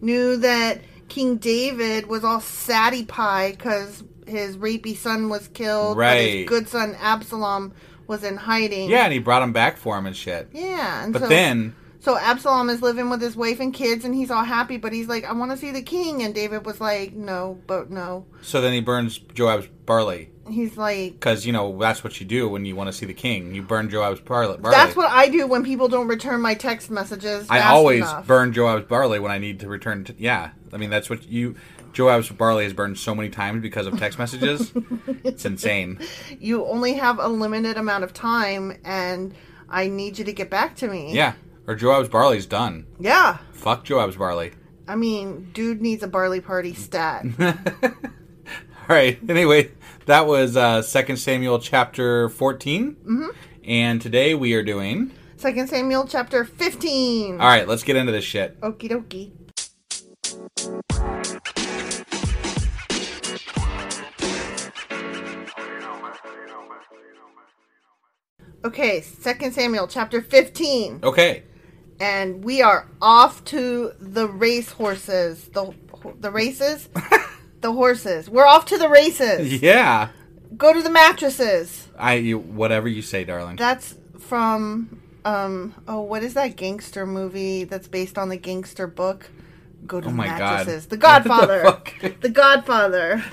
A: knew that King David was all satty pie because his rapey son was killed. but his
B: Right.
A: good son Absalom was in hiding.
B: Yeah, and he brought him back for him and shit.
A: Yeah. And
B: But
A: so,
B: then,
A: So Absalom is living with his wife and kids and he's all happy, but he's like, I want to see the king. And David was like, no, but no.
B: so then he burns Joab's barley
A: He's like,
B: because you know that's what you do when you want to see the king. You burn Joab's barley. barley.
A: that's what I do when people don't return my text messages.
B: I
A: fast
B: always
A: enough.
B: burn Joab's barley when I need to return. To, yeah, I mean that's what you. Joab's barley has burned so many times because of text messages. it's insane.
A: You only have a limited amount of time, and I need you to get back to me.
B: Yeah, or Joab's barley's done.
A: Yeah.
B: Fuck Joab's barley.
A: I mean, dude needs a barley party stat.
B: All right. Anyway, that was uh, 2 Samuel chapter 14. Mm-hmm. And today we are doing.
A: Second Samuel chapter 15.
B: All right, let's get into this shit.
A: Okie dokie. Okay, Second Samuel chapter 15.
B: Okay.
A: and we are off to the race horses. The the races, the horses. We're off to the races.
B: Yeah.
A: Go to the mattresses.
B: I you, whatever you say, darling.
A: That's from um oh what is that gangster movie that's based on the gangster book? Go to the
B: Oh my God.
A: mattresses. The
B: What the
A: Godfather.
B: fuck?
A: the Godfather.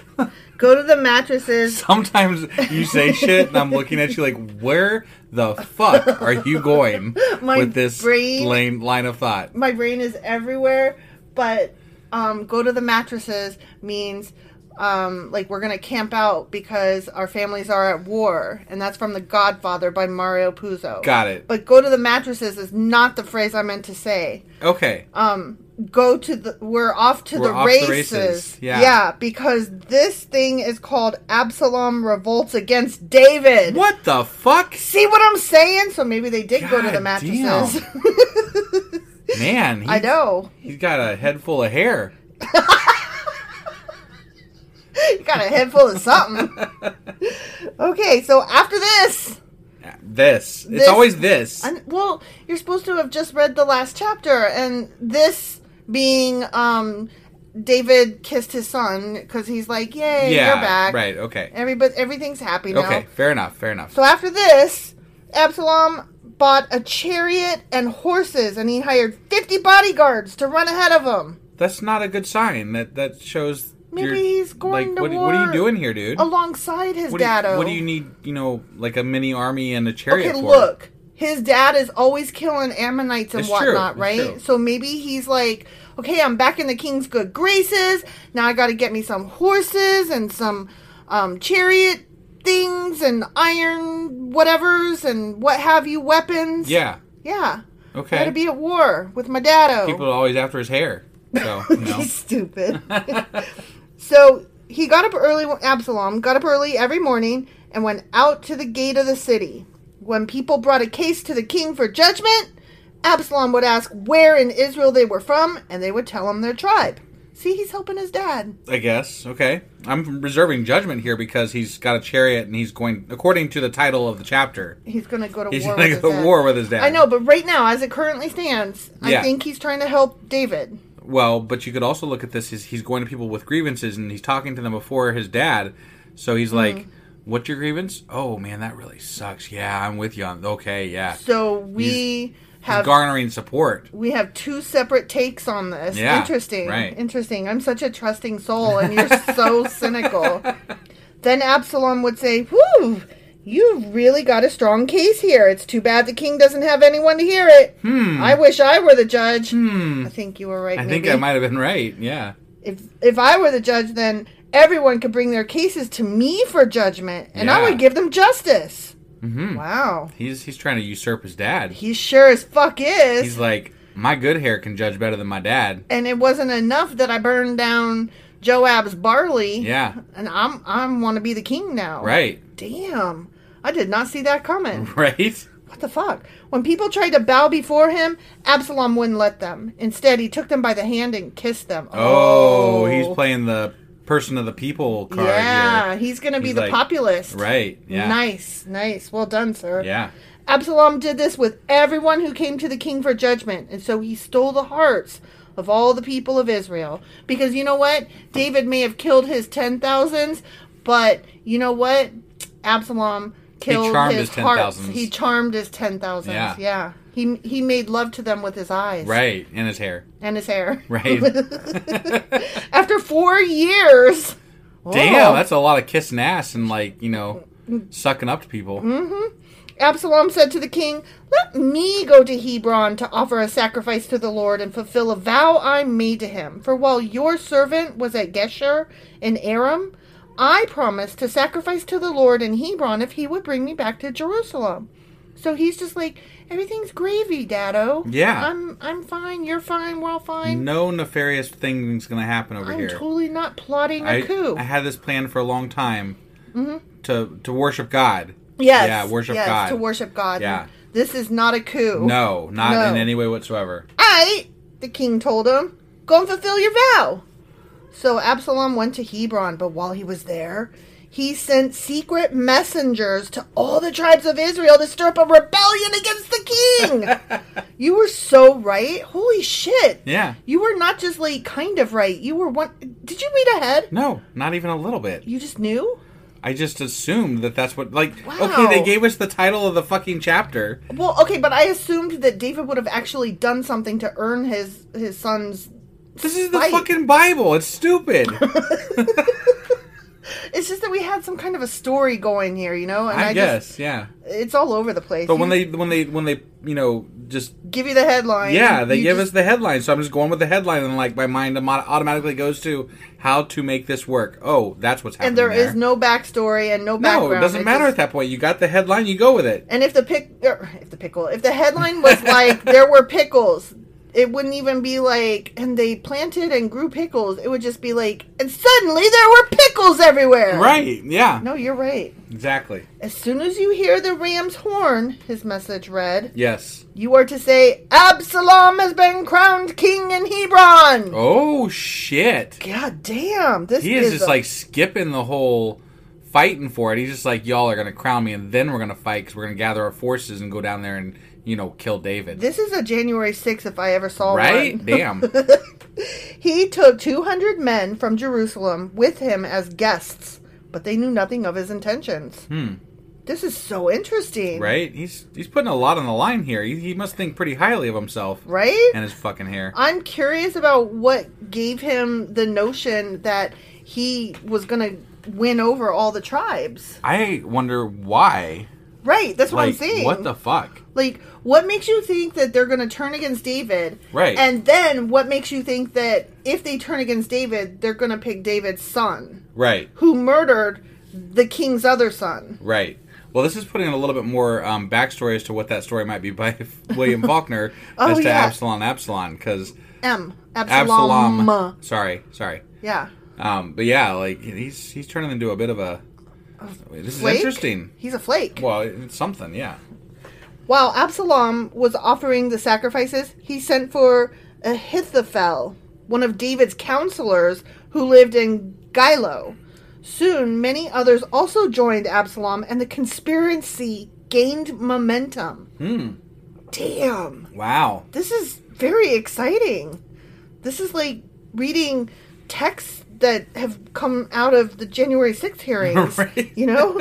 A: Go to the mattresses.
B: Sometimes you say shit and I'm looking at you like, where the fuck are you going
A: My
B: with this
A: brain-
B: lane, line of thought?
A: my brain is everywhere, but um, go to the mattresses means um, like we're gonna camp out because our families are at war, and that's from The Godfather by Mario Puzo.
B: Got it.
A: But go to the mattresses is not the phrase I meant to say.
B: Okay.
A: Um, Go to the we're off to,
B: We're
A: the,
B: off to
A: races.
B: the races, yeah.
A: because this thing is called Absalom revolts against David.
B: what the fuck?
A: See what I'm saying? So maybe they did go to the
B: God
A: mattresses.
B: damn. Man,
A: I
B: he's-
A: know.
B: He's got a head full of hair.
A: You got a head full of something. okay, so after this,
B: This.
A: This-
B: It's always this.
A: and- well, you're supposed to have just read the last chapter, and this being um, David kissed his son because he's like, "Yay,
B: yeah.
A: you're back!
B: Right. Okay.
A: Everybody, everything's happy now."
B: Okay. Fair enough. Fair enough.
A: So after this, Absalom bought a chariot and horses, and he hired 50 bodyguards to run ahead of him.
B: That's not a good sign. That that shows.
A: Maybe
B: you're-
A: he's going
B: like,
A: to
B: what,
A: war
B: what are you doing here, dude?
A: Alongside his
B: what, do
A: dad.
B: you, what do you need? You know, like a mini army and a chariot.
A: Okay,
B: for?
A: look. His dad is always killing Ammonites and
B: It's true,
A: whatnot,
B: it's
A: right?
B: true.
A: So maybe he's like, okay, I'm back in the king's good graces. Now I got to get me some horses and some um, chariot things and iron whatevers and what have you weapons.
B: Yeah.
A: Yeah.
B: Okay.
A: Got to be at war with my dado.
B: People are always after his hair. So you know.
A: He's stupid. so he got up early, Absalom got up early every morning and went out to the gate of the city. When people brought a case to the king for judgment, Absalom would ask where in Israel they were from, and they would tell him their tribe. See, he's helping his dad.
B: I guess. Okay. I'm reserving judgment here because he's got a chariot and he's going according to the title of the chapter.
A: He's going to go to
B: He's
A: war
B: gonna
A: with
B: go
A: his
B: to
A: dad.
B: war with his dad.
A: I know, but right now, as it currently stands, I
B: Yeah.
A: think he's trying to help David.
B: Well, but you could also look at this. He's, he's going to people with grievances and he's talking to them before his dad. So he's like,
A: Mm-hmm.
B: "What's your grievance? Oh man, that really sucks. Yeah, I'm with you on. Okay, yeah.
A: So we
B: He's
A: have
B: garnering support.
A: we have two separate takes on this.
B: Yeah,
A: Interesting.
B: right.
A: Interesting. I'm such a trusting soul, and you're so cynical. Then Absalom would say, Whew, you've really got a strong case here. It's too bad the king doesn't have anyone to hear it. Hmm. I wish I were the judge. Hmm. I think you were right.
B: I
A: maybe.
B: think I might have been right. Yeah.
A: If, if I were the judge, then everyone could bring their cases to me for judgment, and I
B: Yeah.
A: would give them justice. Mm-hmm. Wow.
B: He's he's trying to usurp his dad.
A: He sure as fuck is.
B: He's like, my good hair can judge better than my dad.
A: and it wasn't enough that I burned down Joab's barley.
B: Yeah.
A: And I'm I'm want to be the king now.
B: Right.
A: Damn. I did not see that coming.
B: Right.
A: What the fuck? When people tried to bow before him, Absalom wouldn't let them. Instead, he took them by the hand and kissed them.
B: Oh, he's playing the person of the people card
A: Yeah,
B: here.
A: he's going to be
B: He's
A: the
B: like-
A: populist.
B: Right. Yeah.
A: Nice, nice. Well done, sir.
B: Yeah.
A: Absalom did this with everyone who came to the king for judgment, and so he stole the hearts of all the people of Israel. Because you know what? David may have killed his ten thousands, but you know what? Absalom killed
B: charmed
A: his,
B: his
A: hearts.
B: 10,000s.
A: He charmed his ten thousands.
B: Yeah.
A: yeah. He he made love to them with his eyes.
B: Right. And his hair.
A: And his hair.
B: Right.
A: After four years.
B: Damn, that's a lot of kissing ass and like, you know,
A: Mm.
B: sucking up to people.
A: Hmm? Absalom said to the king, Let me go to Hebron to offer a sacrifice to the Lord and fulfill a vow I made to him. For while your servant was at Geshur in Aram, I promised to sacrifice to the Lord in Hebron if he would bring me back to Jerusalem. So he's just like, Everything's gravy, Daddo.
B: Yeah.
A: I'm I'm fine, you're fine, we're all fine.
B: No nefarious thing's going to happen over
A: I'm
B: here.
A: totally not plotting a
B: I,
A: coup. Mm-hmm.
B: I had this plan for a long time to to worship God.
A: yes.
B: Yeah, worship
A: yes,
B: God.
A: To worship God.
B: Yeah.
A: This is not a coup.
B: No, not
A: No.
B: in any way whatsoever.
A: I, the king told him, go and fulfill your vow. So Absalom went to Hebron, but while he was there, he sent secret messengers to all the tribes of Israel to stir up a rebellion against the king. you were so right. Holy shit.
B: Yeah.
A: You were not just like kind of right. You were one. Did you read ahead?
B: No, not even a little bit.
A: You just knew?
B: I just assumed that that's what like
A: Wow.
B: okay, they gave us the title of the fucking chapter.
A: Well, okay, but I assumed that David would have actually done something to earn his his son's
B: This is the
A: Right.
B: fucking Bible. It's stupid.
A: It's just that we had some kind of a story going here, you know. And
B: I, guess, yeah.
A: just, it's all over the place.
B: But when
A: You
B: they when they when they you know just
A: give you the headline,
B: yeah they
A: you
B: give
A: just-
B: us the headline, so I'm just going with the headline, and like my mind autom- automatically goes to how to make this work. Oh, that's what's happening.
A: and there is no backstory and no background.
B: no, it doesn't matter
A: just-
B: at that point. You got the headline, you go with it.
A: And if the pick, er, if the pickle, if the headline was like there were pickles, it wouldn't even be like and they planted and grew pickles. It would just be like and suddenly there were pickles everywhere.
B: Right? Yeah.
A: No, you're right.
B: Exactly.
A: As soon as you hear the ram's horn, his message read,
B: Yes.
A: you are to say Absalom has been crowned king in Hebron.
B: Oh shit.
A: God damn, this
B: He is just
A: a-
B: like skipping the whole fighting for it. He's just like, y'all are gonna crown me, and then we're gonna fight because we're gonna gather our forces and go down there and you know kill David.
A: this is a January 6th if I ever saw
B: right?
A: one.
B: Damn.
A: He took 200 men from Jerusalem with him as guests, but they knew nothing of his intentions. Hmm. This is so interesting.
B: right? He's he's putting a lot on the line here. He, he must think pretty highly of himself,
A: Right?
B: And his fucking hair.
A: I'm curious about what gave him the notion that he was going to win over all the tribes.
B: I wonder why.
A: Right, that's what
B: Like,
A: I'm saying.
B: what the fuck?
A: Like, what makes you think that they're going to turn against David?
B: Right.
A: And then what makes you think that if they turn against David, they're going to pick David's son,
B: Right.
A: who murdered the king's other son?
B: Right. Well, this is putting in a little bit more um, backstory as to what that story might be by William Faulkner
A: Oh,
B: as to
A: yeah.
B: Absalom Absalom because
A: M. Absalom.
B: Absalom. Sorry, sorry.
A: Yeah.
B: Um, but yeah, like he's he's turning into a bit of a. This is
A: Flake?
B: interesting.
A: He's a flake.
B: Well, it's something, yeah.
A: While Absalom was offering the sacrifices, he sent for Ahithophel, one of David's counselors who lived in Gilo. Soon, many others also joined Absalom, and the conspiracy gained momentum. Hmm. Damn.
B: Wow.
A: This is very exciting. This is like reading texts that have come out of the January 6th hearings.
B: Right.
A: You know?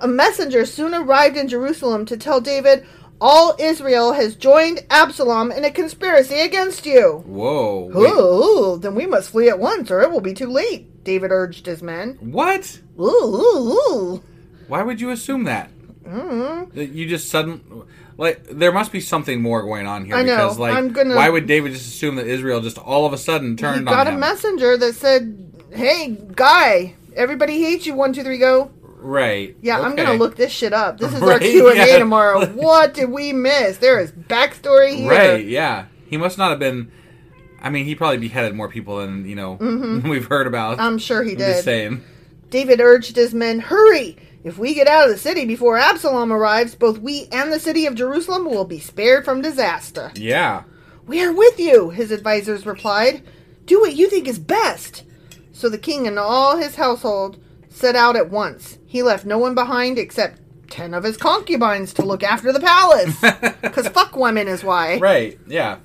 A: A messenger soon arrived in Jerusalem to tell David, All Israel has joined Absalom in a conspiracy against you.
B: Whoa. wait.
A: Ooh, then we must flee at once or it will be too late, David urged his men.
B: What?
A: Ooh, ooh, ooh.
B: Why would you assume that?
A: Mm-hmm.
B: That You just sudden like there must be something more going on here
A: I know.
B: because like
A: I'm gonna-
B: why would David just assume that Israel just all of a sudden
A: He
B: turned
A: got
B: on
A: a
B: him?
A: messenger that said, Hey, guy, everybody hates you. One, two, three, go.
B: Right.
A: Yeah, I'm gonna
B: okay.
A: look this shit up. This is our
B: Right,
A: Q and A
B: yeah.
A: tomorrow. what did we miss? There is backstory here.
B: Right, yeah. He must not have been I mean, he probably beheaded more people than, you know, we've heard about.
A: Mm-hmm. I'm sure he
B: I'm just
A: did.
B: saying.
A: David urged his men, "Hurry! If we get out of the city before Absalom arrives, both we and the city of Jerusalem will be spared from disaster."
B: Yeah.
A: "We are with you," his advisors replied. "Do what you think is best." So the king and all his household set out at once. He left no one behind except ten of his concubines to look after the palace. Because fuck women is why.
B: Right, yeah.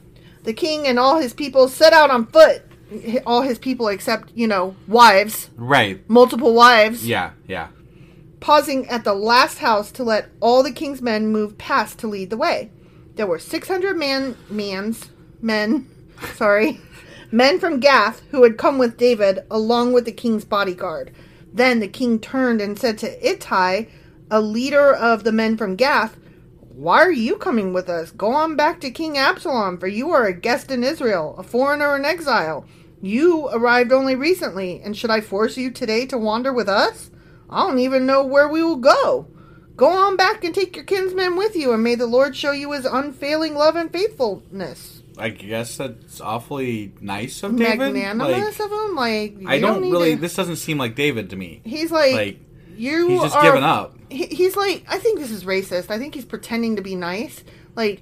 A: The king and all his people set out on foot. All his people except, you know, wives,
B: Right.
A: multiple wives,
B: Yeah, yeah.
A: pausing at the last house to let all the king's men move past to lead the way. There were 600 man mans, men, sorry, men from Gath who had come with David along with the king's bodyguard. Then the king turned and said to Ittai, a leader of the men from Gath, why are you coming with us? Go on back to King Absalom, for you are a guest in Israel, a foreigner in exile. You arrived only recently, and should I force you today to wander with us? I don't even know where we will go. Go on back and take your kinsmen with you, and may the Lord show you his unfailing love and faithfulness.
B: I guess that's awfully nice of David. Like,
A: Magnanimous of him? Like,
B: I
A: you
B: don't,
A: need
B: really
A: to-
B: this doesn't seem like David to me.
A: He's like,
B: like,
A: you.
B: he's just
A: are-
B: giving up.
A: He, he's like, I think this is racist. I think he's pretending to be nice. Like,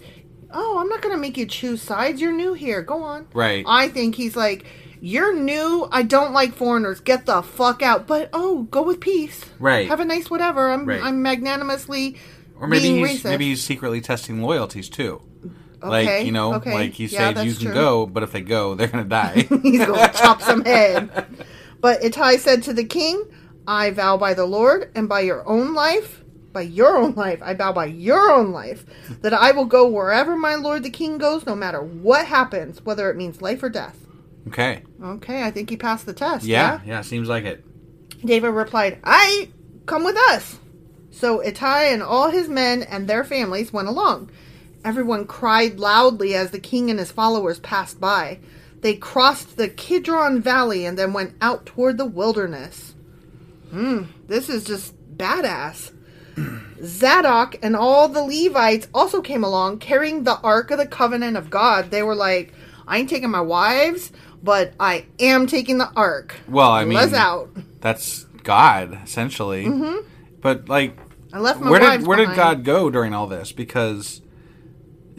A: oh, I'm not gonna make you choose sides. You're new here. Go on.
B: Right.
A: I think he's like, you're new. I don't like foreigners. Get the fuck out. But oh, go with peace.
B: Right.
A: Have a nice whatever. I'm
B: Right.
A: I'm magnanimously.
B: Or maybe
A: being
B: he's
A: racist.
B: maybe he's secretly testing loyalties too.
A: Okay,
B: like you know,
A: okay.
B: like he
A: Yeah,
B: says, "You
A: that's
B: can
A: true.
B: go," but if they go, they're gonna die.
A: he's going to chop some head. But Ittai said to the king, I vow by the Lord and by your own life, by your own life, I vow by your own life, that I will go wherever my lord the king goes, no matter what happens, whether it means life or death.
B: okay,
A: Okay, I think he passed the test.
B: yeah,
A: Yeah.
B: yeah, seems like it.
A: David replied, I come with us. So Ittai and all his men and their families went along. Everyone cried loudly as the king and his followers passed by. They crossed the Kidron Valley and then went out toward the wilderness. Hmm, this is just badass. Zadok and all the Levites also came along carrying the Ark of the Covenant of God. They were like, I ain't taking my wives, but I am taking the Ark.
B: Well, I mean,
A: Let's out.
B: That's God essentially. But like,
A: I left my
B: where
A: wives
B: did where did
A: Mm-hmm.
B: God
A: behind.
B: go during all this? Because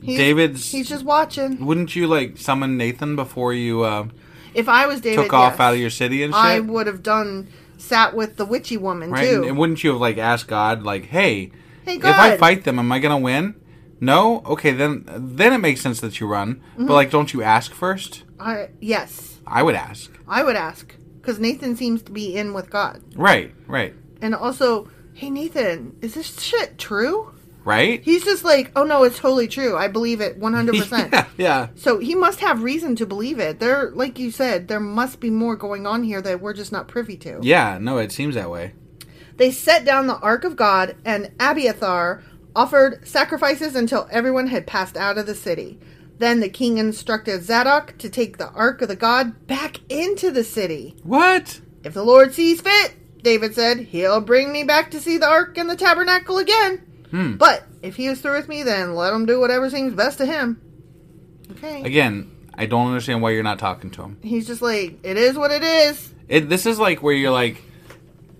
A: He's-
B: David's
A: He's just watching.
B: wouldn't you like summon Nathan before you uh,
A: If I was David,
B: took off
A: yes.
B: out of your city and shit?
A: I would have done sat with the witchy woman
B: right?
A: too.
B: And, and wouldn't you have like asked God like, "Hey,
A: Hey,
B: if I
A: God.
B: fight them, am I gonna win?" No, okay, then then it makes sense that you run.
A: Mm-hmm.
B: But like, don't you ask first?
A: I, yes,
B: I would ask.
A: I would ask because Nathan seems to be in with God,
B: Right, right,
A: and also, hey Nathan, is this shit true?
B: right.
A: He's just like, oh no, it's totally true. I believe it one hundred percent.
B: yeah, yeah.
A: So he must have reason to believe it. There, like you said, there must be more going on here that we're just not privy to.
B: Yeah, no, it seems that way.
A: They set down the Ark of God, and Abiathar offered sacrifices until everyone had passed out of the city. Then the king instructed Zadok to take the Ark of the God back into the city.
B: What?
A: If the Lord sees fit, David said, he'll bring me back to see the Ark and the tabernacle again. But if he is through with me, then let him do whatever seems best to him. Okay.
B: Again, I don't understand why you're not talking to him.
A: He's just like, it is what it is.
B: It, this is like where you're like,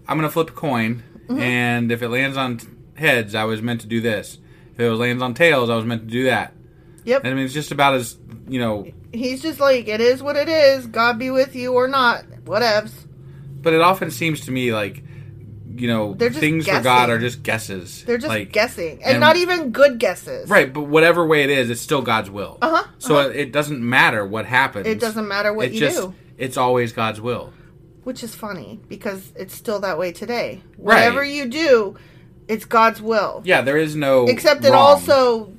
B: I'm gonna flip a coin,
A: Mm-hmm.
B: and if it lands on t- heads, I was meant to do this. If it lands on tails, I was meant to do that.
A: Yep.
B: I mean, it's just about as you know.
A: He's just like, it is what it is. God be with you or not. Whatevs.
B: But it often seems to me like, you know,
A: They're just
B: things for God
A: guessing.
B: are just guesses.
A: They're just
B: Like,
A: guessing, and, not even good guesses.
B: Right, but whatever way it is, it's still God's will. Uh-huh, So It, it doesn't matter what happens.
A: It doesn't matter what
B: It
A: you
B: just-
A: do.
B: It's always God's will.
A: Which is funny because it's still that way today.
B: Right.
A: Whatever you do, it's God's will.
B: Yeah, there is no.
A: Except that
B: wrong.
A: also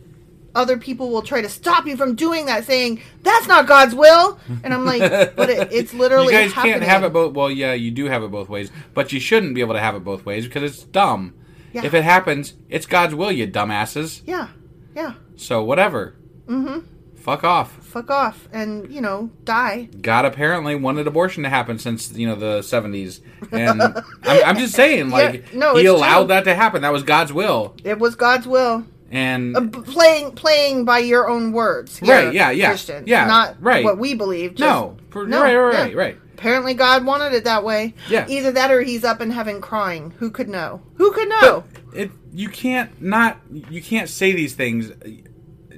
A: other people will try to stop you from doing that, saying that's not God's will. And I'm like, but it, it's literally
B: you guys
A: happening.
B: can't have it both. Well, yeah, you do have it both ways, but you shouldn't be able to have it both ways because it's dumb.
A: Yeah.
B: If it happens, it's God's will, you dumbasses.
A: yeah, yeah.
B: So whatever. Mm-hmm. Fuck off.
A: Fuck off, and you know, die.
B: God apparently wanted abortion to happen since you know the seventies, and I'm, I'm just saying, like,
A: no,
B: he
A: it's
B: allowed
A: true.
B: that to happen. That was God's will,
A: It was God's will.
B: and
A: Uh, b- playing playing by your own words, here,
B: Right, yeah, yeah,
A: Christians,
B: yeah,
A: not
B: right.
A: what we believe. Just,
B: No, for- right, right, right, right.
A: Apparently, God wanted it that way.
B: Yeah.
A: either that or He's up in heaven crying. Who could know? Who could know?
B: it you can't not you can't say these things.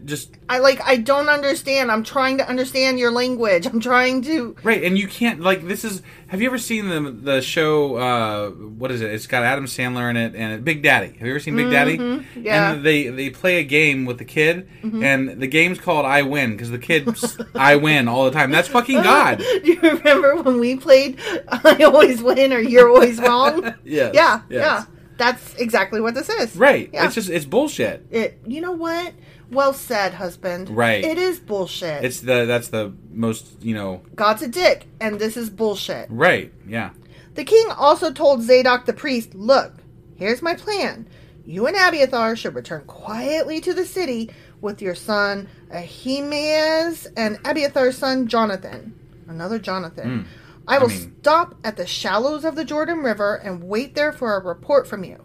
B: Just
A: I like. I don't understand. I'm trying to understand your language. I'm trying to.
B: Right, and you can't like this is. Have you ever seen the the show? Uh, what is it? It's got Adam Sandler in it and Big Daddy. Have you ever seen Big Daddy?
A: Mm-hmm, yeah. Mm-hmm.
B: And they they play a game with the kid, and the game's called I Win because the kid's I Win all the time. That's fucking God.
A: Do you remember when we played? I always win or you're always wrong.
B: Yes,
A: Yeah.
B: yes.
A: Yeah. That's exactly what this is.
B: Right.
A: Yeah.
B: It's just it's bullshit.
A: it. You know what? Well said, husband.
B: Right.
A: It is bullshit.
B: It's the that's the most you know.
A: God's a dick, and this is bullshit.
B: Right. Yeah.
A: The king also told Zadok the priest, Look, here's my plan. You and Abiathar should return quietly to the city with your son Ahimaaz and Abiathar's son Jonathan. Another
B: Hmm.
A: Jonathan. I will stop at the shallows of the Jordan River and wait there for a report from you.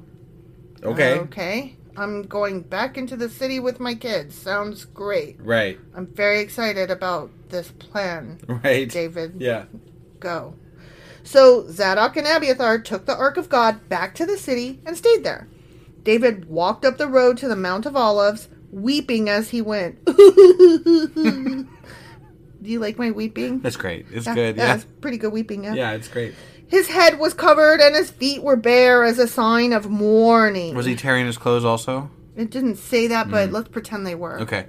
B: Okay.
A: Oh, Okay. I'm going back into the city with my kids. Sounds great.
B: Right.
A: I'm very excited about this plan.
B: Right.
A: David.
B: Yeah.
A: go. So Zadok and Abiathar took the Ark of God back to the city and stayed there. David walked up the road to the Mount of Olives, weeping as he went. Do you like my weeping?
B: That's great. It's
A: Yeah,
B: good.
A: yeah,
B: Yeah.
A: it's pretty good weeping. Yeah.
B: Yeah. It's great.
A: His head was covered and his feet were bare as a sign of mourning.
B: Was he tearing his clothes also?
A: It didn't say that, but let's pretend they were.
B: Okay.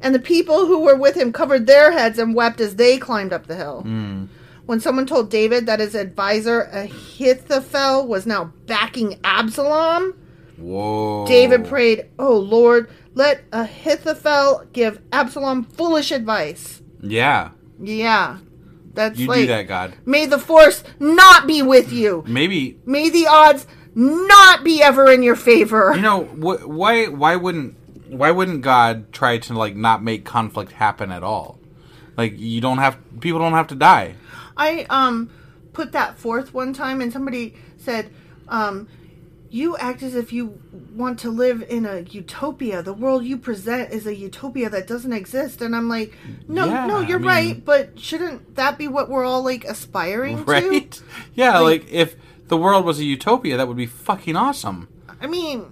A: And the people who were with him covered their heads and wept as they climbed up the hill.
B: Hmm.
A: When someone told David that his advisor Ahithophel was now backing Absalom,
B: Whoa.
A: David prayed, Oh Lord, let Ahithophel give Absalom foolish advice.
B: Yeah.
A: Yeah. That's
B: You
A: like
B: do that, God.
A: May the force not be with you.
B: Maybe
A: May the odds not be ever in your favor.
B: you know wh- why? Why wouldn't why wouldn't God try to like not make conflict happen at all? Like you don't have people don't have to die.
A: I um put that forth one time, and somebody said, um, "You act as if you want to live in a utopia. The world you present is a utopia that doesn't exist." And I'm like, "No,
B: Yeah,
A: no, you're
B: I mean-
A: right, but shouldn't that be what we're all like aspiring
B: Right?
A: to?"
B: Yeah, like, if the world was a utopia, that would be fucking awesome.
A: I mean,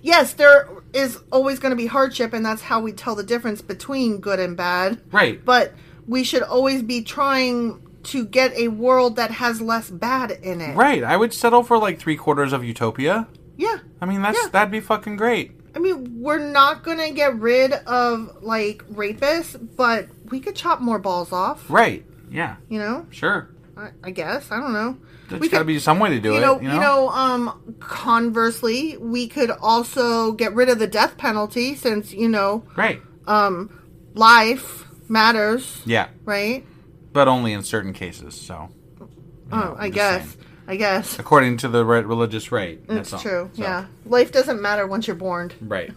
A: yes, there is always going to be hardship, and that's how we tell the difference between good and bad.
B: Right.
A: But we should always be trying to get a world that has less bad in it.
B: Right. I would settle for like three quarters of utopia.
A: Yeah.
B: I mean, that's
A: Yeah.
B: that'd be fucking great.
A: I mean, we're not going to get rid of, like, rapists, but we could chop more balls off.
B: Right. Yeah.
A: You know?
B: Sure.
A: I, I guess. I don't know.
B: There's
A: We
B: got to
A: could-
B: be some way to do
A: you
B: it.
A: know,
B: you know.
A: you know, um, conversely, we could also get rid of the death penalty since, you know,
B: Right.
A: um, life matters,
B: Yeah.
A: right?
B: But only in certain cases. So,
A: oh, I guess. I guess.
B: according to the re- religious right, that's, all.
A: Mm, It's true.
B: So,
A: Yeah. Life doesn't matter once you're born.
B: Right.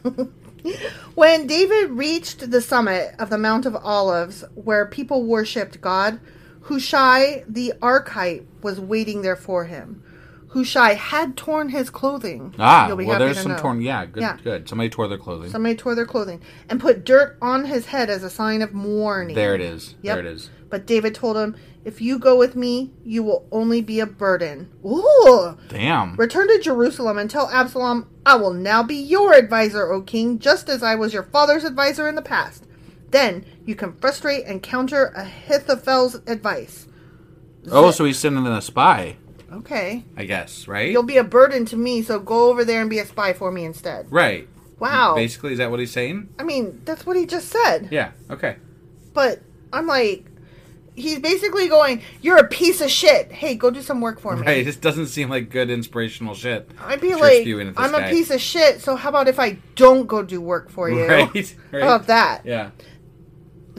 A: When David reached the summit of the Mount of Olives, where people worshipped God, Hushai the Archite was waiting there for him. Hushai had torn his clothing.
B: Ah,
A: You'll be
B: well,
A: happy
B: there's
A: to
B: some
A: know.
B: torn. Yeah, good,
A: Yeah.
B: good. Somebody tore their clothing.
A: Somebody tore their clothing and put dirt on his head as a sign of mourning.
B: There it is.
A: Yep.
B: There it is.
A: But David told him, If you go with me, you will only be a burden. Ooh!
B: Damn.
A: Return to Jerusalem and tell Absalom, I will now be your advisor, O king, just as I was your father's advisor in the past. Then you can frustrate and counter Ahithophel's advice.
B: Oh, so he's sending in a spy,
A: Okay.
B: I guess, right?
A: You'll be a burden to me, so go over there and be a spy for me instead.
B: right.
A: Wow.
B: Basically, is that what he's saying?
A: I mean, that's what he just said.
B: Yeah. Okay.
A: But I'm like, he's basically going, You're a piece of shit. Hey, go do some work for me.
B: Hey, this doesn't seem like good inspirational shit.
A: I'd be
B: Church
A: like,
B: viewing at this
A: I'm a
B: guy.
A: piece of shit, so how about if I don't go do work for you?
B: Right,
A: How
B: right.
A: about that?
B: Yeah.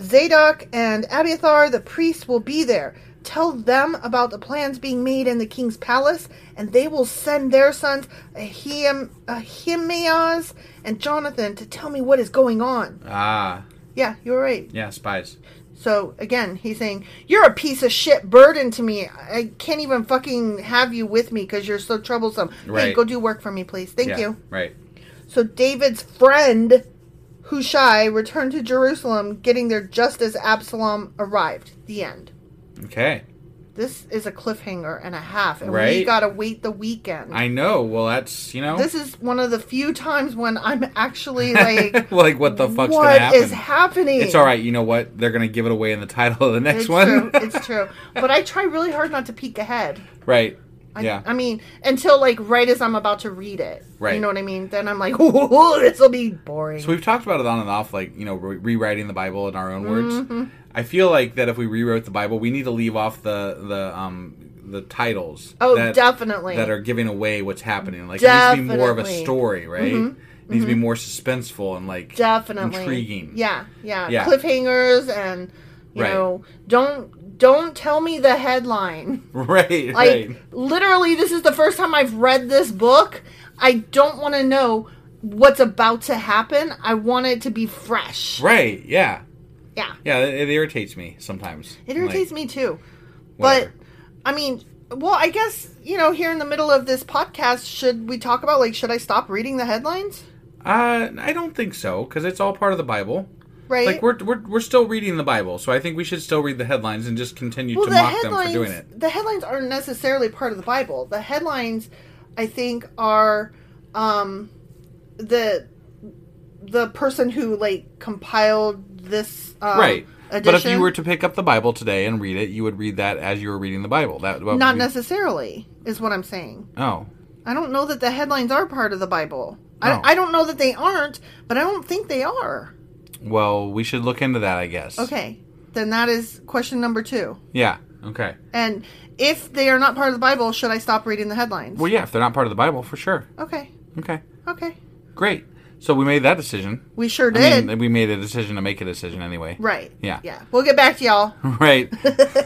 A: Zadok and Abiathar, the priests, will be there. Tell them about the plans being made in the king's palace, and they will send their sons Ahim, Ahimeaz and Jonathan to tell me what is going on.
B: Ah.
A: Yeah, you're right.
B: Yeah. Spies.
A: So again, he's saying you're a piece of shit burden to me. I can't even fucking have you with me because you're so troublesome. Hey,
B: Right.
A: go do work for me, please. Thank
B: Yeah,
A: you.
B: Right.
A: So David's friend Hushai returned to Jerusalem, getting there just as Absalom arrived. The end.
B: Okay.
A: This is a cliffhanger and a half, and we
B: Right.
A: gotta wait the weekend.
B: I know. Well, that's you know.
A: this is one of the few times when I'm actually like,
B: like what the fuck's
A: what
B: gonna happen?
A: is happening?
B: It's all right. You know what? They're gonna give it away in the title of the next
A: It's true.
B: one.
A: It's true. But I try really hard not to peek ahead.
B: right.
A: I,
B: yeah.
A: I mean, until like right as I'm about to read it. You
B: Right.
A: know what I mean? Then I'm like, oh, this will be boring.
B: so we've talked about it on and off, like you know, re- rewriting the Bible in our own
A: Mm-hmm.
B: words. I feel like that if we rewrote the Bible, we need to leave off the the um the titles.
A: Oh,
B: that-
A: definitely.
B: That are giving away what's happening. Like it needs to be more of a
A: Definitely. Mm-hmm.
B: story, right? It needs to be more suspenseful and like
A: Definitely.
B: intriguing.
A: Yeah, yeah.
B: Yeah.
A: Cliffhangers and you
B: Right.
A: know, don't don't tell me the headline.
B: Right.
A: Like
B: right.
A: literally this is the first time I've read this book. I don't want to know what's about to happen. I want it to be fresh.
B: Right. Yeah.
A: Yeah.
B: Yeah. It, it irritates me sometimes.
A: It irritates me too.
B: whatever.
A: But I mean, well, I guess, you know, here in the middle of this podcast, should we talk about like should I stop reading the headlines?
B: Uh, I don't think so because it's all part of the Bible.
A: Right?
B: Like we're, we're we're still reading the Bible, so I think we should still read the headlines and just continue to mock them for doing it.
A: The headlines aren't necessarily part of the Bible. The headlines, I think, are um, the the person who like compiled this um,
B: right. But if you
A: edition.
B: were to pick up the Bible today and read it, you would read that as you were reading the Bible. That what
A: not
B: we-
A: necessarily is what I'm saying.
B: Oh,
A: I don't know that the headlines are part of the Bible.
B: No.
A: I, I don't know that they aren't, but I don't think they are.
B: well, we should look into that, I guess.
A: Okay, then that is question number two.
B: Yeah. Okay.
A: And if they are not part of the Bible, should I stop reading the headlines?
B: Well, yeah. If they're not part of the Bible, for sure.
A: okay,
B: Okay.
A: okay.
B: Great. So we made that decision.
A: We sure
B: I
A: did.
B: mean, we made a decision to make a decision anyway.
A: Right.
B: Yeah.
A: Yeah. We'll get back to y'all.
B: Right.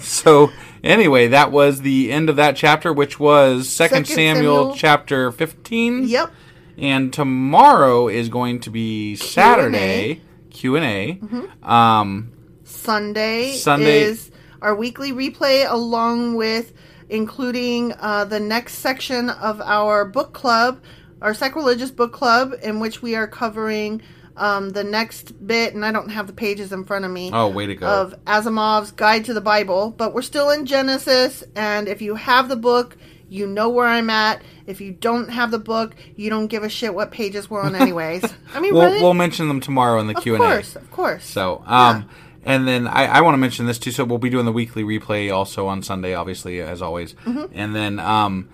B: so anyway, that was the end of that chapter, which was Second
A: Second
B: Samuel,
A: Samuel.
B: chapter fifteen.
A: Yep.
B: And tomorrow is going to be Saturday Q and
A: Mm-hmm.
B: A. Um,
A: Sunday,
B: Sunday-
A: is our weekly replay along with including uh, the next section of our book club, our sacrilegious book club, in which we are covering um, the next bit, and I don't have the pages in front of me.
B: Oh, way to go.
A: Of Asimov's Guide to the Bible, but we're still in Genesis, and if you have the book, you know where I'm at. If you don't have the book, you don't give a shit what pages we're on, anyways. I mean,
B: we'll
A: really?
B: we'll mention them tomorrow in the
A: of
B: Q and A.
A: course, of course.
B: So, um, and then I, I want to mention this too. So we'll be doing the weekly replay also on Sunday, obviously as always.
A: Mm-hmm.
B: And then um,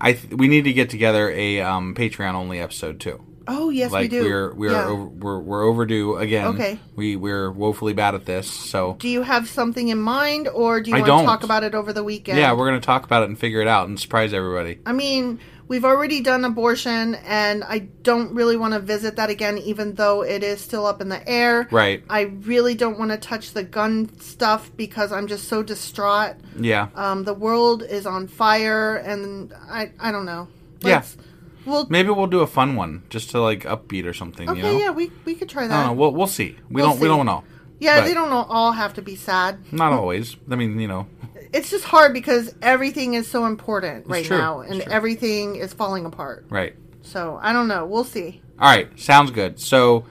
B: I th- we need to get together a um, Patreon only episode too.
A: oh yes,
B: like
A: we do.
B: are we're
A: Yeah.
B: over, we're we're overdue again.
A: Okay.
B: We we're woefully bad at this. So
A: Do you have something in mind, or do you
B: I
A: want
B: don't.
A: to talk about it over the weekend?
B: yeah, we're gonna talk about it and figure it out and surprise everybody.
A: I mean, we've already done abortion, and I don't really want to visit that again, even though it is still up in the air.
B: Right.
A: I really don't want to touch the gun stuff because I'm just so distraught.
B: Yeah.
A: Um, the world is on fire, and I I don't know.
B: Yeah.
A: Well,
B: Maybe we'll do a fun one just to like upbeat or something.
A: okay,
B: you know.
A: yeah, we we could try that.
B: I don't know. We'll we'll see. We
A: We'll
B: don't we
A: see.
B: don't know.
A: yeah,
B: but-
A: they don't all have to be sad.
B: Not always. I mean, you know.
A: It's just hard because everything is so important right
B: true.
A: now,
B: It's
A: and
B: true.
A: everything is falling apart.
B: Right.
A: So I don't know. We'll see.
B: All right, sounds good. So,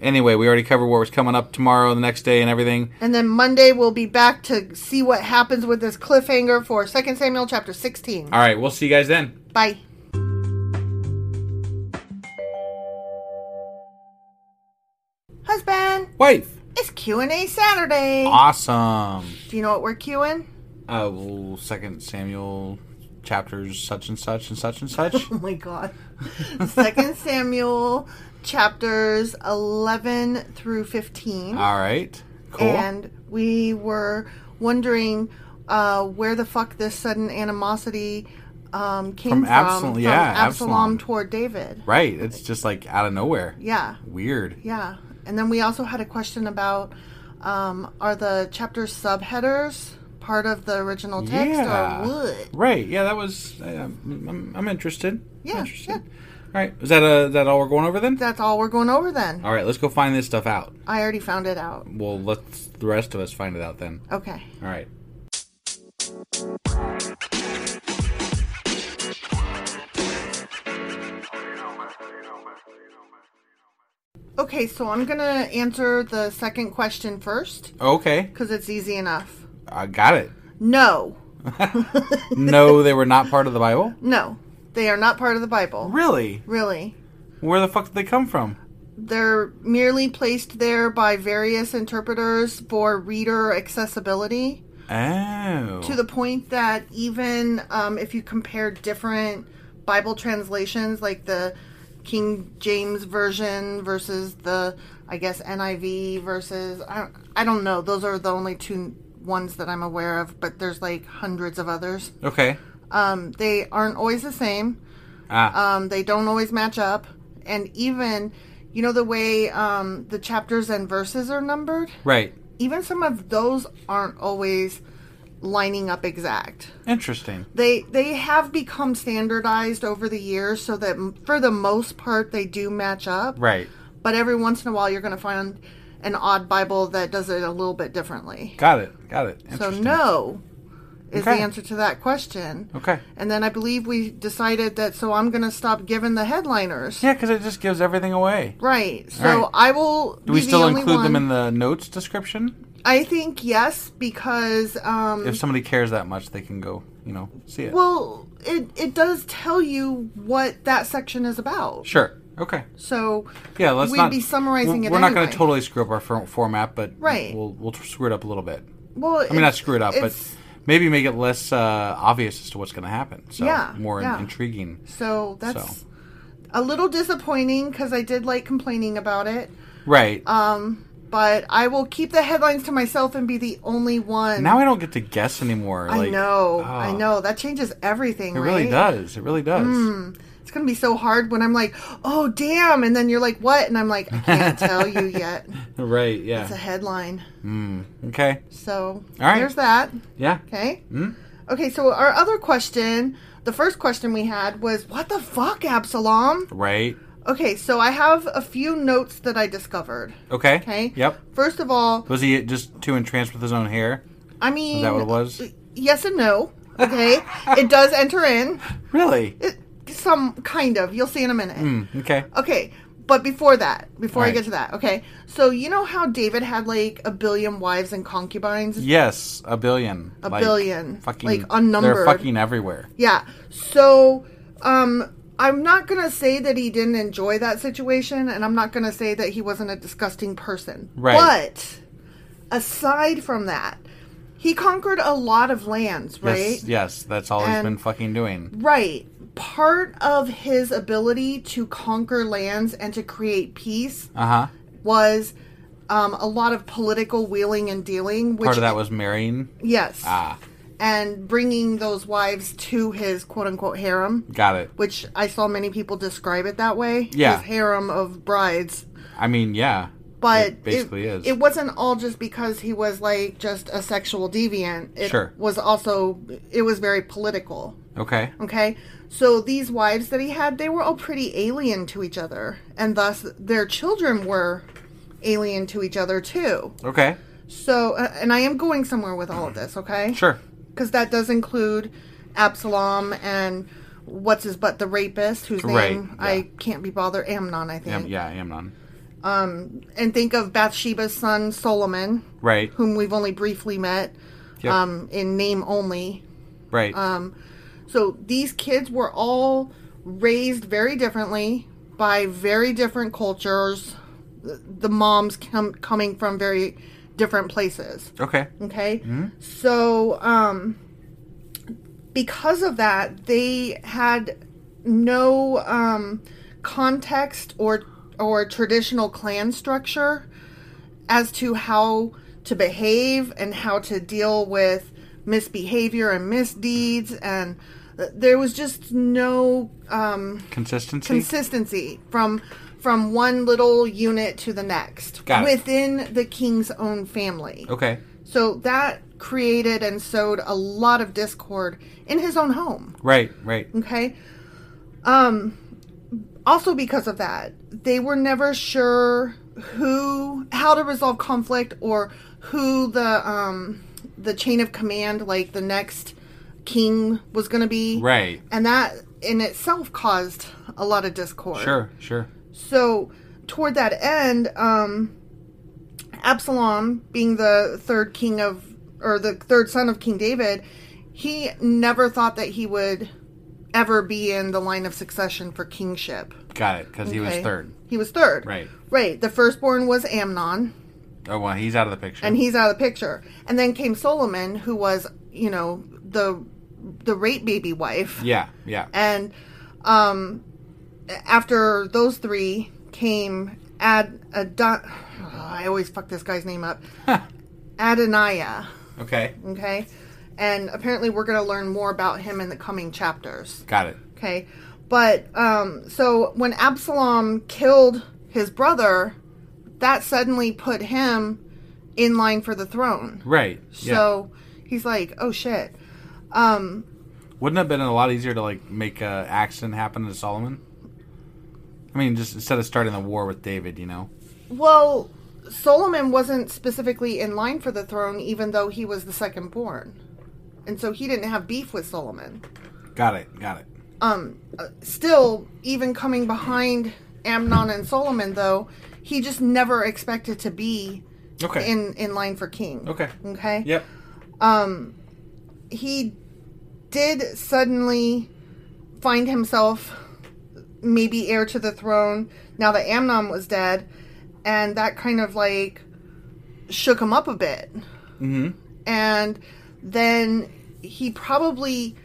B: anyway, we already covered what was coming up tomorrow, the next day, and everything.
A: And then Monday we'll be back to see what happens with this cliffhanger for 2 Samuel chapter 16.
B: All right, we'll see you guys then.
A: Bye. Husband,
B: Wife,
A: it's Q&A Saturday.
B: awesome.
A: Do you know what we're queuing?
B: Uh, well, Second Samuel chapters such and such and such and such.
A: Oh my god. 2 Samuel chapters 11 through 15.
B: All right, cool.
A: and we were wondering uh, where the fuck this sudden animosity um, came
B: From
A: from.
B: Absalom-
A: from
B: yeah,
A: Absalom,
B: Absalom.
A: toward David.
B: right, it's just like out of nowhere.
A: Yeah,
B: Weird.
A: yeah. And then we also had a question about um, are the chapter subheaders part of the original text
B: Yeah.
A: or what?
B: Right. Yeah, that was. I, I'm, I'm- I'm interested.
A: Yeah,
B: Interested.
A: yeah.
B: All right. Is that uh, is that all we're going over then?
A: That's all we're going over then.
B: all right. Let's go find this stuff out.
A: I already found it out.
B: Well, let's the rest of us find it out then.
A: Okay.
B: All right.
A: Okay, so I'm going to answer the second question first
B: Okay.
A: because it's easy enough.
B: I got it.
A: No,
B: No, they were not part of the Bible.
A: no, they are not part of the Bible.
B: Really?
A: Really?
B: Where the fuck did they come from?
A: They're merely placed there by various interpreters for reader accessibility
B: Oh.
A: to the point that even um, if you compare different Bible translations, like the King James Version versus the, I guess, NIV versus, I don't, I don't know, those are the only two ones that I'm aware of, but there's like hundreds of others.
B: okay.
A: Um, they aren't always the same.
B: Ah.
A: Um, they don't always match up, and even you know the way um, the chapters and verses are numbered.
B: right.
A: Even some of those aren't always lining up exact.
B: Interesting.
A: They they have become standardized over the years, so that m- for the most part they do match up.
B: Right.
A: But every once in a while, you're going to find an odd Bible that does it a little bit differently.
B: Got it. Got it.
A: So
B: Interesting.
A: no is
B: Okay.
A: the answer to that question.
B: Okay.
A: And then I believe we decided that so I'm going to stop giving the headliners.
B: Yeah, because it just gives everything away.
A: Right. So
B: All right.
A: I will.
B: Do we
A: be the
B: still
A: only
B: include them
A: one-
B: in the notes description?
A: I think yes, because um,
B: If somebody cares that much, they can go, you know, see it.
A: well, it it does tell you what that section is about.
B: sure. Okay.
A: So
B: Yeah, let's
A: we'd
B: not.
A: be summarizing
B: we're,
A: it.
B: We're not going
A: anyway.
B: to totally screw up our for- format, but
A: Right.
B: we'll we'll screw it up a little bit.
A: Well,
B: I mean, not screw it up, but
A: it's-
B: maybe make it less uh, obvious as to what's going to happen. So
A: Yeah,
B: more in-
A: yeah.
B: intriguing.
A: so that's
B: So.
A: a little disappointing because I did like complaining about it.
B: Right.
A: Um, But I will keep the headlines to myself and be the only one.
B: now I don't get to guess anymore.
A: I
B: like,
A: know,
B: ah,
A: I know. That changes everything.
B: It really
A: right? Mm.
B: does. It really does.
A: It's gonna be so hard when I'm like, oh damn, and then you're like, what? And I'm like, I can't tell you yet.
B: Right. Yeah.
A: It's a headline.
B: okay.
A: So
B: right. Hmm?
A: there's that.
B: Yeah.
A: Okay. Okay. So our other question, the first question we had was, what the fuck, Absalom?
B: Right.
A: Okay. So I have a few notes that I discovered.
B: Okay.
A: Okay.
B: Yep.
A: First of all,
B: Was he just too entranced with his own hair?
A: I mean,
B: Is that what it was?
A: Yes and no. Okay. it does enter in
B: Really?
A: some kind of. You'll see in a minute.
B: Okay.
A: Okay. But before that, before I
B: Right.
A: get to that, okay. So you know how David had like a billion wives and concubines?
B: Yes, a billion. A
A: billion.
B: Fucking
A: Like, unnumbered.
B: They're fucking everywhere.
A: Yeah. So, um, I'm not going to say that he didn't enjoy that situation, and I'm not going to say that he wasn't a disgusting person.
B: Right.
A: But aside from that, he conquered a lot of lands, right?
B: Yes, yes, that's all he's
A: And-
B: been fucking doing.
A: Right. Part of his ability to conquer lands and to create peace
B: Uh huh.
A: was um, a lot of political wheeling and dealing. Which
B: Part of that was Ah. marrying.
A: yes, and bringing those wives to his quote unquote harem.
B: Got it.
A: Which I saw many people describe it that way.
B: Yeah.
A: his harem of brides.
B: I mean, yeah.
A: But
B: it basically
A: it,
B: is.
A: it wasn't all just because he was like just a sexual deviant. It
B: Sure.
A: was also it was very political.
B: okay.
A: Okay. So these wives that he had, they were all pretty alien to each other, and thus their children were alien to each other too.
B: Okay.
A: So, uh, and I am going somewhere with all of this, okay?
B: Sure.
A: Because that does include Absalom and what's his butt, the rapist, whose name
B: Right, yeah.
A: I can't be bothered, Amnon, I think.
B: Am, yeah, Amnon.
A: And think of Bathsheba's son Solomon,
B: Right.
A: whom we've only briefly met,
B: Yep.
A: um, in name only.
B: right.
A: So these kids were all raised very differently by very different cultures. The the moms com- coming from very different places.
B: okay.
A: Okay,
B: Mm-hmm.
A: so um, because of that, they had no um, context or or traditional clan structure as to how to behave and how to deal with misbehavior and misdeeds, and th- there was just no um,
B: Consistency.
A: consistency from from one little unit to the next
B: Got it.
A: within the king's own family.
B: okay.
A: So that created and sowed a lot of discord in his own home.
B: Right. Right.
A: Okay. Um, also because of that, they were never sure who, how to resolve conflict or who the, um, the chain of command, like the next king was going to be.
B: Right.
A: And that in itself caused a lot of discord.
B: Sure. Sure.
A: So toward that end, um, Absalom, being the third king of or the third son of King David, he never thought that he would ever be in the line of succession for kingship.
B: Got it. Because he was
A: Okay?
B: third.
A: He was third.
B: Right.
A: Right. The firstborn was Amnon,
B: Oh well, he's out of the picture.
A: and he's out of the picture. And then came Solomon, who was, you know, the the rape baby wife.
B: Yeah. Yeah.
A: And um, after those three came Ad Adon- I always fuck this guy's name up. Adoniah.
B: Okay.
A: Okay. And apparently we're going to learn more about him in the coming chapters.
B: Got it.
A: Okay. But um, so when Absalom killed his brother, that suddenly put him in line for the throne.
B: Right. Yeah.
A: So he's like, oh shit. Um,
B: Wouldn't it have been a lot easier to like make a accident happen to Solomon? I mean, just instead of starting the war with David, you know.
A: Well, Solomon wasn't specifically in line for the throne, even though he was the second born. And so he didn't have beef with Solomon. Uh,
B: Got it. Got it.
A: Still, even coming behind Amnon and Solomon, though, he just never expected to be
B: Okay.
A: in, in line for king.
B: okay.
A: Okay.
B: Yep.
A: He did suddenly find himself maybe heir to the throne now that Amnon was dead. And that kind of like shook him up a bit. and then he probably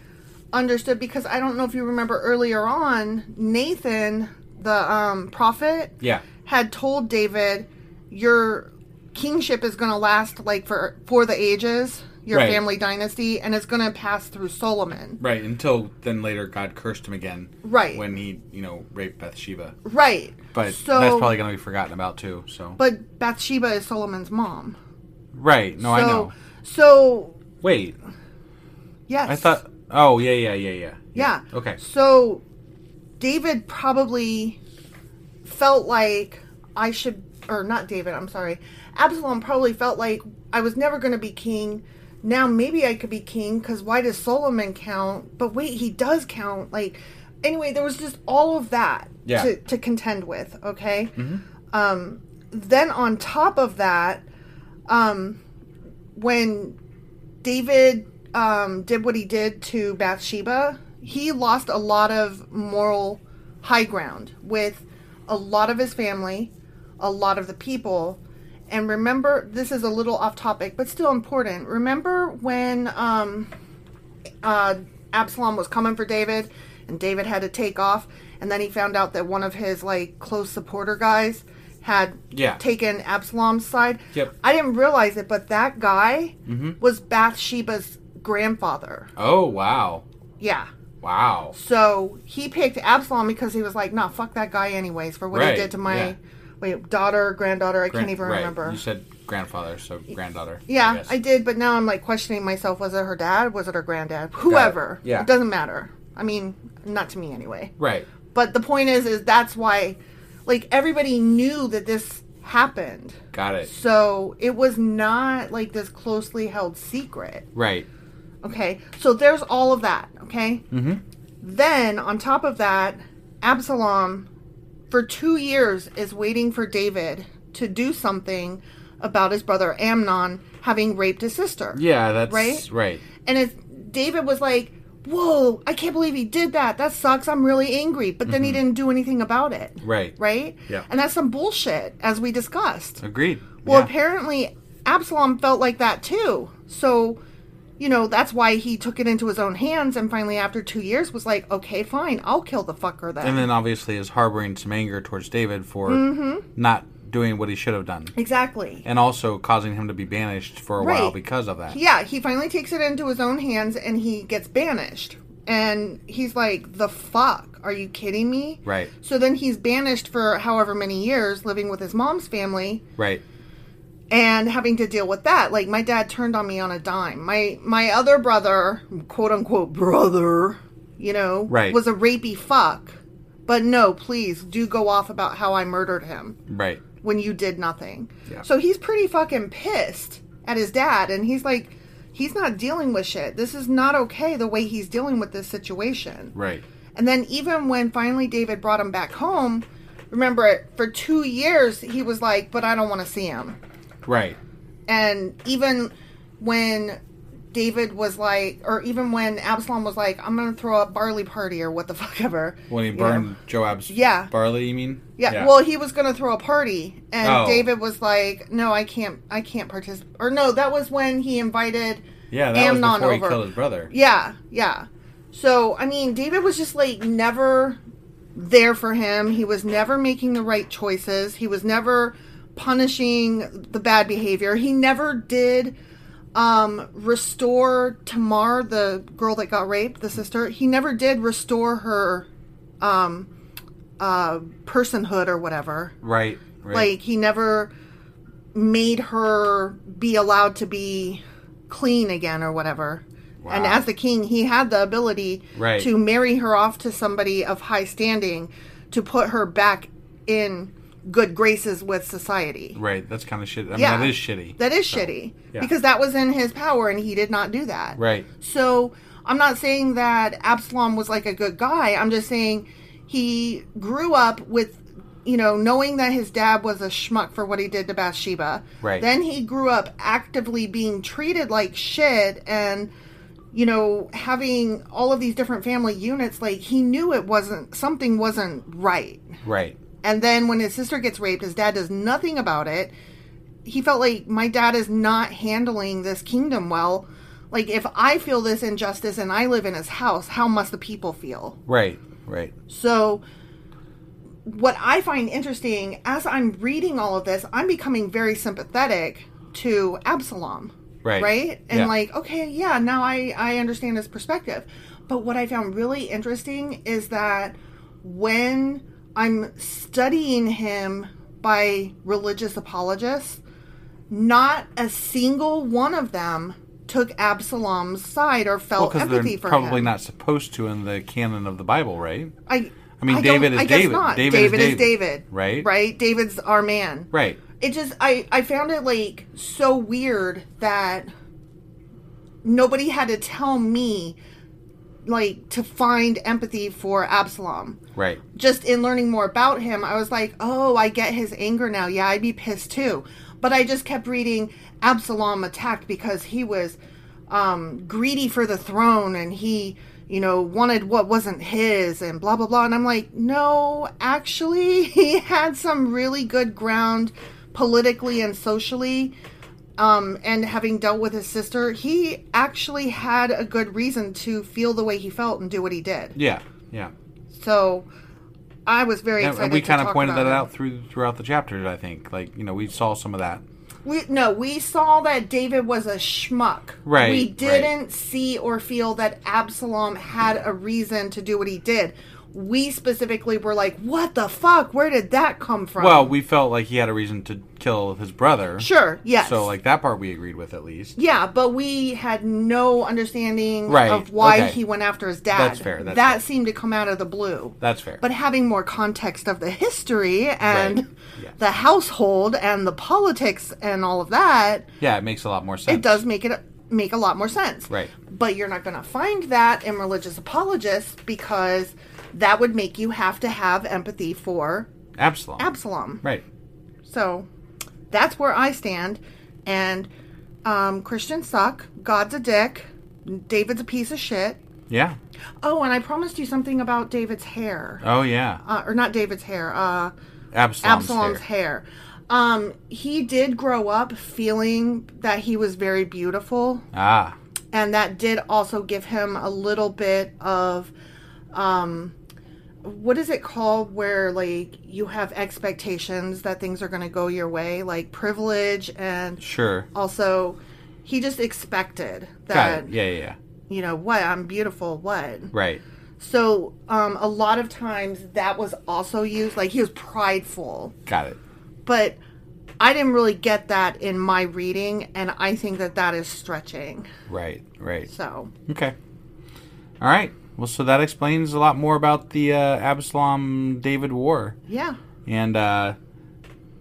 A: understood because I don't know if you remember earlier on Nathan the um, prophet
B: Yeah.
A: had told David your kingship is going to last like for for the ages your
B: Right.
A: family dynasty, and it's going to pass through Solomon.
B: Right, until then later God cursed him again.
A: Right.
B: When he, you know, raped Bathsheba.
A: Right.
B: But
A: so,
B: that's probably going to be forgotten about too, so.
A: But Bathsheba is Solomon's mom.
B: right, no,
A: so,
B: I know.
A: So
B: Wait,
A: yes,
B: I thought, oh, yeah, yeah, yeah, yeah.
A: Yeah.
B: Okay.
A: So David probably felt like I should, or not David, I'm sorry. Absalom probably felt like I was never going to be king. Now maybe I could be king because why does Solomon count? But wait, he does count. Like, anyway, there was just all of that
B: Yeah. Mm-hmm.
A: to, to contend with, okay? Um, then on top of that, um, when David um, did what he did to Bathsheba, he lost a lot of moral high ground with a lot of his family, a lot of the people. And remember, this is a little off topic, but still important. Remember when um, uh, Absalom was coming for David, and David had to take off, and then he found out that one of his like close supporter guys had
B: Yeah.
A: taken Absalom's side.
B: Yep. Mm-hmm.
A: I didn't realize it, but that guy was Bathsheba's grandfather.
B: Oh, wow.
A: Yeah.
B: Wow.
A: So he picked Absalom because he was like, nah, fuck that guy anyways for what
B: Right,
A: he did to my
B: yeah.
A: wait, daughter, granddaughter, I
B: Gran-
A: can't even
B: right,
A: remember.
B: You said grandfather, so granddaughter.
A: yeah,
B: guess.
A: I, did, but now I'm like questioning myself, was it her dad? Was it her granddad? Whoever.
B: Yeah.
A: It doesn't matter. I mean, not to me anyway.
B: Right.
A: But the point is is that's why like everybody knew that this happened.
B: Got it.
A: So it was not like this closely held secret.
B: Right.
A: Okay, so there's all of that. Okay. Mm-hmm. Then on top of that, Absalom, for two years, is waiting for David to do something about his brother Amnon having raped his sister.
B: Yeah, that's
A: Right?
B: right.
A: And it's, David was like, "Whoa, I can't believe he did that. That sucks. I'm really angry." But then he didn't do anything about it.
B: Mm-hmm. Right.
A: Right.
B: Yeah.
A: And that's some bullshit, as we discussed.
B: Agreed.
A: Well,
B: Yeah.
A: apparently Absalom felt like that too. So, you know, that's why he took it into his own hands and finally after 2 years was like, "Okay, fine. I'll kill the fucker then."
B: and then obviously is harboring some anger towards David for
A: Mm-hmm.
B: not doing what he should have done.
A: exactly.
B: And also causing him to be banished for a while
A: Right.
B: because of that.
A: Yeah, he finally takes it into his own hands and he gets banished. And he's like, "The fuck? Are you kidding me?"
B: Right.
A: So then he's banished for however many years living with his mom's family.
B: Right.
A: and having to deal with that like my dad turned on me on a dime my my other brother quote unquote brother you know
B: Right.
A: was a rapey fuck but no please do go off about how i murdered him
B: Right.
A: when you did nothing
B: Yeah.
A: so he's pretty fucking pissed at his dad and he's like he's not dealing with shit this is not okay the way he's dealing with this situation
B: Right.
A: and then even when finally David brought him back home remember for 2 years he was like but i don't want to see him
B: Right.
A: and even when David was like, or even when Absalom was like, I'm going to throw a barley party or what the fuck ever.
B: When he
A: you
B: burned
A: know.
B: Joab's
A: Yeah.
B: barley, you mean?
A: Yeah, well, he was going to throw a party, and
B: Oh.
A: David was like, "No, I can't. I can't participate." Or no, that was when he invited
B: yeah, that was
A: Amnon
B: before
A: over.
B: he killed his brother.
A: Yeah, yeah. So, I mean, David was just like never there for him. He was never making the right choices. He was never punishing the bad behavior. He never did um restore Tamar, the girl that got raped, the sister. He never did restore her um uh personhood or whatever.
B: Right. Right.
A: Like he never made her be allowed to be clean again or whatever. And
B: Wow.
A: as the king, he had the ability
B: Right.
A: to marry her off to somebody of high standing to put her back in good graces with society.
B: right. That's kind of shit. I
A: Yeah.
B: mean, that is shitty.
A: That is shitty
B: yeah.
A: because that was in his power and he did not do that.
B: Right.
A: So I'm not saying that Absalom was like a good guy. I'm just saying he grew up with, you know, knowing that his dad was a schmuck for what he did to Bathsheba.
B: Right.
A: Then he grew up actively being treated like shit and, you know, having all of these different family units. Like he knew it wasn't, something wasn't right.
B: Right.
A: And then when his sister gets raped, his dad does nothing about it. He felt like my dad is not handling this kingdom well. Like, if I feel this injustice and I live in his house, how must the people feel?
B: Right. Right.
A: So, what I find interesting as I'm reading all of this, I'm becoming very sympathetic to Absalom
B: Right.
A: right and
B: Yeah.
A: like okay yeah now i i understand his perspective but what i found really interesting is that when i'm studying him by religious apologists not a single one of them took absalom's side or
B: Well,
A: felt
B: because
A: empathy
B: they're
A: for
B: probably
A: him
B: not supposed to in the canon of the Bible, right?
A: i
B: I mean,
A: don't-
B: David is
A: I guess
B: David.
A: not.
B: David is
A: is
B: David.
A: David.
B: Right?
A: Right. David's our man.
B: Right.
A: it just I I found it like so weird that nobody had to tell me like to find empathy for Absalom.
B: Right.
A: Just in learning more about him, I was like, "Oh, I get his anger now. Yeah, I'd be pissed too." But I just kept reading Absalom attacked because he was um greedy for the throne and he you know wanted what wasn't his and blah blah blah and i'm like no actually he had some really good ground politically and socially um and having dealt with his sister he actually had a good reason to feel the way he felt and do what he did
B: Yeah. Yeah.
A: so i was very
B: And-
A: excited
B: and we
A: to
B: kind of
A: talk
B: pointed
A: about
B: that
A: him.
B: out through throughout the chapters. I think, like you know, we saw some of that.
A: We no, we saw that David was a schmuck.
B: Right,
A: We
B: right.
A: didn't see or feel that Absalom had a reason to do what he did. We specifically were like, "What the fuck? Where did that come from?"
B: Well, we felt like he had a reason to kill his brother.
A: sure, yes.
B: So like that part we agreed with at least.
A: yeah, but we had no understanding
B: Right,
A: of why
B: okay.
A: he went after his dad.
B: That's fair, that's
A: that
B: fair.
A: seemed to come out of the blue.
B: That's fair.
A: But having more context of the history and
B: Right, yeah.
A: the household and the politics and all of that,
B: yeah, it makes a lot more sense.
A: it does make it make a lot more sense.
B: Right.
A: But you're not going to find that in religious apologists because that would make you have to have empathy for
B: Absalom.
A: Absalom.
B: Right.
A: So that's where I stand. And um, Christians suck. God's a dick. David's a piece of shit.
B: Yeah.
A: Oh, and I promised you something about David's hair.
B: Oh yeah.
A: Uh, or not David's hair. Uh,
B: Absalom's,
A: Absalom's
B: hair.
A: hair. Um, he did grow up feeling that he was very beautiful,
B: Ah.
A: and that did also give him a little bit of, um, what is it called where like you have expectations that things are going to go your way, like privilege, and
B: Sure.
A: also he just expected
B: Got
A: that
B: it. Yeah, yeah, yeah.
A: you know what I'm beautiful, what
B: Right.
A: so um, a lot of times that was also used like he was prideful
B: Got it.
A: but I didn't really get that in my reading, and I think that that is stretching.
B: Right. Right.
A: So,
B: Okay. All right. Well, so that explains a lot more about the uh, Absalom David war.
A: yeah,
B: And uh,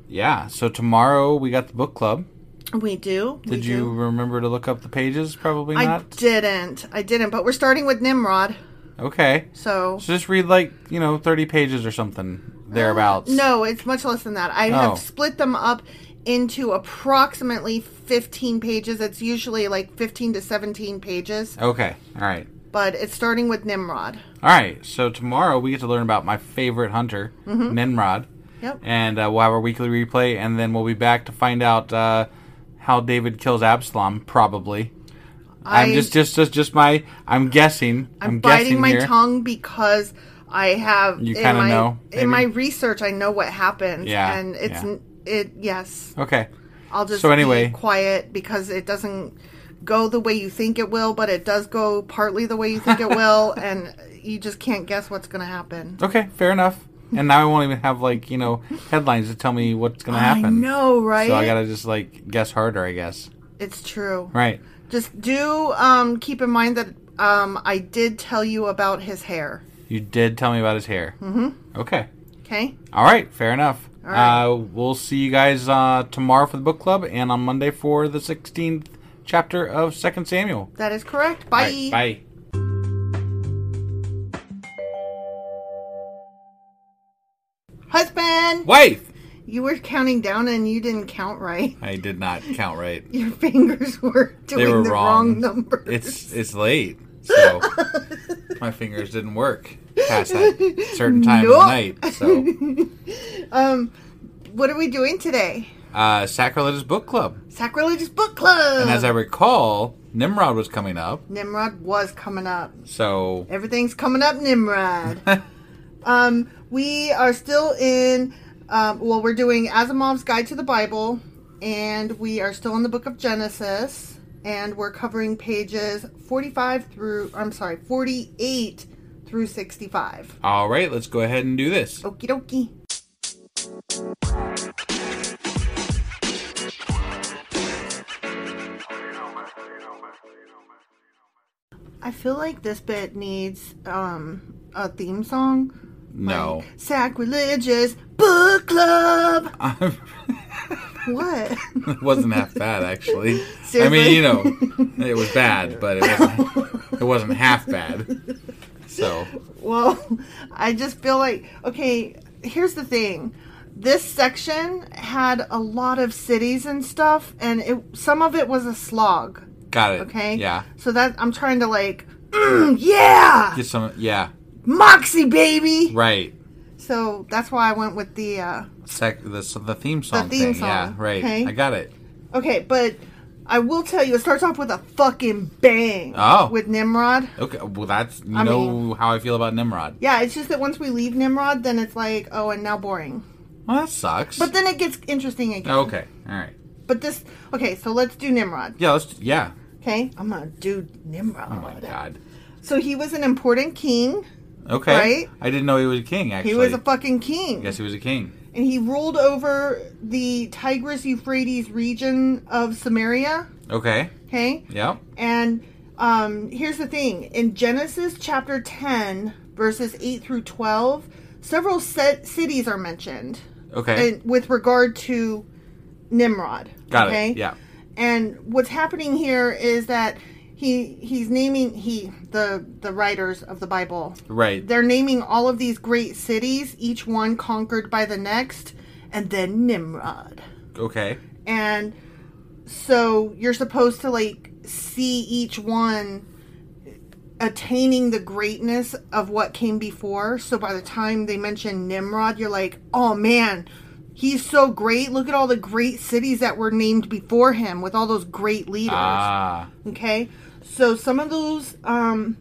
B: yeah, so tomorrow we got the book club.
A: we do. we
B: Did you
A: do.
B: remember to look up the pages? Probably
A: I
B: not.
A: didn't. I didn't. But we're starting with Nimrod,
B: Okay.
A: so
B: So just read like, you know, 30 pages or something thereabouts.
A: no, it's much less than that. I
B: Oh.
A: have split them up into approximately 15 pages. It's usually like 15 to 17 pages,
B: Okay. All right.
A: but it's starting with Nimrod.
B: All right. So tomorrow we get to learn about my favorite hunter, Nimrod.
A: Mm-hmm. Yep.
B: And uh, we'll have our weekly replay, and then we'll be back to find out uh, how David kills Absalom, probably. I, am
A: I-
B: just, just, just, just my. I'm guessing. I'm,
A: I'm
B: guessing
A: biting my
B: here.
A: tongue because I have
B: You
A: in
B: kinda
A: my
B: know, maybe?
A: in my research I know what happens.
B: Yeah,
A: and it's
B: yeah.
A: n it yes.
B: Okay.
A: I'll just
B: So
A: be
B: anyway-
A: quiet because it doesn't go the way you think it will, but it does go partly the way you think it will, and you just can't guess what's going to happen.
B: Okay. Fair enough. And now I won't even have like you know headlines to tell me what's gonna happen.
A: I know, right?
B: So I gotta just like guess harder, I guess.
A: it's true.
B: Right.
A: Just do um, keep in mind that um, I did tell you about his hair.
B: You did tell me about his hair. Mm-hmm. Okay.
A: Okay.
B: All right. Fair enough.
A: right.
B: Uh, we'll see you guys uh, tomorrow for the book club and on Monday for the 16th chapter of Second Samuel.
A: That is correct.
B: All
A: Bye.
B: right, bye.
A: Husband,
B: Wife.
A: you were counting down and you didn't count right.
B: I did not count right.
A: Your fingers were doing the wrong numbers.
B: It's it's late, so my fingers didn't work past that certain time
A: Nope.
B: of the night. So,
A: what are we doing today?
B: uh, sacrilegious book club.
A: Sacrilegious book club.
B: And as I recall, Nimrod was coming up,
A: Nimrod was coming up.
B: so
A: Everything's coming up, Nimrod. um, we are still in. Um, well, we're doing Asimov's Guide to the Bible, and we are still in the Book of Genesis. and we're covering pages 45 through, I'm sorry, 48 through 65.
B: All right, let's go ahead and do this.
A: Okie dokie. I feel like this bit needs um, a theme song.
B: No.
A: Sacrilegious book club. what?
B: It wasn't half bad, actually. I mean,
A: Seriously?
B: you know, it was bad, but it wasn't, it wasn't half bad. So,
A: Well, I just feel like okay. Here's the thing. This section had a lot of cities and stuff, and it, some of it was a slog.
B: got it.
A: Okay.
B: Yeah.
A: So that I'm trying to like, mm, yeah,
B: Get some, yeah,
A: Moxie baby.
B: right.
A: So that's why I went with the. Uh,
B: Sec- the, so the theme song
A: theme
B: thing. Yeah,
A: song,
B: right.
A: okay.
B: I got it.
A: okay, but I will tell you, it starts off with a fucking bang.
B: Oh.
A: With Nimrod.
B: Okay, well, that's, you
A: I
B: know
A: mean-
B: how I feel about Nimrod.
A: Yeah, it's just that once we leave Nimrod, then it's like, oh, and now boring.
B: Well, that sucks.
A: But then it gets interesting again.
B: okay, all right.
A: But this, okay, so let's do Nimrod.
B: Yeah, let's, yeah.
A: Okay, I'm gonna do Nimrod.
B: Oh, my God.
A: So he was an important king.
B: Okay.
A: Right?
B: I didn't know he was a king, actually.
A: He was a fucking king.
B: Yes, he was a king.
A: And he ruled over the Tigris Euphrates region of Samaria.
B: Okay.
A: Okay.
B: Yep.
A: And um, here's the thing in Genesis chapter 10, verses 8 through 12, several set cities are mentioned
B: Okay.
A: and with regard to Nimrod.
B: Got it, yeah.
A: And what's happening here is that he he's naming he the the writers of the Bible.
B: right.
A: They're naming all of these great cities, each one conquered by the next, and then Nimrod
B: Okay.
A: and so you're supposed to like see each one attaining the greatness of what came before so by the time they mention nimrod you're like oh man he's so great look at all the great cities that were named before him with all those great leaders
B: Ah.
A: Okay, so some of those um,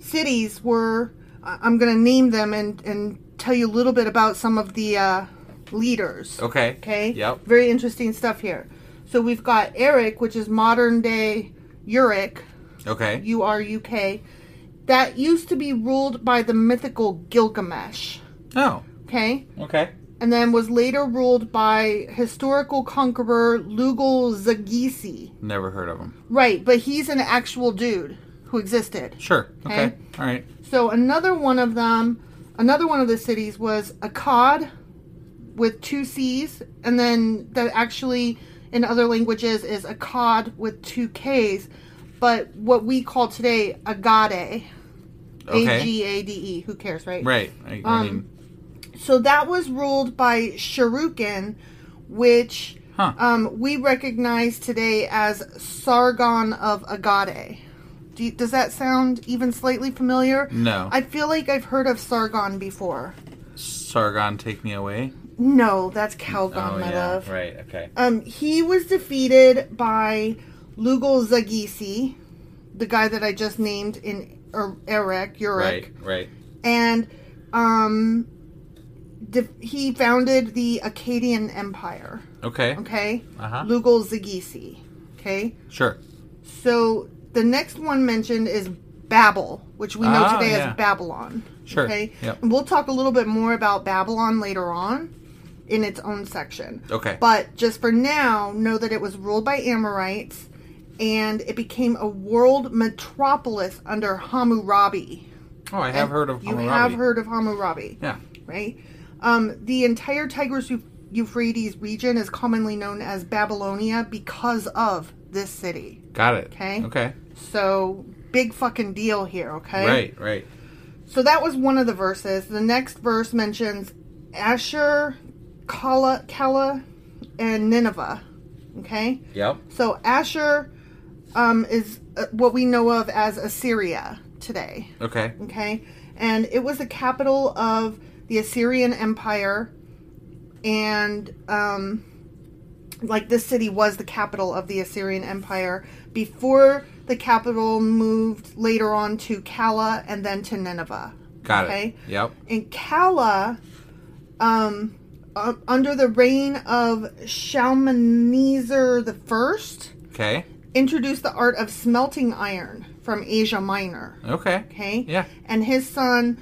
A: cities were. I- I'm going to name them and and tell you a little bit about some of the uh, leaders.
B: Okay.
A: Okay.
B: Yep.
A: Very interesting stuff here. So we've got Eric, which is modern day Uruk,
B: Okay.
A: U R U K, that used to be ruled by the mythical Gilgamesh.
B: oh.
A: Okay.
B: Okay.
A: And then was later ruled by historical conqueror Lugal Zagisi.
B: Never heard of him.
A: Right, but he's an actual dude who existed.
B: Sure. Okay.
A: Okay.
B: All right.
A: So another one of them, another one of the cities was Akkad with two C's, and then that actually in other languages is Akkad with two K's, but what we call today Agade.
B: Okay.
A: A G A D E. Who cares, right?
B: Right. I, I
A: Um,
B: mean,
A: So that was ruled by Sharukin, which
B: Huh.
A: um, we recognize today as Sargon of Agade. Do you- does that sound even slightly familiar?
B: No.
A: I feel like I've heard of Sargon before.
B: Sargon, take me away.
A: No, that's Calgon,
B: oh
A: my
B: yeah.
A: love.
B: Right. Okay.
A: Um, he was defeated by Lugal Zagisi, the guy that I just named in er- Eric, Uruk.
B: right. Right.
A: and um, de- he founded the Akkadian Empire.
B: Okay.
A: Okay,
B: Uh-huh.
A: Lugal Zagisi. Okay,
B: Sure.
A: so the next one mentioned is Babel, which we know
B: Ah,
A: today
B: yeah.
A: as Babylon.
B: Sure,
A: Okay,
B: yep.
A: and we'll talk a little bit more about Babylon later on in its own section.
B: Okay.
A: but just for now, know that it was ruled by Amorites. And it became a world metropolis under Hammurabi.
B: Oh, I have heard of
A: You
B: Hammurabi.
A: have heard of Hammurabi
B: Yeah.
A: right? Um, the entire Tigris Eu- Euphrates region is commonly known as Babylonia because of this city.
B: Got it.
A: Okay.
B: Okay.
A: So big fucking deal here, okay?
B: Right. Right.
A: So that was one of the verses. The next verse mentions Asher, Kala, Kala, and Nineveh. Okay.
B: Yep.
A: So Asher um, is uh, what we know of as Assyria today
B: Okay.
A: okay? And it was the capital of the Assyrian Empire, and um, like this city was the capital of the Assyrian Empire before the capital moved later on to Kala and then to Nineveh.
B: Got
A: Okay.
B: it. Yep.
A: In Kala, um, uh, under the reign of Shalmaneser the first,
B: Okay.
A: introduced the art of smelting iron from Asia Minor.
B: Okay.
A: Okay.
B: Yeah.
A: And his son,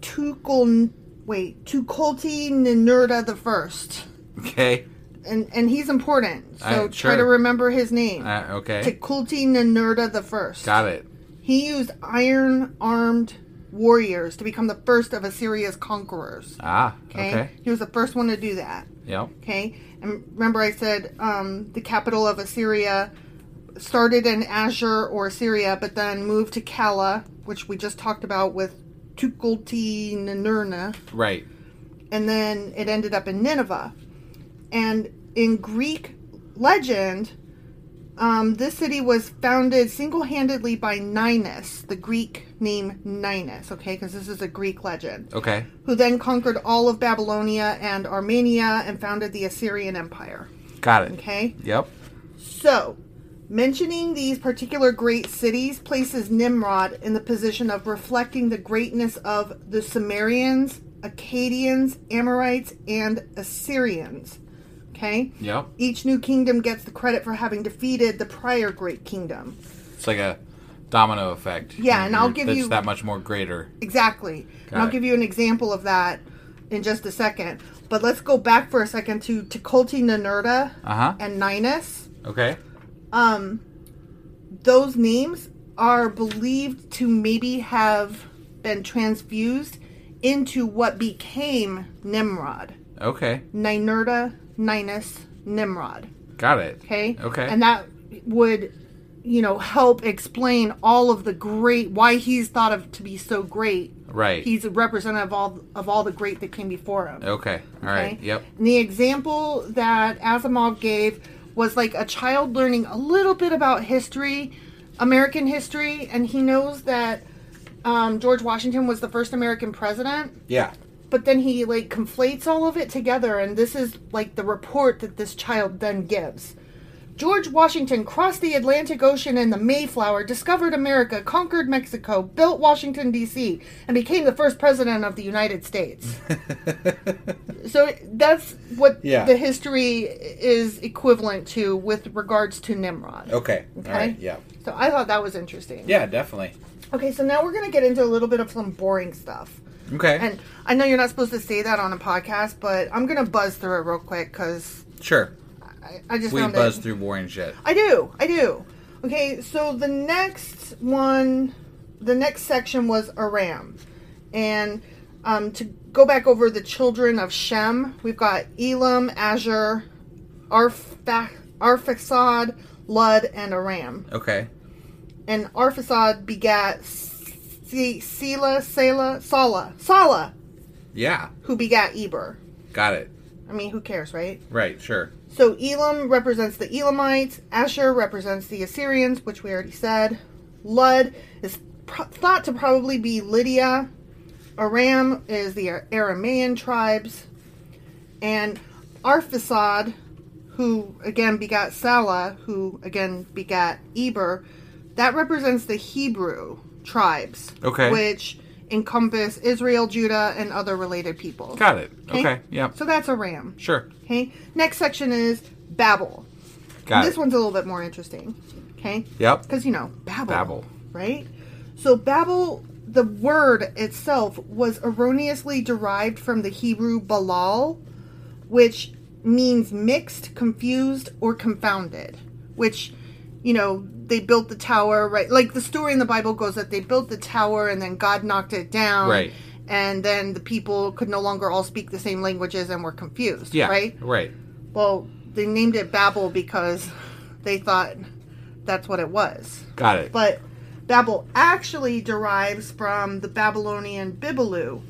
A: Tukul, wait, Tukulti Ninurta the First,
B: Okay.
A: and and he's important. So
B: Uh,
A: try
B: sure.
A: to remember his name.
B: Uh, okay.
A: Tukulti Ninurta the First.
B: Got it.
A: He used iron-armed warriors to become the first of Assyria's conquerors.
B: Ah.
A: Okay.
B: Okay.
A: He was the first one to do that.
B: Yep.
A: Okay. And remember, I said um, the capital of Assyria started in Azure or Syria, but then moved to Kala, which we just talked about with Tukulti Ninurna,
B: Right.
A: and then it ended up in Nineveh. And in Greek legend, um, this city was founded single handedly by Ninus, the Greek name Ninus, okay, because this is a Greek legend
B: Okay.
A: who then conquered all of Babylonia and Armenia and founded the Assyrian Empire.
B: Got it.
A: Okay?
B: Yep.
A: So, mentioning these particular great cities places Nimrod in the position of reflecting the greatness of the Sumerians, Akkadians, Amorites, and Assyrians. Okay?
B: Yep.
A: Each new kingdom gets the credit for having defeated the prior great kingdom.
B: It's like a domino effect.
A: Yeah, and I'll
B: You're-
A: give
B: that's
A: you-
B: that much more greater.
A: Exactly. and I'll
B: it.
A: give you an example of that in just a second. But let's go back for a second to Tekulti Ninurta
B: Uh-huh.
A: and Ninus.
B: Okay.
A: Those names are believed to maybe have been transfused into what became Nimrod.
B: Okay.
A: Ninurta, Ninus, Nimrod.
B: Got it.
A: Okay?
B: Okay.
A: And that would, you know, help explain all of the great, why he's thought of to be so great.
B: Right.
A: He's a representative of all, of all the great that came before him.
B: Okay. All right.
A: Okay?
B: Yep.
A: And the example that Asimov gave was like a child learning a little bit about history, American history, and he knows that um, George Washington was the first American president.
B: Yeah.
A: But then he like conflates all of it together, and this is like the report that this child then gives. George Washington crossed the Atlantic Ocean in the Mayflower, discovered America, conquered Mexico, built Washington, D.C., and became the first president of the United States. so that's what
B: Yeah.
A: the history is equivalent to with regards to Nimrod.
B: Okay. All right. Yeah.
A: So I thought that was interesting.
B: Yeah. Definitely.
A: Okay, so now we're going to get into a little bit of some boring stuff.
B: Okay.
A: And I know you're not supposed to say that on a podcast, but I'm gonna buzz through it real quick because
B: sure.
A: I, I just
B: We
A: found
B: buzz
A: it.
B: through boring shit.
A: I do, I do. Okay, so the next one, the next section was Aram, and um, to go back over the children of Shem, we've got Elam, Azur, Arpha- Arphaxad, Lud, and Aram.
B: Okay.
A: And Arphaxad begat Se- Selah, Selah, Salah, Salah,
B: Yeah.
A: who begat Eber.
B: Got it.
A: I mean, who cares, right?
B: Right. Sure.
A: So Elam represents the Elamites. Asher represents the Assyrians, which we already said. Lud is pro- thought to probably be Lydia. Aram is the Ar- Aramaean tribes. And Arphaxad, who again begat Salah, who again begat Eber, that represents the Hebrew tribes.
B: Okay.
A: Which encompass Israel, Judah, and other related people.
B: Got it. Okay. Yep.
A: So that's Aram.
B: Sure.
A: Okay. Next section is Babel.
B: Got
A: this
B: it.
A: one's a little bit more interesting. Okay.
B: Yep.
A: Because you know Babel.
B: Babel.
A: Right. So Babel, the word itself was erroneously derived from the Hebrew Balal, which means mixed, confused, or confounded. Which, you know, they built the tower right. Like the story in the Bible goes that they built the tower and then God knocked it down.
B: Right.
A: And then the people could no longer all speak the same languages and were confused.
B: Yeah.
A: Right.
B: Right.
A: Well, they named it Babel because they thought that's what it was.
B: Got it.
A: But Babel actually derives from the Babylonian Bibilu,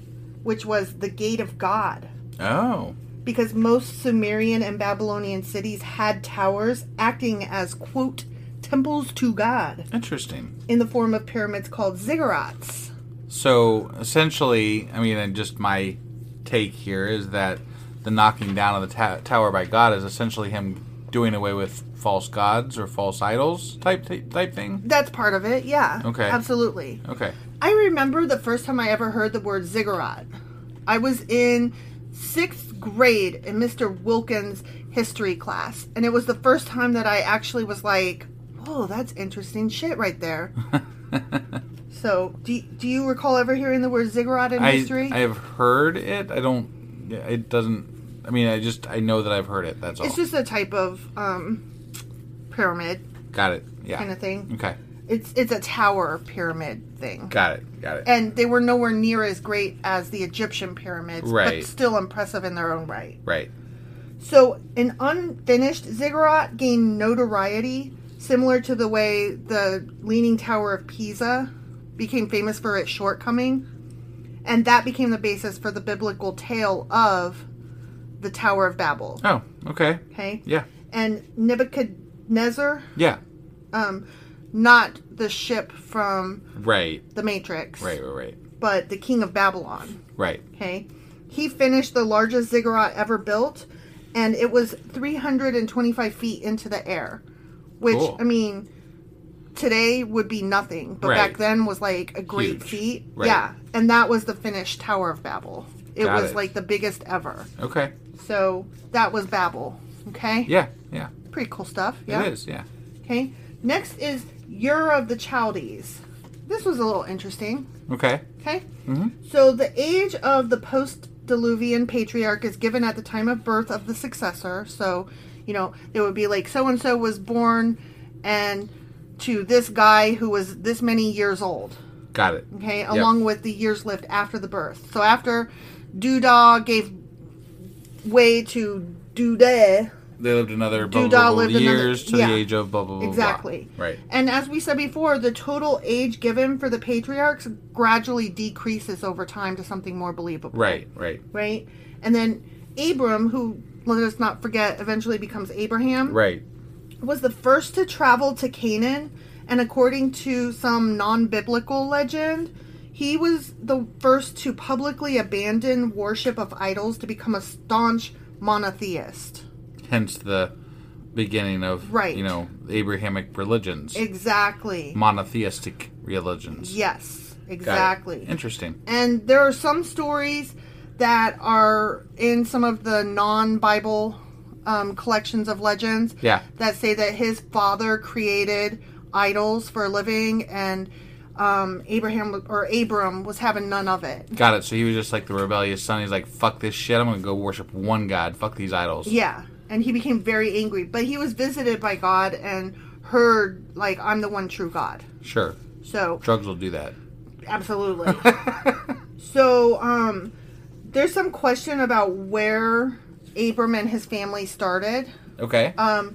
A: which was the gate of God.
B: oh.
A: Because most Sumerian and Babylonian cities had towers acting as, quote, temples to God
B: Interesting.
A: in the form of pyramids called ziggurats.
B: So essentially, I mean, and just my take here is that the knocking down of the ta- tower by God is essentially him doing away with false gods or false idols type type thing.
A: That's part of it, yeah.
B: Okay.
A: Absolutely.
B: Okay.
A: I remember the first time I ever heard the word ziggurat. I was in sixth grade in Mr. Wilkins' history class, and it was the first time that I actually was like, Oh, that's interesting shit right there. so, do, do you recall ever hearing the word ziggurat in
B: I
A: history?
B: I have heard it. I don't. yeah, It doesn't. I mean, I just I know that I've heard it. That's all.
A: it's just a type of um, pyramid
B: Got it. Yeah.
A: kind of thing.
B: Okay.
A: It's it's a tower pyramid thing.
B: Got it. Got it.
A: and they were nowhere near as great as the Egyptian pyramids,
B: Right.
A: but still impressive in their own right.
B: right.
A: So, an unfinished ziggurat gained notoriety, similar to the way the Leaning Tower of Pisa became famous for its shortcoming. And that became the basis for the biblical tale of the Tower of Babel.
B: Oh. Okay.
A: Okay?
B: Yeah.
A: And Nebuchadnezzar,
B: Yeah.
A: um, not the ship from
B: Right.
A: The Matrix,
B: Right. Right. Right.
A: but the king of Babylon.
B: Right.
A: Okay. He finished the largest ziggurat ever built, and it was 325 feet into the air, which,
B: Cool.
A: I mean, today would be nothing, but
B: Right.
A: back then was like a
B: Huge.
A: great feat.
B: Right.
A: Yeah. And that was the finished Tower of Babel. It
B: Got
A: was
B: it.
A: like the biggest ever.
B: Okay.
A: So that was Babel. Okay.
B: Yeah. Yeah.
A: Pretty cool stuff. Yeah.
B: It is. Yeah.
A: Okay. Next is Ur of the Chaldees. This was a little interesting.
B: Okay.
A: Okay?
B: Mm-hmm.
A: So the age of the post diluvian patriarch is given at the time of birth of the successor. So, you know, it would be like so and so was born and to this guy who was this many years old.
B: Got it.
A: Okay,
B: Yep.
A: along with the years lived after the birth. So after Doodah gave way to Doodah,
B: They lived another blah,
A: Doodah
B: blah, blah,
A: lived another-
B: years to
A: yeah.
B: the age of blah blah blah. blah.
A: Exactly.
B: Right.
A: And as we said before, the total age given for the patriarchs gradually decreases over time to something more believable.
B: Right. Right.
A: Right? And then Abram, who let us not forget eventually becomes Abraham,
B: Right.
A: was the first to travel to Canaan. And according to some non biblical legend, he was the first to publicly abandon worship of idols to become a staunch monotheist.
B: Hence the beginning of
A: Right.
B: you know Abrahamic religions,
A: Exactly.
B: monotheistic religions.
A: yes,
B: Got it.
A: exactly.
B: Interesting.
A: and there are some stories that are in some of the non-bible um, collections of legends
B: Yeah.
A: that say that his father created idols for a living and um, abraham wa- or abram was having none of it
B: Got it. So he was just like the rebellious son. He's like, "Fuck this shit. I'm gonna go worship one god. Fuck these idols."
A: yeah and he became very angry but he was visited by god and heard like i'm the one true god
B: Sure.
A: so
B: Drugs will do that.
A: Absolutely. so, um, there's some question about where Abram and his family started.
B: Okay.
A: Uh,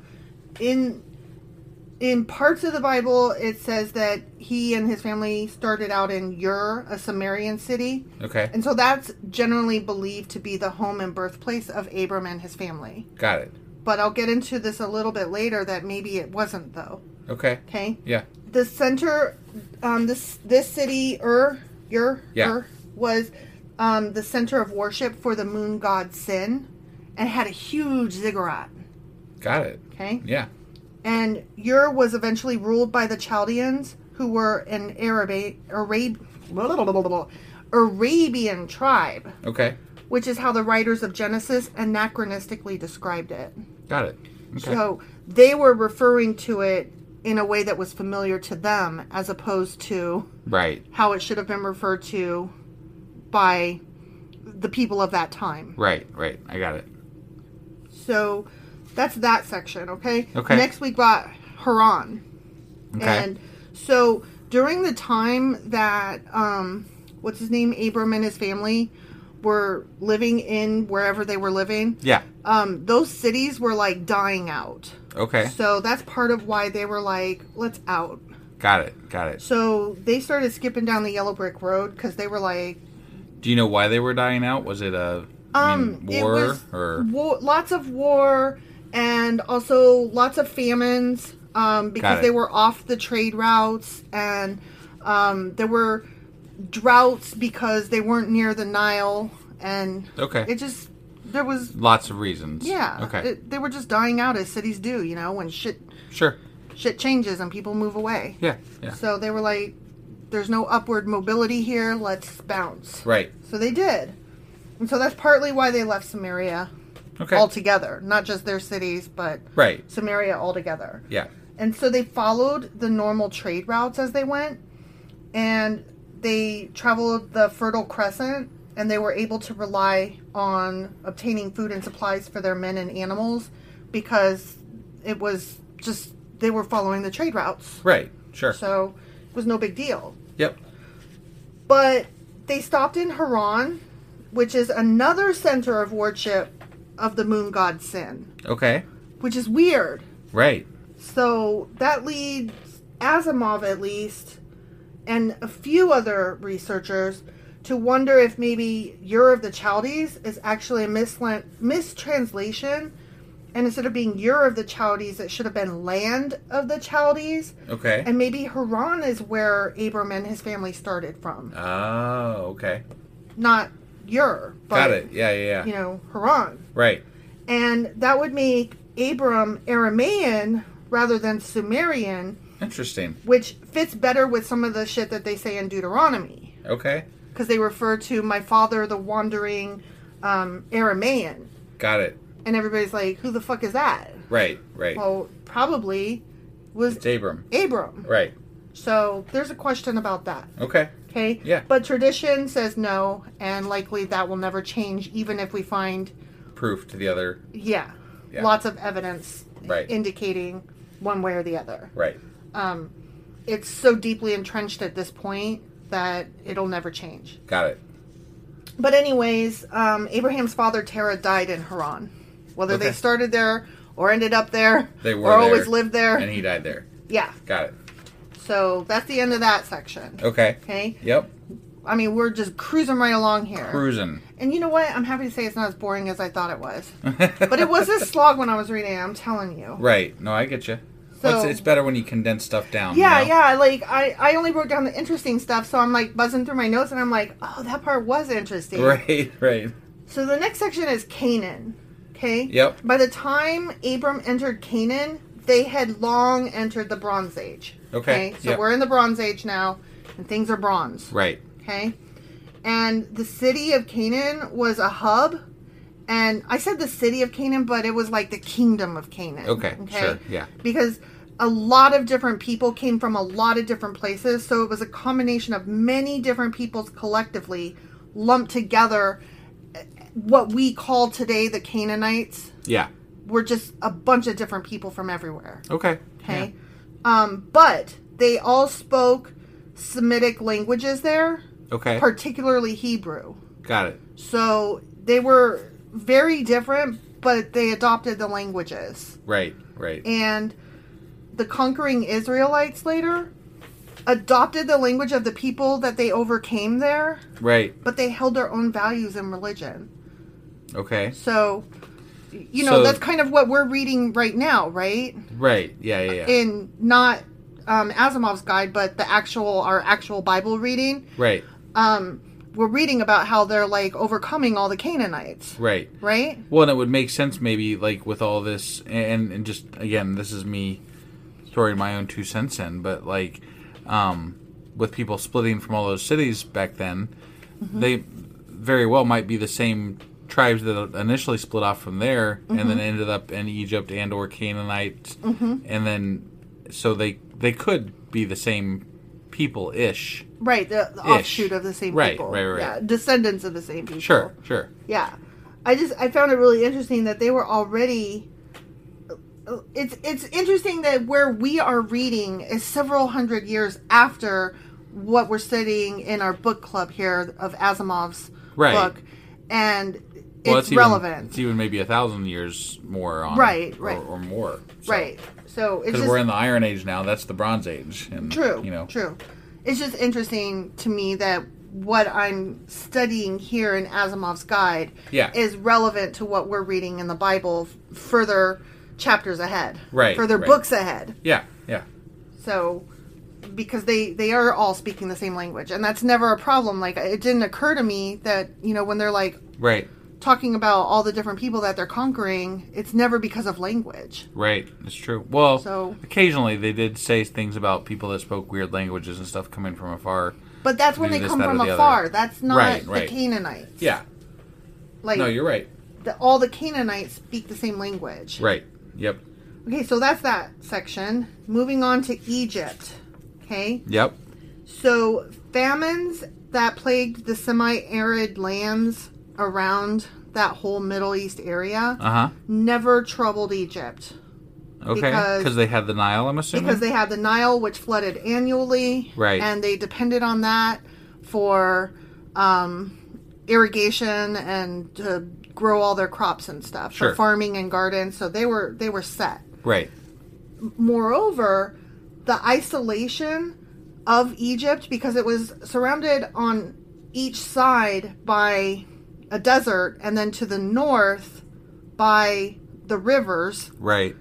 A: In in parts of the Bible, it says that he and his family started out in Ur, a Sumerian city.
B: okay.
A: And so that's generally believed to be the home and birthplace of Abram and his family.
B: Got it.
A: But I'll get into this a little bit later that maybe it wasn't, though.
B: Okay.
A: Okay?
B: Yeah.
A: the center um this this city Ur Ur,
B: Yeah.
A: Ur was um the center of worship for the moon god Sin and had a huge ziggurat
B: Got it.
A: okay
B: Yeah.
A: and Ur was eventually ruled by the Chaldeans who were an Arab Arab blah, blah, blah, blah, blah, Arabian tribe
B: Okay.
A: which is how the writers of Genesis anachronistically described it
B: Got it. Okay.
A: so they were referring to it in a way that was familiar to them as opposed to
B: right.
A: how it should have been referred to by the people of that time.
B: Right. Right. I got it.
A: So that's that section, okay?
B: Okay.
A: Next we got Haran.
B: Okay.
A: And so during the time that um what's his name, Abram and his family were living in wherever they were living.
B: yeah.
A: Um, those cities were like dying out.
B: Okay.
A: So that's part of why they were like, let's out.
B: got it. Got it.
A: So they started skipping down the yellow brick road because they were like,
B: Do you know why they were dying out? Was it a I mean,
A: Um, it
B: war
A: was
B: or
A: wa- lots of war and also lots of famines um,
B: Got it.
A: because they were off the trade routes and um, there were droughts because they weren't near the Nile and
B: Okay.
A: it just there was
B: lots of reasons?
A: yeah
B: Okay.
A: it- they were just dying out as cities do you know when shit
B: sure.
A: shit changes and people move away
B: Yeah. Yeah.
A: so they were like there's no upward mobility here let's bounce
B: right.
A: so they did and so that's partly why they left Samaria
B: Okay.
A: altogether, not just their cities, but
B: Right.
A: Samaria altogether.
B: Yeah.
A: And so they followed the normal trade routes as they went, and they traveled the Fertile Crescent, and they were able to rely on obtaining food and supplies for their men and animals because it was just they were following the trade routes.
B: Right. Sure.
A: So it was no big deal.
B: Yep.
A: But they stopped in Haran, which is another center of worship of the moon god Sin,
B: Okay.
A: which is weird.
B: Right.
A: So that leads Asimov, at least, and a few other researchers to wonder if maybe Ur of the Chaldees is actually a mislan- mistranslation. And instead of being Ur of the Chaldees, it should have been Land of the Chaldees.
B: Okay.
A: And maybe Haran is where Abram and his family started from.
B: oh, okay.
A: Not Ur, but,
B: Got it. Yeah, yeah, yeah.
A: you know, Haran.
B: Right.
A: And that would make Abram Aramaean rather than Sumerian,
B: Interesting.
A: which fits better with some of the shit that they say in Deuteronomy.
B: Okay.
A: Because they refer to my father, the wandering um, Aramaean.
B: Got it.
A: And everybody's like, who the fuck is that?
B: Right, right.
A: Well, probably was
B: it's Abram.
A: Abram.
B: Right.
A: So there's a question about that.
B: Okay.
A: Okay.
B: Yeah.
A: But tradition says no, and likely that will never change, even if we find,
B: Proof to the other.
A: yeah,
B: Yeah.
A: lots of evidence
B: Right.
A: indicating one way or the other.
B: Right.
A: It's so deeply entrenched at this point that it'll never change.
B: Got it.
A: But, anyways, um, Abraham's father, Terah, died in Haran. Whether they
B: Okay.
A: started there or ended up there
B: They were
A: or
B: there,
A: always lived there.
B: And he died there.
A: yeah.
B: Got it.
A: So that's the end of that section.
B: Okay.
A: Okay.
B: Yep.
A: I mean, we're just cruising right along here.
B: Cruising.
A: And you know what? I'm happy to say it's not as boring as I thought it was. but it was a slog when I was reading it, I'm telling you.
B: Right. No, I get you.
A: So-
B: it's, it's better when you condense stuff down.
A: Yeah,
B: you know?
A: yeah. Like, I, I only wrote down the interesting stuff, so I'm like buzzing through my notes and I'm like, oh, that part was interesting.
B: Right, right.
A: So the next section is Canaan. Okay?
B: Yep.
A: By the time Abram entered Canaan, they had long entered the Bronze Age.
B: Okay,
A: So
B: yep.
A: we're in the Bronze Age now, and things are bronze.
B: Right.
A: Okay. And the city of Canaan was a hub. And I said the city of Canaan, but it was like the kingdom of Canaan.
B: Okay, sure, yeah.
A: Because a lot of different people came from a lot of different places. So it was a combination of many different peoples collectively lumped together. eh, What we call today the Canaanites
B: Yeah.
A: were just a bunch of different people from everywhere.
B: Okay.
A: Okay. Um, but they all spoke Semitic languages there,
B: Okay.
A: particularly Hebrew.
B: Got it.
A: So they were very different, but they adopted the languages.
B: Right, right.
A: And the conquering Israelites later adopted the language of the people that they overcame there,
B: Right.
A: but they held their own values and religion.
B: Okay.
A: So, you know,
B: So- Mm-hmm.
A: that's kind of what we're reading right now, right?
B: Right. Yeah, yeah, yeah.
A: in not um, Asimov's guide, but the actual our actual Bible reading, Um,
B: right.
A: we're reading about how they're like overcoming all the Canaanites,
B: Right.
A: right?
B: Well, and it would make sense maybe like with all this, and and just again, this is me throwing my own two cents in, but like um, with people splitting from all those cities back then,
A: Mm-hmm.
B: they very well might be the same tribes that initially split off from there and
A: Mm-hmm.
B: then ended up in Egypt and or Canaanite, and then so they they could be the same people ish.
A: Right, the, the
B: Ish.
A: offshoot of the same
B: Right,
A: people,
B: right, right.
A: yeah, descendants of the same people.
B: Sure, sure.
A: yeah. I just I found it really interesting that they were already. It's it's interesting that where we are reading is several hundred years after what we're studying in our book club here of Asimov's
B: Right.
A: book, and it's
B: even-
A: relevant.
B: it's even maybe a thousand years more on
A: Right,
B: or,
A: right.
B: or more. So-
A: Right. So it's
B: because
A: just
B: we're in the Iron Age now. That's the Bronze Age. And,
A: true.
B: You know.
A: True. It's just interesting to me that what I'm studying here in Asimov's guide
B: Yeah.
A: is relevant to what we're reading in the Bible f- further chapters ahead.
B: Right,
A: Further
B: right.
A: books ahead.
B: Yeah. Yeah.
A: So because they they are all speaking the same language and that's never a problem like it didn't occur to me that you know when they're like
B: Right.
A: talking about all the different people that they're conquering it's never because of language
B: Right. That's true. Well,
A: So-
B: occasionally they did say things about people that spoke weird languages and stuff coming from afar.
A: but that's when
B: Do
A: they
B: this,
A: come
B: that, or
A: from
B: the other.
A: afar that's not
B: Right,
A: the
B: right.
A: canaanites
B: Yeah.
A: like
B: No, you're right.
A: the, all the Canaanites speak the same language.
B: Right. Yep.
A: Okay, so that's that section. Moving on to Egypt. Okay.
B: Yep.
A: So famines that plagued the semi-arid lands around that whole Middle East area
B: Uh huh.
A: never troubled Egypt
B: Okay.
A: Because-
B: Because they had the Nile, I'm assuming.
A: because they had the Nile, which flooded annually,
B: Right.
A: And they depended on that for um, irrigation and to grow all their crops and stuff
B: Sure.
A: for farming and gardens. So they were they were set.
B: right.
A: Moreover, the isolation of Egypt because it was surrounded on each side by a desert and then to the north by the rivers
B: Right.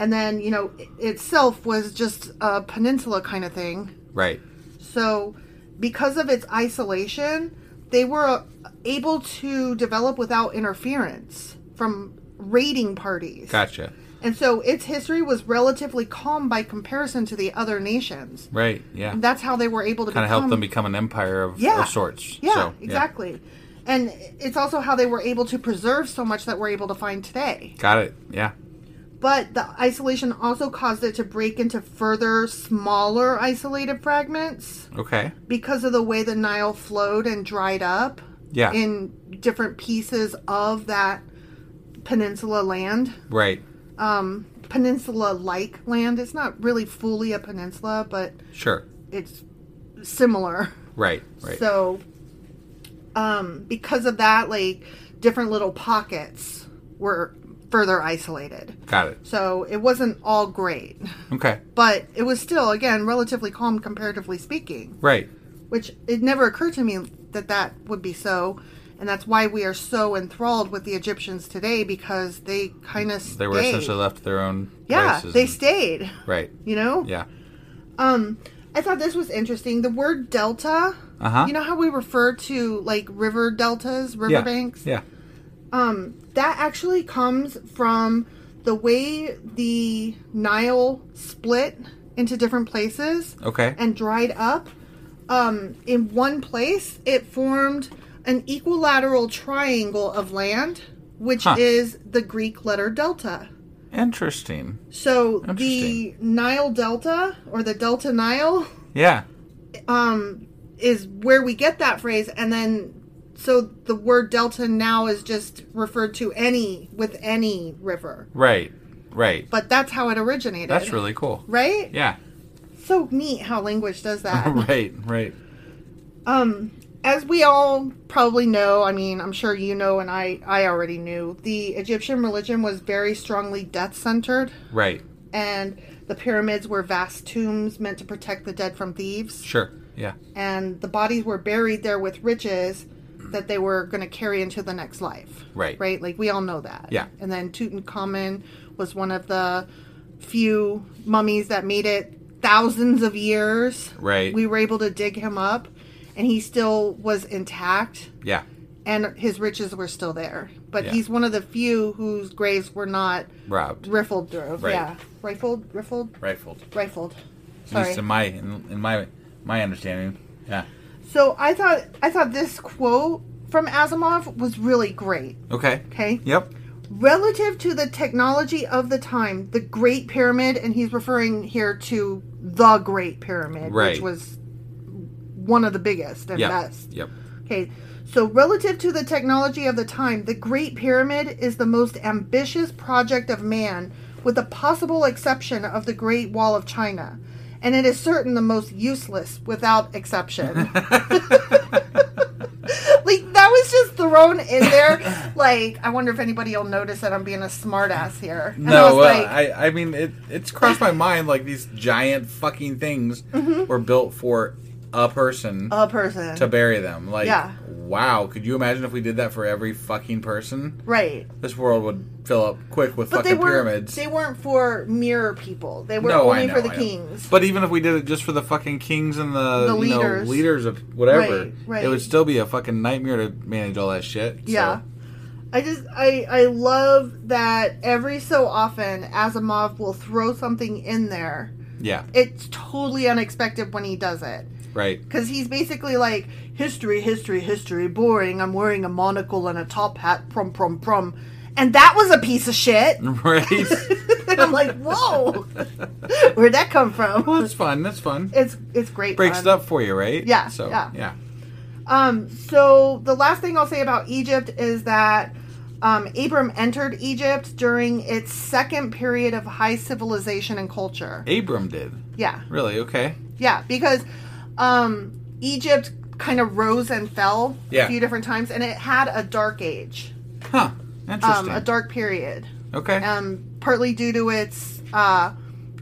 A: and then you know i- itself was just a peninsula kind of thing
B: Right.
A: so because of its isolation they were uh, able to develop without interference from raiding parties
B: Gotcha.
A: and so its history was relatively calm by comparison to the other nations
B: Right. Yeah.
A: and that's how they were able to
B: Kind of helped
A: become-
B: them become an empire of,
A: yeah
B: of sorts.
A: yeah
B: So,
A: exactly and it's also how they were able to preserve so much that we're able to find today
B: Got it. Yeah.
A: but the isolation also caused it to break into further smaller isolated fragments
B: Okay.
A: because of the way the Nile flowed and dried up
B: Yeah.
A: in different pieces of that peninsula land
B: Right.
A: um peninsula like land it's not really fully a peninsula but
B: Sure.
A: it's similar
B: Right. Right.
A: so um because of that like different little pockets were further isolated
B: Got it.
A: so it wasn't all great
B: Okay.
A: but it was still again relatively calm comparatively speaking
B: Right.
A: which it never occurred to me that that would be so and that's why we are so enthralled with the egyptians today because they kind of
B: They were essentially left to their own
A: yeah
B: devices
A: they
B: and-
A: stayed
B: Right.
A: you know
B: Yeah.
A: um i thought this was interesting the word delta
B: Uh-huh.
A: you know how we refer to like river deltas
B: Yeah.
A: riverbanks
B: Yeah.
A: um, that actually comes from the way the Nile split into different places
B: Okay.
A: and dried up. Um, in one place, it formed an equilateral triangle of land, which
B: Huh.
A: is the Greek letter delta.
B: Interesting.
A: So the
B: Interesting.
A: Nile Delta or the Delta Nile
B: Yeah.
A: um, is where we get that phrase, and then so the word delta now is just referred to any with any river,
B: Right. Right.
A: but that's how it originated.
B: That's really cool.
A: right.
B: Yeah.
A: So neat how language does that.
B: right. Right.
A: Um, as we all probably know, I mean, I'm sure you know, and I I already knew the Egyptian religion was very strongly death centered,
B: Right.
A: and the pyramids were vast tombs meant to protect the dead from thieves.
B: Sure. Yeah.
A: and the bodies were buried there with riches that they were going to carry into the next life.
B: Right.
A: Right? Like we all know that.
B: Yeah.
A: And then Tutankhamun was one of the few mummies that made it thousands of years.
B: Right.
A: We were able to dig him up and he still was intact
B: Yeah.
A: and his riches were still there. But
B: Yeah.
A: he's one of the few whose graves were not
B: Robbed.
A: riffled through.
B: Right.
A: Yeah. Rifled, riffled,
B: Rifled.
A: rifled.
B: At
A: Sorry.
B: least in my in, in my my understanding. Yeah.
A: So I thought I thought this quote from Asimov was really great.
B: Okay.
A: Okay.
B: Yep.
A: Relative to the technology of the time, the Great Pyramid, and he's referring here to the Great Pyramid, which
B: Right.
A: was one of the biggest and
B: Yep.
A: best.
B: Yep.
A: Okay. So relative to the technology of the time, the Great Pyramid is the most ambitious project of man, with the possible exception of the Great Wall of China. And it is certain the most useless without exception. like that was just thrown in there. Like, I wonder if anybody will notice that I'm being a smartass here. And I
B: No,
A: was
B: well,
A: like,
B: I, I mean, it, it's crossed my mind like these giant fucking things were built for a person
A: Mm-hmm. a person,
B: to bury them. Like,
A: Yeah.
B: wow, could you imagine if we did that for every fucking person?
A: right?
B: This world would fill up quick with
A: But they
B: fucking
A: weren't.
B: pyramids.
A: They weren't for mirror people. They were
B: no, I
A: only
B: know,
A: for the
B: I know.
A: kings.
B: But even if we did it just for the fucking kings and the,
A: The
B: you
A: leaders.
B: know leaders of whatever,
A: Right, right.
B: it would still be a fucking nightmare to manage all that shit. so-
A: Yeah. I just I I love that every so often Asimov will throw something in there.
B: yeah.
A: It's totally unexpected when he does it.
B: Right.
A: Cuz he's basically like history history history boring. I'm wearing a monocle and a top hat prom prom prom. And that was a piece of shit.
B: Right.
A: I'm like, whoa, where'd that come from?
B: Well, that's fun. That's fun.
A: It's it's great.
B: Breaks
A: fun.
B: it up for you, right?
A: Yeah,
B: So
A: yeah.
B: yeah.
A: Um, so the last thing I'll say about Egypt is that um, Abram entered Egypt during its second period of high civilization and culture.
B: Abram did.
A: Yeah,
B: Really? Okay.
A: yeah, because um, Egypt kind of rose and fell
B: Yeah.
A: a few different times, and it had a dark age,
B: Huh.
A: um,
B: Interesting.
A: a dark period,
B: okay.
A: um, partly due to its uh,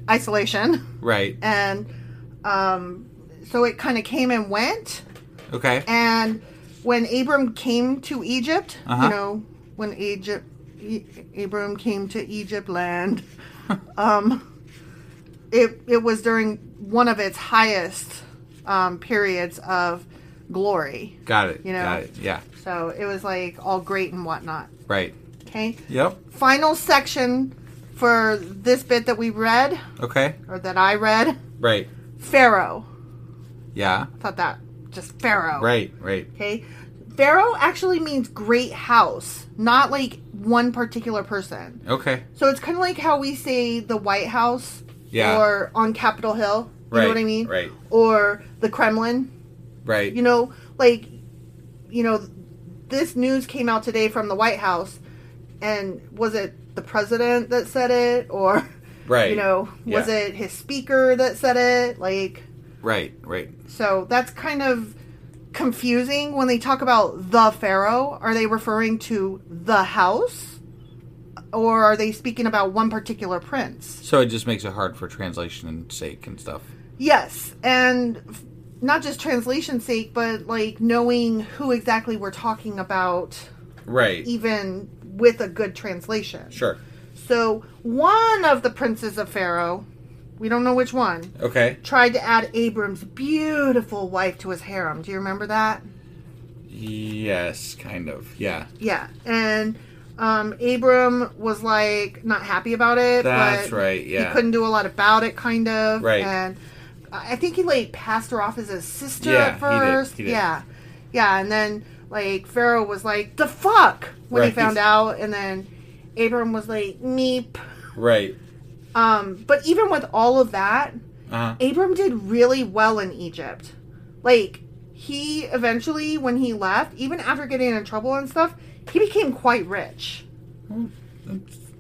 A: isolation,
B: right.
A: and um, so it kind of came and went.
B: Okay.
A: And when Abram came to Egypt,
B: Uh-huh.
A: you know, when Egypt, e- Abram came to Egypt land, um, it it was during one of its highest um, periods of glory.
B: Got it.
A: you know.
B: Got it. Yeah.
A: So it was like all great and whatnot.
B: Right.
A: Okay.
B: Yep.
A: Final section for this bit that we read
B: Okay.
A: or that I read.
B: Right.
A: Pharaoh.
B: Yeah.
A: Thought that just Pharaoh.
B: Right. Right.
A: Okay. Pharaoh actually means great house, not like one particular person.
B: Okay.
A: So it's kind of like how we say the White House
B: Yeah.
A: or on Capitol Hill. You
B: Right,
A: know what I mean?
B: right.
A: Or the Kremlin.
B: Right.
A: You know, like, you know, this news came out today from the White House, and was it the president that said it? Or,
B: Right.
A: you know, was
B: Yeah.
A: it his speaker that said it? Like,
B: right. Right.
A: so that's kind of confusing when they talk about the pharaoh. Are they referring to the house? Or are they speaking about one particular prince?
B: So it just makes it hard for translation sake and stuff.
A: Yes, and f- not just translation sake, but like knowing who exactly we're talking about,
B: Right.
A: even with a good translation.
B: Sure.
A: So one of the princes of Pharaoh, we don't know which one,
B: Okay.
A: tried to add Abram's beautiful wife to his harem. Do you remember that?
B: Yes. Kind of. Yeah.
A: Yeah, and um, Abram was like not happy about it.
B: That's
A: but
B: right, yeah.
A: he couldn't do a lot about it, kind of.
B: Right.
A: and I I think he like passed her off as his sister
B: Yeah,
A: at
B: he did,
A: first.
B: he did.
A: Yeah, yeah, and then like Pharaoh was like, "The fuck!" when he
B: Right.
A: found out, and then Abram was like, "Meep."
B: Right.
A: Um, but even with all of that,
B: Uh huh.
A: Abram did really well in Egypt. Like, he eventually, when he left, even after getting in trouble and stuff, he became quite rich.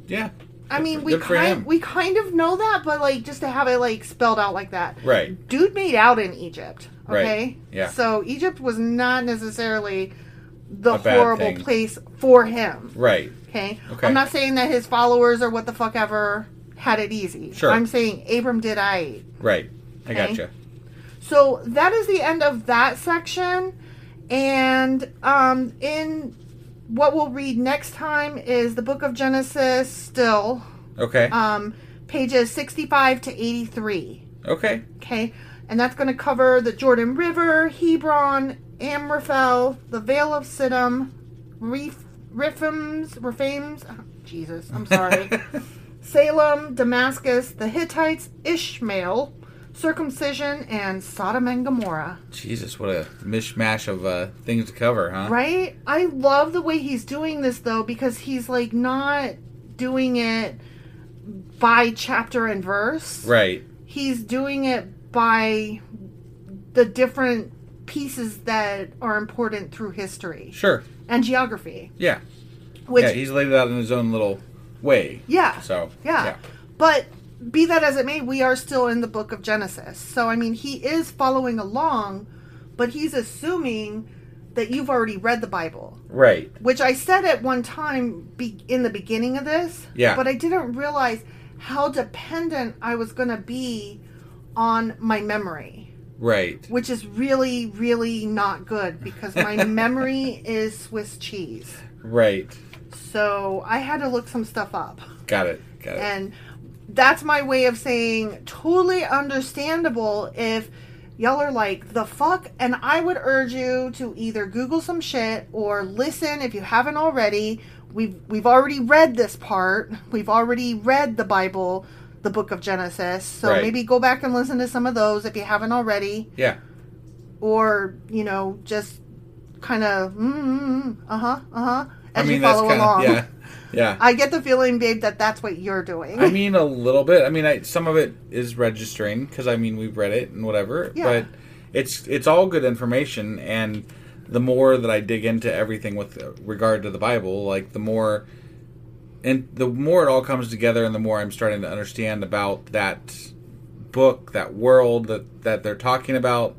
B: Yeah.
A: I
B: Good
A: mean,
B: for-
A: we
B: good for
A: kind
B: him.
A: we kind of know that, but like just to have it like spelled out like that.
B: Right.
A: Dude made out in Egypt.
B: Right.
A: Okay.
B: Yeah.
A: So Egypt was not necessarily the
B: A bad
A: horrible
B: thing.
A: place for him.
B: Right.
A: Okay?
B: Okay.
A: I'm not saying that his followers or what the fuck ever had it easy.
B: Sure.
A: I'm saying Abram did I.
B: Right. I gotcha.
A: So that is the end of that section. And um, in what we'll read next time is the book of Genesis, still
B: Okay.
A: um, pages 65 to 83.
B: okay.
A: Okay. And that's going to cover the Jordan River, Hebron, Amraphel, the Vale of Siddim, Rif- Ripham's, Ripham's, oh, Jesus, I'm sorry, Salem, Damascus, the Hittites, Ishmael, circumcision, and Sodom and Gomorrah.
B: Jesus, what a mishmash of uh, things to cover, huh?
A: Right? I love the way he's doing this though because he's like not doing it by chapter and verse.
B: Right.
A: He's doing it by the different pieces that are important through history
B: Sure.
A: and geography,
B: Yeah.
A: which
B: yeah. He's laid it out in his own little way.
A: Yeah.
B: So.
A: Yeah. But be that as it may, we are still in the book of Genesis. So, I mean, he is following along, but he's assuming that you've already read the Bible,
B: Right.
A: which I said at one time be- in the beginning of this.
B: Yeah.
A: But I didn't realize how dependent I was going to be on my memory,
B: Right.
A: which is really, really not good because my memory is Swiss cheese.
B: Right.
A: So I had to look some stuff up.
B: Got it. Got it.
A: And that's my way of saying totally understandable if y'all are like, the fuck? And I would urge you to either Google some shit or listen if you haven't already. We've, we've already read this part, we've already read the Bible, the book of Genesis. So
B: Right.
A: maybe go back and listen to some of those if you haven't already.
B: yeah.
A: Or, you know, just kind of, mm, mm, uh huh, uh huh, as
B: I mean,
A: uh-huh, you
B: that's
A: follow
B: kind
A: along.
B: of yeah. Yeah.
A: I get the feeling, babe, that that's what you're doing.
B: I mean, a little bit. I mean, I, some of it is registering because I mean we've read it and whatever.
A: Yeah.
B: But it's it's all good information, and the more that I dig into everything with regard to the Bible, like the more and the more it all comes together, and the more I'm starting to understand about that book, that world that that they're talking about,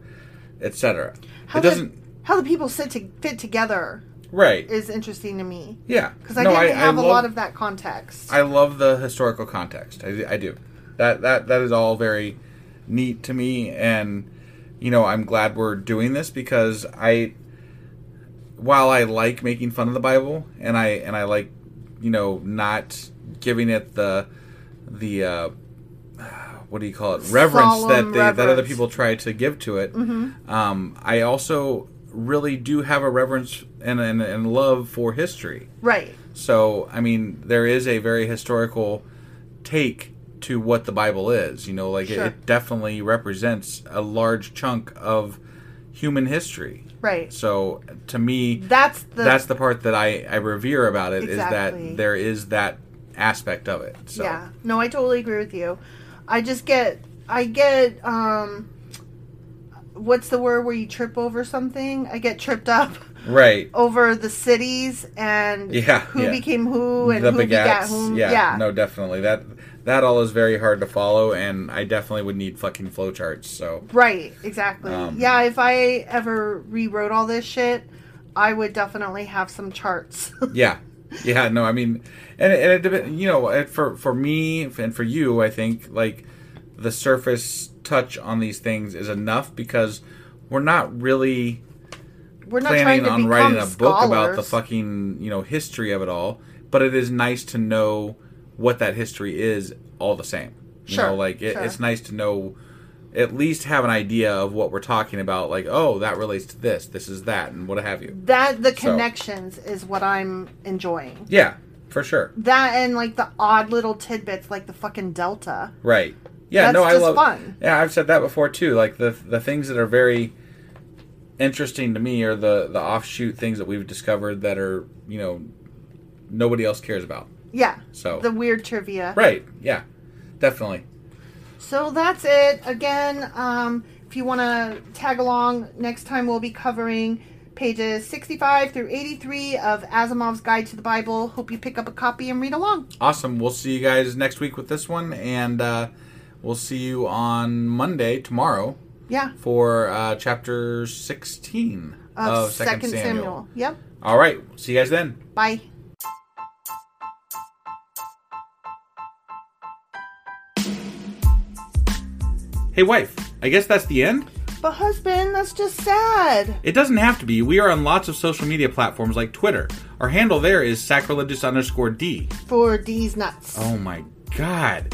B: etc. It
A: the-
B: doesn't
A: how the people sit to, fit together
B: right.
A: is interesting to me
B: yeah,
A: because I didn't have a
B: love-
A: lot of that context.
B: I love the historical context. I, I do. That that that is all very neat to me, and you know I'm glad we're doing this because I, while I like making fun of the Bible and I and I like you know not giving it the the uh, what do you call it reverence that
A: Solemn
B: they, that other
A: reverence. Mm-hmm.
B: people try to give to it. Um, I also really do have a reverence and, and, and love for history.
A: right.
B: So, I mean, there is a very historical take to what the Bible is. You know, like
A: Sure.
B: it, it definitely represents a large chunk of human history.
A: Right.
B: So, to me,
A: That's the
B: that's the part that I, I revere about it is
A: Exactly.
B: that there is that aspect of it. So,
A: Yeah. No, I totally agree with you. I just get I get um what's the word where you trip over something? I get tripped up
B: right.
A: over the cities and
B: Yeah,
A: who
B: yeah.
A: became who and
B: the
A: who begat
B: begats.
A: whom.
B: Yeah, No, definitely. That that all is very hard to follow and I definitely would need fucking flowcharts. So,
A: Right, exactly.
B: Um,
A: yeah, if I ever rewrote all this shit, I would definitely have some charts.
B: Yeah, yeah. No, I mean, and it, and it depend- you know it- for for me and for you, I think like the surface touch on these things is enough because we're not really
A: We're not trying
B: planning
A: to
B: on
A: become
B: writing a book about the
A: scholars.
B: fucking you know history of it all. But it is nice to know what that history is all the same. You
A: Sure,
B: know, like it,
A: sure.
B: it's nice to know at least have an idea of what we're talking about like oh that relates to this this is that and what have you
A: that the
B: So.
A: connections is what I'm enjoying.
B: yeah for sure
A: That and like the odd little tidbits, like the fucking Delta.
B: Right. Yeah.
A: That's
B: no, I
A: just
B: love.
A: fun.
B: Yeah, I've said that before too. Like the the things that are very interesting to me are the the offshoot things that we've discovered that are you know nobody else cares about.
A: Yeah.
B: So-
A: the weird trivia.
B: Right. Yeah. Definitely.
A: So that's it. Again, um, if you want to tag along, next time we'll be covering pages 65 through 83 of Asimov's Guide to the Bible. Hope you pick up a copy and read along.
B: Awesome. We'll see you guys next week with this one, and uh, we'll see you on Monday tomorrow
A: Yeah.
B: for uh, chapter sixteen
A: Of,
B: of Oh, Second
A: Second
B: Samuel.
A: Samuel. Yep.
B: All right. See you guys then.
A: Bye.
B: Hey, wife. I guess that's the end.
A: But husband, that's just sad.
B: It doesn't have to be. We are on lots of social media platforms like Twitter. Our handle there is sacrilegious underscore D.
A: For these nuts.
B: Oh my god.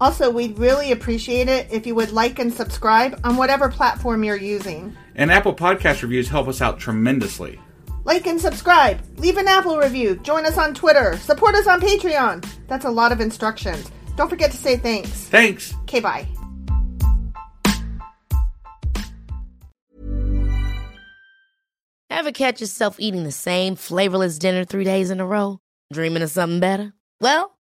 A: Also, we'd really appreciate it if you would like and subscribe on whatever platform you're using.
B: And Apple Podcast reviews help us out tremendously.
A: Like and subscribe, leave an Apple review, join us on Twitter, support us on Patreon. That's a lot of instructions. Don't forget to say thanks.
B: Thanks!
A: Okay, bye.
C: Ever catch yourself eating the same flavorless dinner three days in a row? Dreaming of something better? Well,